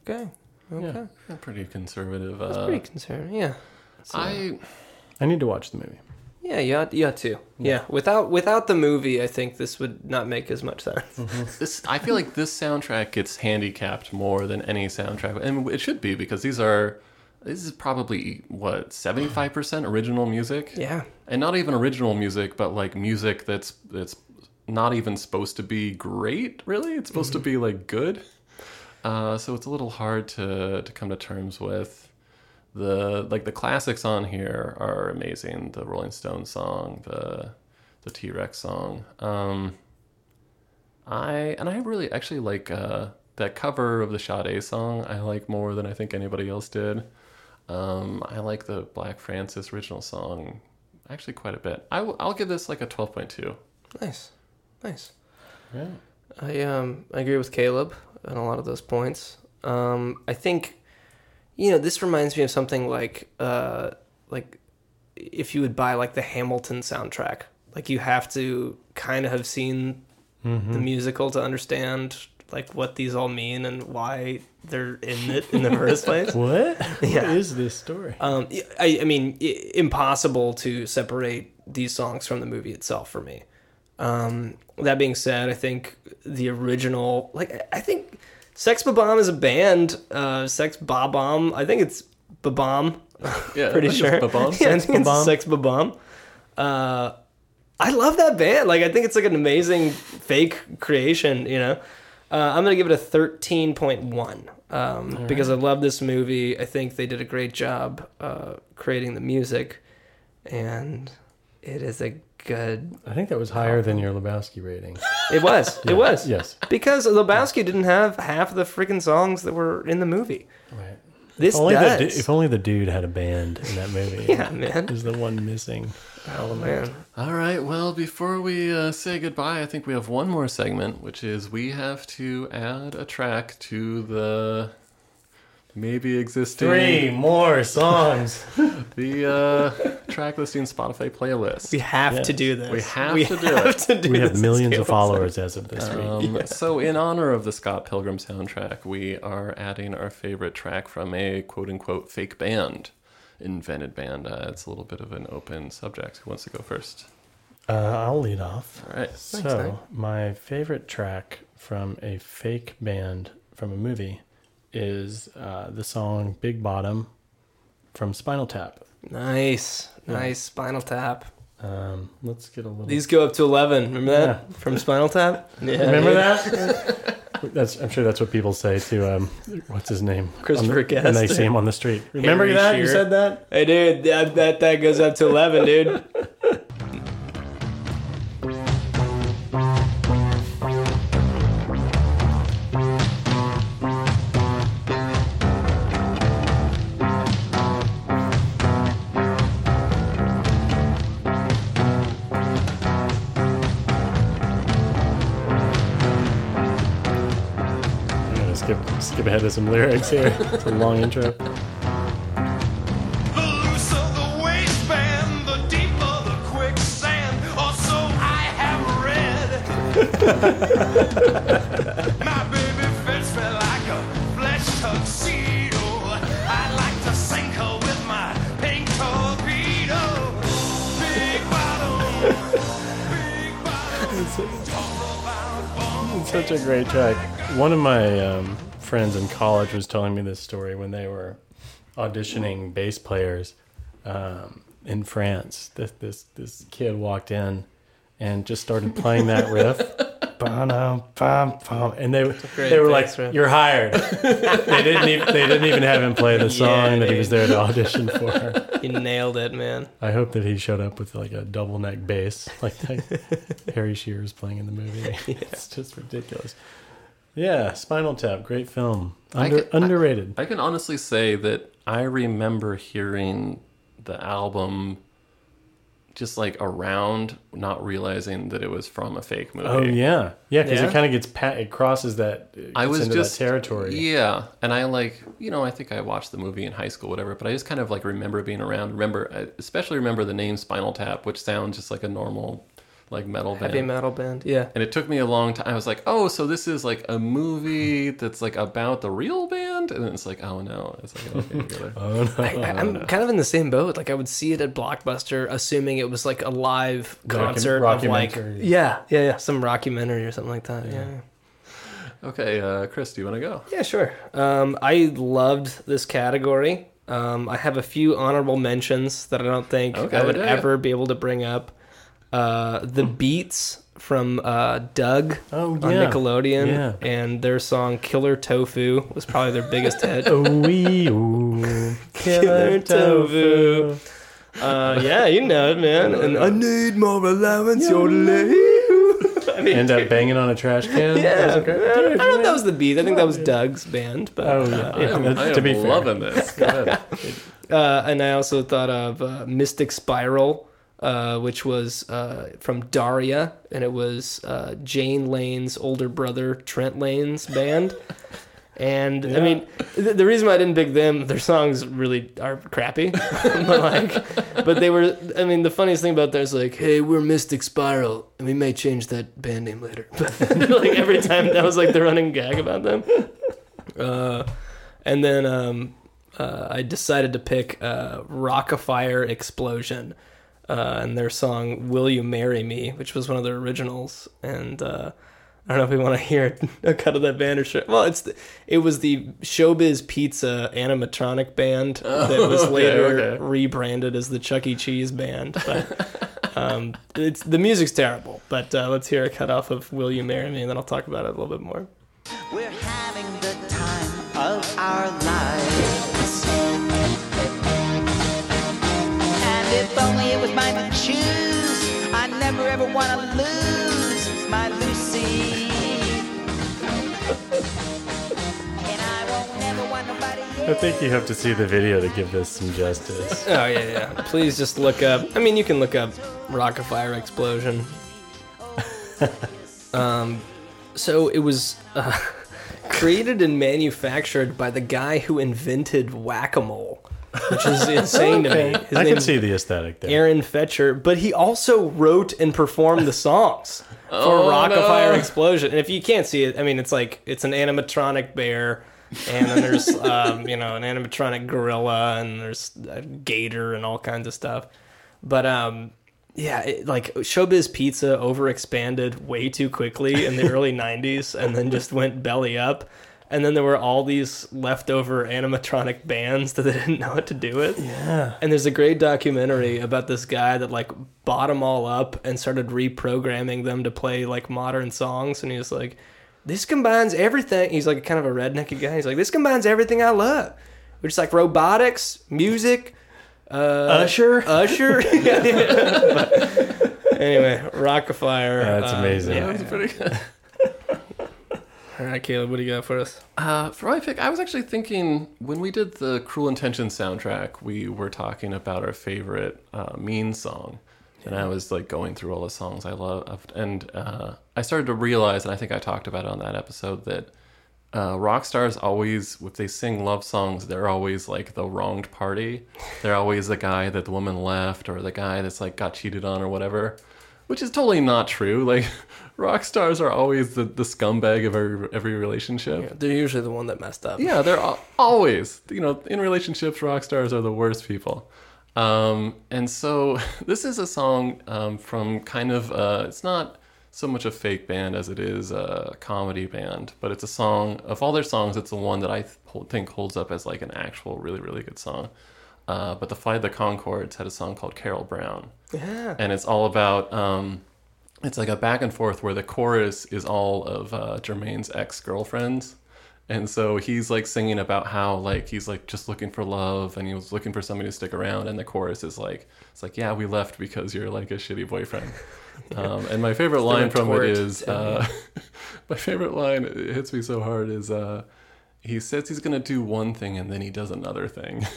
[SPEAKER 2] Okay. Okay.
[SPEAKER 3] they're pretty conservative.
[SPEAKER 2] That's
[SPEAKER 3] uh,
[SPEAKER 2] pretty conservative. Yeah.
[SPEAKER 3] I
[SPEAKER 1] I need to watch the movie.
[SPEAKER 2] Yeah. You ought, you ought to. Yeah. Without without the movie, I think this would not make as much sense.
[SPEAKER 3] this I feel like this soundtrack gets handicapped more than any soundtrack, and it should be because these are this is probably what seventy five percent original music.
[SPEAKER 2] Yeah.
[SPEAKER 3] and not even original music, but like music that's that's not even supposed to be great. Really, it's supposed to be like good. Uh, so it's a little hard to to come to terms with the like the classics on here are amazing. The Rolling Stones song, the the T Rex song. Um, I and I really actually like uh, that cover of the Sade song. I like more than I think anybody else did. Um, I like the Black Francis original song actually quite a bit. I w- I'll give this like a twelve point two.
[SPEAKER 2] Nice. Nice.
[SPEAKER 1] Yeah.
[SPEAKER 2] I um I agree with Caleb on a lot of those points. Um, I think, you know, this reminds me of something like uh like if you would buy like the Hamilton soundtrack, like you have to kind of have seen the musical to understand like what these all mean and why they're in it in the <laughs> first place.
[SPEAKER 1] What?
[SPEAKER 2] Yeah.
[SPEAKER 1] What is this story?
[SPEAKER 2] Um, I, I mean, i- impossible to separate these songs from the movie itself for me. Um, that being said, I think the original, like, I- I think Sex Babam is a band. Uh, Sex Babam, I think it's Babam. pretty
[SPEAKER 3] Yeah, I think it's
[SPEAKER 2] sure. <laughs>
[SPEAKER 3] Babam.
[SPEAKER 2] Yeah, I
[SPEAKER 3] Sex
[SPEAKER 2] think it's
[SPEAKER 1] Babam.
[SPEAKER 2] Sex Babam. Uh, I love that band. Like, I think it's like an amazing fake creation. You know, uh, I'm gonna give it a 13.1 um, because I love this movie. I think they did a great job uh, creating the music, and it is a good.
[SPEAKER 1] I think that was higher than your Lebowski rating.
[SPEAKER 2] It was. It
[SPEAKER 1] <laughs>
[SPEAKER 2] was.
[SPEAKER 1] Yes.
[SPEAKER 2] Because Lebowski didn't have half of the freaking songs that were in the movie.
[SPEAKER 1] Right.
[SPEAKER 2] This
[SPEAKER 1] If only, the,
[SPEAKER 2] does.
[SPEAKER 1] du- if only the dude had a band in that <laughs> movie.
[SPEAKER 2] <laughs> Yeah, man. Oh,
[SPEAKER 1] Is the one missing element.
[SPEAKER 2] Man,
[SPEAKER 3] All right. Well, before we uh, say goodbye, I think we have one more segment, which is we have to add a track to the maybe existing
[SPEAKER 1] Three more songs.
[SPEAKER 3] the uh, track listing Spotify
[SPEAKER 2] <laughs>
[SPEAKER 3] playlist.
[SPEAKER 2] we have to
[SPEAKER 1] Yes.
[SPEAKER 2] do this.
[SPEAKER 3] We have to do
[SPEAKER 2] have
[SPEAKER 3] it.
[SPEAKER 2] to do <laughs>
[SPEAKER 1] we have
[SPEAKER 2] this. Uh,
[SPEAKER 1] millions of followers as of this week.
[SPEAKER 3] Um, So, in honor of the Scott Pilgrim soundtrack, we are adding our favorite track from a quote unquote fake band, invented band. Uh, it's a little bit of an open subject. Who wants to go first?
[SPEAKER 1] Uh, I'll lead off.
[SPEAKER 3] All right.
[SPEAKER 1] So, my favorite track from a fake band from a movie is uh, the song Big Bottom from Spinal Tap.
[SPEAKER 2] Nice, nice. Spinal Tap.
[SPEAKER 1] Um, let's get a little.
[SPEAKER 2] These go up to 11. Remember that from Spinal Tap? Yeah.
[SPEAKER 1] Remember
[SPEAKER 2] <laughs>
[SPEAKER 1] that? <laughs> that's, I'm sure that's what people say to um, what's his name?
[SPEAKER 2] Christopher
[SPEAKER 1] on the, When they
[SPEAKER 2] Guest.
[SPEAKER 1] see him on the street. Remember
[SPEAKER 2] Harry
[SPEAKER 1] that? You
[SPEAKER 2] Shearer.
[SPEAKER 1] said that?
[SPEAKER 2] Hey, dude, that, that that goes up to 11, dude.
[SPEAKER 1] skip skip ahead to some lyrics here. It's a long intro.
[SPEAKER 10] waistband, the deeper the quicksand, or so I have read. My baby fits me like a flesh tuxedo. I'd like to sink her with my pink torpedo. Big bottom.
[SPEAKER 1] It's such a great track. One of my um, friends in college was telling me this story when they were auditioning bass players um, in France. This, this this kid walked in and just started playing that <laughs> riff. Ba-dum, bum, bum. And they
[SPEAKER 2] great
[SPEAKER 1] they were
[SPEAKER 2] bass
[SPEAKER 1] like,
[SPEAKER 2] riff.
[SPEAKER 1] "You're hired." they didn't even, they didn't even have him
[SPEAKER 2] <laughs>
[SPEAKER 1] play the song that he was there to audition for.
[SPEAKER 2] You nailed it, man.
[SPEAKER 1] I hope that he showed up with like a double neck bass, like that
[SPEAKER 2] <laughs>
[SPEAKER 1] Harry Shearer's playing in the movie. It's just ridiculous. Yeah, Spinal Tap, great film.
[SPEAKER 3] I
[SPEAKER 1] Under,
[SPEAKER 3] can- I-
[SPEAKER 1] underrated.
[SPEAKER 3] I can honestly say that I remember hearing the album just like around, not realizing that it was from a fake movie.
[SPEAKER 1] Oh yeah, yeah, because
[SPEAKER 2] Yeah?
[SPEAKER 1] it kind of gets pat. It crosses that. it
[SPEAKER 3] I
[SPEAKER 1] gets
[SPEAKER 3] was
[SPEAKER 1] into
[SPEAKER 3] just
[SPEAKER 1] that territory.
[SPEAKER 3] Yeah, and I like you know I think I watched the movie in high school, whatever. But I just kind of like remember being around. Remember, I especially remember the name Spinal Tap, which sounds just like a normal like metal band.
[SPEAKER 2] Heavy metal band.
[SPEAKER 1] <laughs>
[SPEAKER 2] Yeah.
[SPEAKER 3] And it took me a long time. I was like, oh, so this is like
[SPEAKER 1] <laughs>
[SPEAKER 3] a movie that's like about the real band, and then it's like, oh no, it's like okay, we gotta-
[SPEAKER 1] <laughs> Oh no.
[SPEAKER 2] I, I- I'm kind of in the same boat. Like I would see it at Blockbuster, assuming it was like a live
[SPEAKER 1] Docu-
[SPEAKER 2] concert of like,
[SPEAKER 1] rockumentary.
[SPEAKER 2] yeah, yeah, yeah, some rockumentary or something like that. Yeah, yeah.
[SPEAKER 3] okay, uh, Chris, do you want to go?
[SPEAKER 2] Yeah, sure. Um, I loved this category. Um, I have a few honorable mentions that I don't think
[SPEAKER 3] Okay,
[SPEAKER 2] I would
[SPEAKER 3] yeah, yeah.
[SPEAKER 2] ever be able to bring up. Uh, the beats from uh, Doug
[SPEAKER 1] Oh,
[SPEAKER 2] on
[SPEAKER 1] yeah.
[SPEAKER 2] Nickelodeon
[SPEAKER 1] Yeah.
[SPEAKER 2] and their song "Killer Tofu" was probably their biggest hit.
[SPEAKER 1] Oh,
[SPEAKER 3] <laughs>
[SPEAKER 1] wee, ooh,
[SPEAKER 2] Killer tofu. Uh, yeah, you know it, man. And I need more allowance, yodelay. <laughs> I mean,
[SPEAKER 1] End up banging on a trash can.
[SPEAKER 2] yeah, I don't know if that was the beat. I think that was Doug's band. But
[SPEAKER 1] Oh yeah,
[SPEAKER 2] uh,
[SPEAKER 1] yeah,
[SPEAKER 3] I am,
[SPEAKER 1] that's-
[SPEAKER 3] I
[SPEAKER 1] <laughs>
[SPEAKER 3] am
[SPEAKER 1] to be fair.
[SPEAKER 3] loving this. Go ahead.
[SPEAKER 2] uh, and I also thought of uh, Mystic Spiral, uh, which was uh, from Daria, and it was uh, Jane Lane's older brother Trent Lane's band. And I mean, th- the reason why I didn't pick them, their songs really are crappy. <laughs> but like, but they were. I mean, the funniest thing about theirs, like, hey, we're Mystic Spiral, and we may change that band name later. <laughs> But like every time, that was like the running gag about them. Uh, and then um, uh, I decided to pick uh, Rockafire Explosion uh, and their song "Will You Marry Me," which was one of their originals. And uh, I don't know if we want to hear <laughs> a cut of that band or sure. Well, it's the, it was the Showbiz Pizza animatronic
[SPEAKER 3] <laughs>
[SPEAKER 2] band that was later
[SPEAKER 3] Oh, okay.
[SPEAKER 2] rebranded as the Chuck E. Cheese band. But <laughs> um, it's the music's terrible. But uh, let's hear a cut off of "Will You Marry Me," and then I'll talk about it a little bit more.
[SPEAKER 5] We're having the time of our lives. And if only it was mine to choose, I never ever want to lose my Lucy. and I won't never want nobody else.
[SPEAKER 1] I think you have to see the video to give this some justice.
[SPEAKER 2] Oh yeah, yeah. Please just look up. I mean, you can look up Rockafire Explosion.
[SPEAKER 1] <laughs>
[SPEAKER 2] um, so it was uh, created and manufactured by the guy who invented Whack-A-Mole,
[SPEAKER 1] <laughs>
[SPEAKER 2] which is insane to me. His
[SPEAKER 1] I can
[SPEAKER 2] name's
[SPEAKER 1] see the aesthetic there.
[SPEAKER 2] Aaron Fetcher, but he also wrote and performed the songs for Rockafire Explosion. And if you can't see it, I mean, it's like it's an animatronic bear, and then there's um, you know an animatronic gorilla, and there's a gator and all kinds of stuff. But um, yeah, it, like Showbiz Pizza overexpanded way too quickly in the early '90s, and then just went belly up. And then there were all these leftover animatronic bands that they didn't know what to do with. Yeah. And there's a great documentary about this guy that like bought them all up and started reprogramming them to play like modern songs. And he was like, "This combines everything." He's like kind of a redneck guy. He's like, "This combines everything I love, which is like robotics, music, uh,
[SPEAKER 1] Usher?
[SPEAKER 2] <laughs> Usher." Yeah, yeah. But anyway, Rockafire.
[SPEAKER 1] Yeah, that's
[SPEAKER 2] um,
[SPEAKER 1] amazing.
[SPEAKER 2] yeah.
[SPEAKER 3] That was
[SPEAKER 1] <laughs>
[SPEAKER 3] pretty good.
[SPEAKER 2] All right, Caleb, what do you got for us?
[SPEAKER 3] Uh, for my pick, I was actually thinking when we did the Cruel Intentions soundtrack, we were talking about our favorite uh, mean song. And I was like going through all the songs I love. And uh, I started to realize, and I think I talked about it on that episode, that uh, rock stars always, if they sing love songs, they're always like the wronged party. They're always the guy that the woman left or the guy that's like got cheated on or whatever, which is totally not true. Like, <laughs> rock stars are always the, the scumbag of every, every relationship.
[SPEAKER 2] They're usually the one that messed up.
[SPEAKER 3] Yeah, they're al- always, you know, in relationships, rock stars are the worst people. Um, and so <laughs> this is a song um, from kind of, uh, it's not so much a fake band as it is a comedy band, but it's a song, of all their songs, it's the one that I th- hol- think holds up as like an actual really, really good song. Uh, but the Flight of the Concords had a song called Carol Brown.
[SPEAKER 2] Yeah.
[SPEAKER 3] And it's all about, um, it's like a back and forth where the chorus is all of uh, Jermaine's ex girlfriends. And so he's like singing about how like he's like just looking for love and he was looking for somebody to stick around and the chorus is like it's like yeah we left because you're like a shitty boyfriend. um, and my favorite
[SPEAKER 2] It's the
[SPEAKER 3] line from it
[SPEAKER 2] retort
[SPEAKER 3] is
[SPEAKER 2] to-
[SPEAKER 3] uh, <laughs> my favorite line it hits me so hard is uh, he says he's gonna do one thing and then he does another thing. <laughs>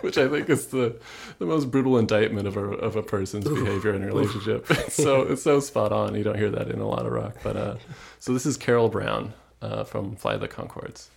[SPEAKER 3] Which I think is the, the most brutal indictment of a, of a person's behavior in a relationship. so it's so spot on. You don't hear that in a lot of rock. But uh, so this is Carol Brown uh, from Fly the Concords.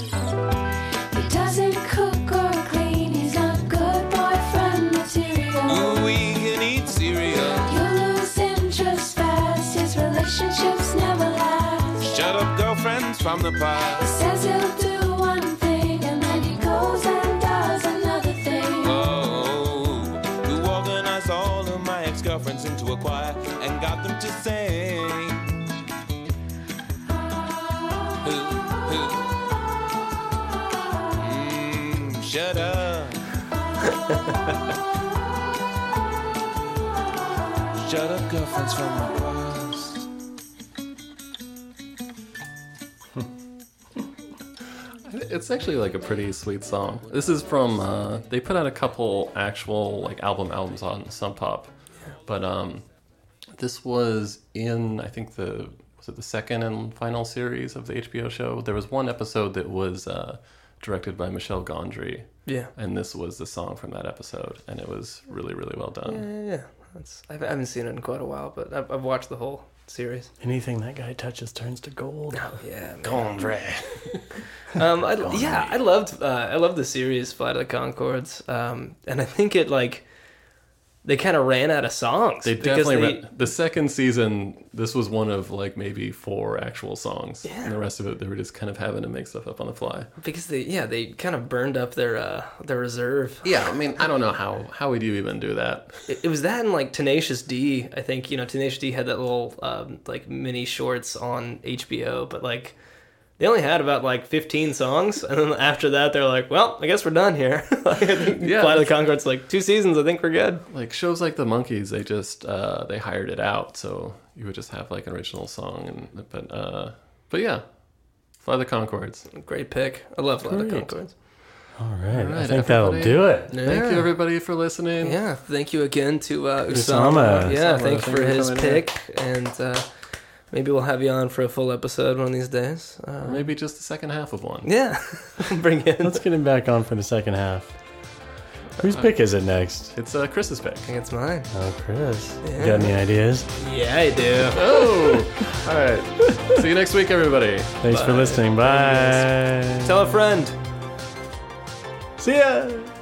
[SPEAKER 8] He doesn't cook or clean. He's not good boyfriend material.
[SPEAKER 6] You're weak and eat cereal.
[SPEAKER 8] You lose interest fast. His relationships never last.
[SPEAKER 6] Shut up, girlfriends from the
[SPEAKER 8] He
[SPEAKER 6] past.
[SPEAKER 8] says he'll do one thing and then he goes and does another thing.
[SPEAKER 6] Oh, you organized all of my ex girlfriends into a choir and got them to sing. Who, who? Mm, shut up. Shut up, girlfriends from the past.
[SPEAKER 3] It's actually like a pretty sweet song. This is from uh, they put out a couple actual like album albums on Sub Pop, but um, this was in I think the was it the second and final series of the HBO show. There was one episode that was uh, directed by Michelle Gondry.
[SPEAKER 2] Yeah.
[SPEAKER 3] and this was the song from that episode, and it was really really well
[SPEAKER 2] Yeah,
[SPEAKER 3] done.
[SPEAKER 2] yeah, yeah. That's, I haven't seen it in quite a while, but I've, I've watched the whole series.
[SPEAKER 1] Anything that guy touches turns to gold.
[SPEAKER 2] Yeah, man.
[SPEAKER 1] Gondry.
[SPEAKER 2] <laughs> um, I, yeah, I loved uh, I loved the series Flight of the Concords, um, and I think it like they kind of ran out of songs.
[SPEAKER 3] They
[SPEAKER 2] because
[SPEAKER 3] definitely re- the second season. This was one of like maybe four actual songs, and the rest of it they were just kind of having to make stuff up on the fly.
[SPEAKER 2] because they yeah they kind of burned up their uh, their reserve.
[SPEAKER 3] Yeah, I mean, I don't know how how would you even do that?
[SPEAKER 2] It, it was that and like Tenacious D. I think you know Tenacious D had that little um, like mini shorts on HBO, but like they only had about like 15 songs, and then after that they're like, well, I guess we're done here. <laughs> like, I think
[SPEAKER 3] Yeah,
[SPEAKER 2] Flight of the Concords like two seasons. I think we're good.
[SPEAKER 3] Like shows like The Monkeys, they just uh, they hired it out, so you would just have like an original song, and but uh, but yeah, Fly the Concords.
[SPEAKER 2] Great pick. I love Flight of the
[SPEAKER 3] Great.
[SPEAKER 2] Concords.
[SPEAKER 1] All right,
[SPEAKER 3] All
[SPEAKER 1] I
[SPEAKER 3] right,
[SPEAKER 1] think that'll
[SPEAKER 3] everybody.
[SPEAKER 1] do it.
[SPEAKER 3] Thank you, everybody, for listening.
[SPEAKER 2] Yeah, thank you again to uh, Usama.
[SPEAKER 1] Usama.
[SPEAKER 2] Yeah,
[SPEAKER 3] Usama,
[SPEAKER 2] thanks
[SPEAKER 3] thank
[SPEAKER 2] for
[SPEAKER 3] you for
[SPEAKER 2] his
[SPEAKER 3] coming
[SPEAKER 2] pick, and uh, maybe we'll have you on for a full episode one of these days.
[SPEAKER 3] Or
[SPEAKER 2] Uh,
[SPEAKER 3] maybe just the second half of one.
[SPEAKER 2] yeah, <laughs> bring in.
[SPEAKER 1] Let's get him back on for the second half. Whose pick is it next?
[SPEAKER 3] It's uh, Chris's pick.
[SPEAKER 2] I think it's mine.
[SPEAKER 1] Oh, Chris. You
[SPEAKER 2] Yeah.
[SPEAKER 1] got any ideas?
[SPEAKER 2] Yeah, I do.
[SPEAKER 3] Oh, all right. See you next week, everybody.
[SPEAKER 1] Thanks for listening. Bye.
[SPEAKER 2] Tell a friend.
[SPEAKER 1] See ya.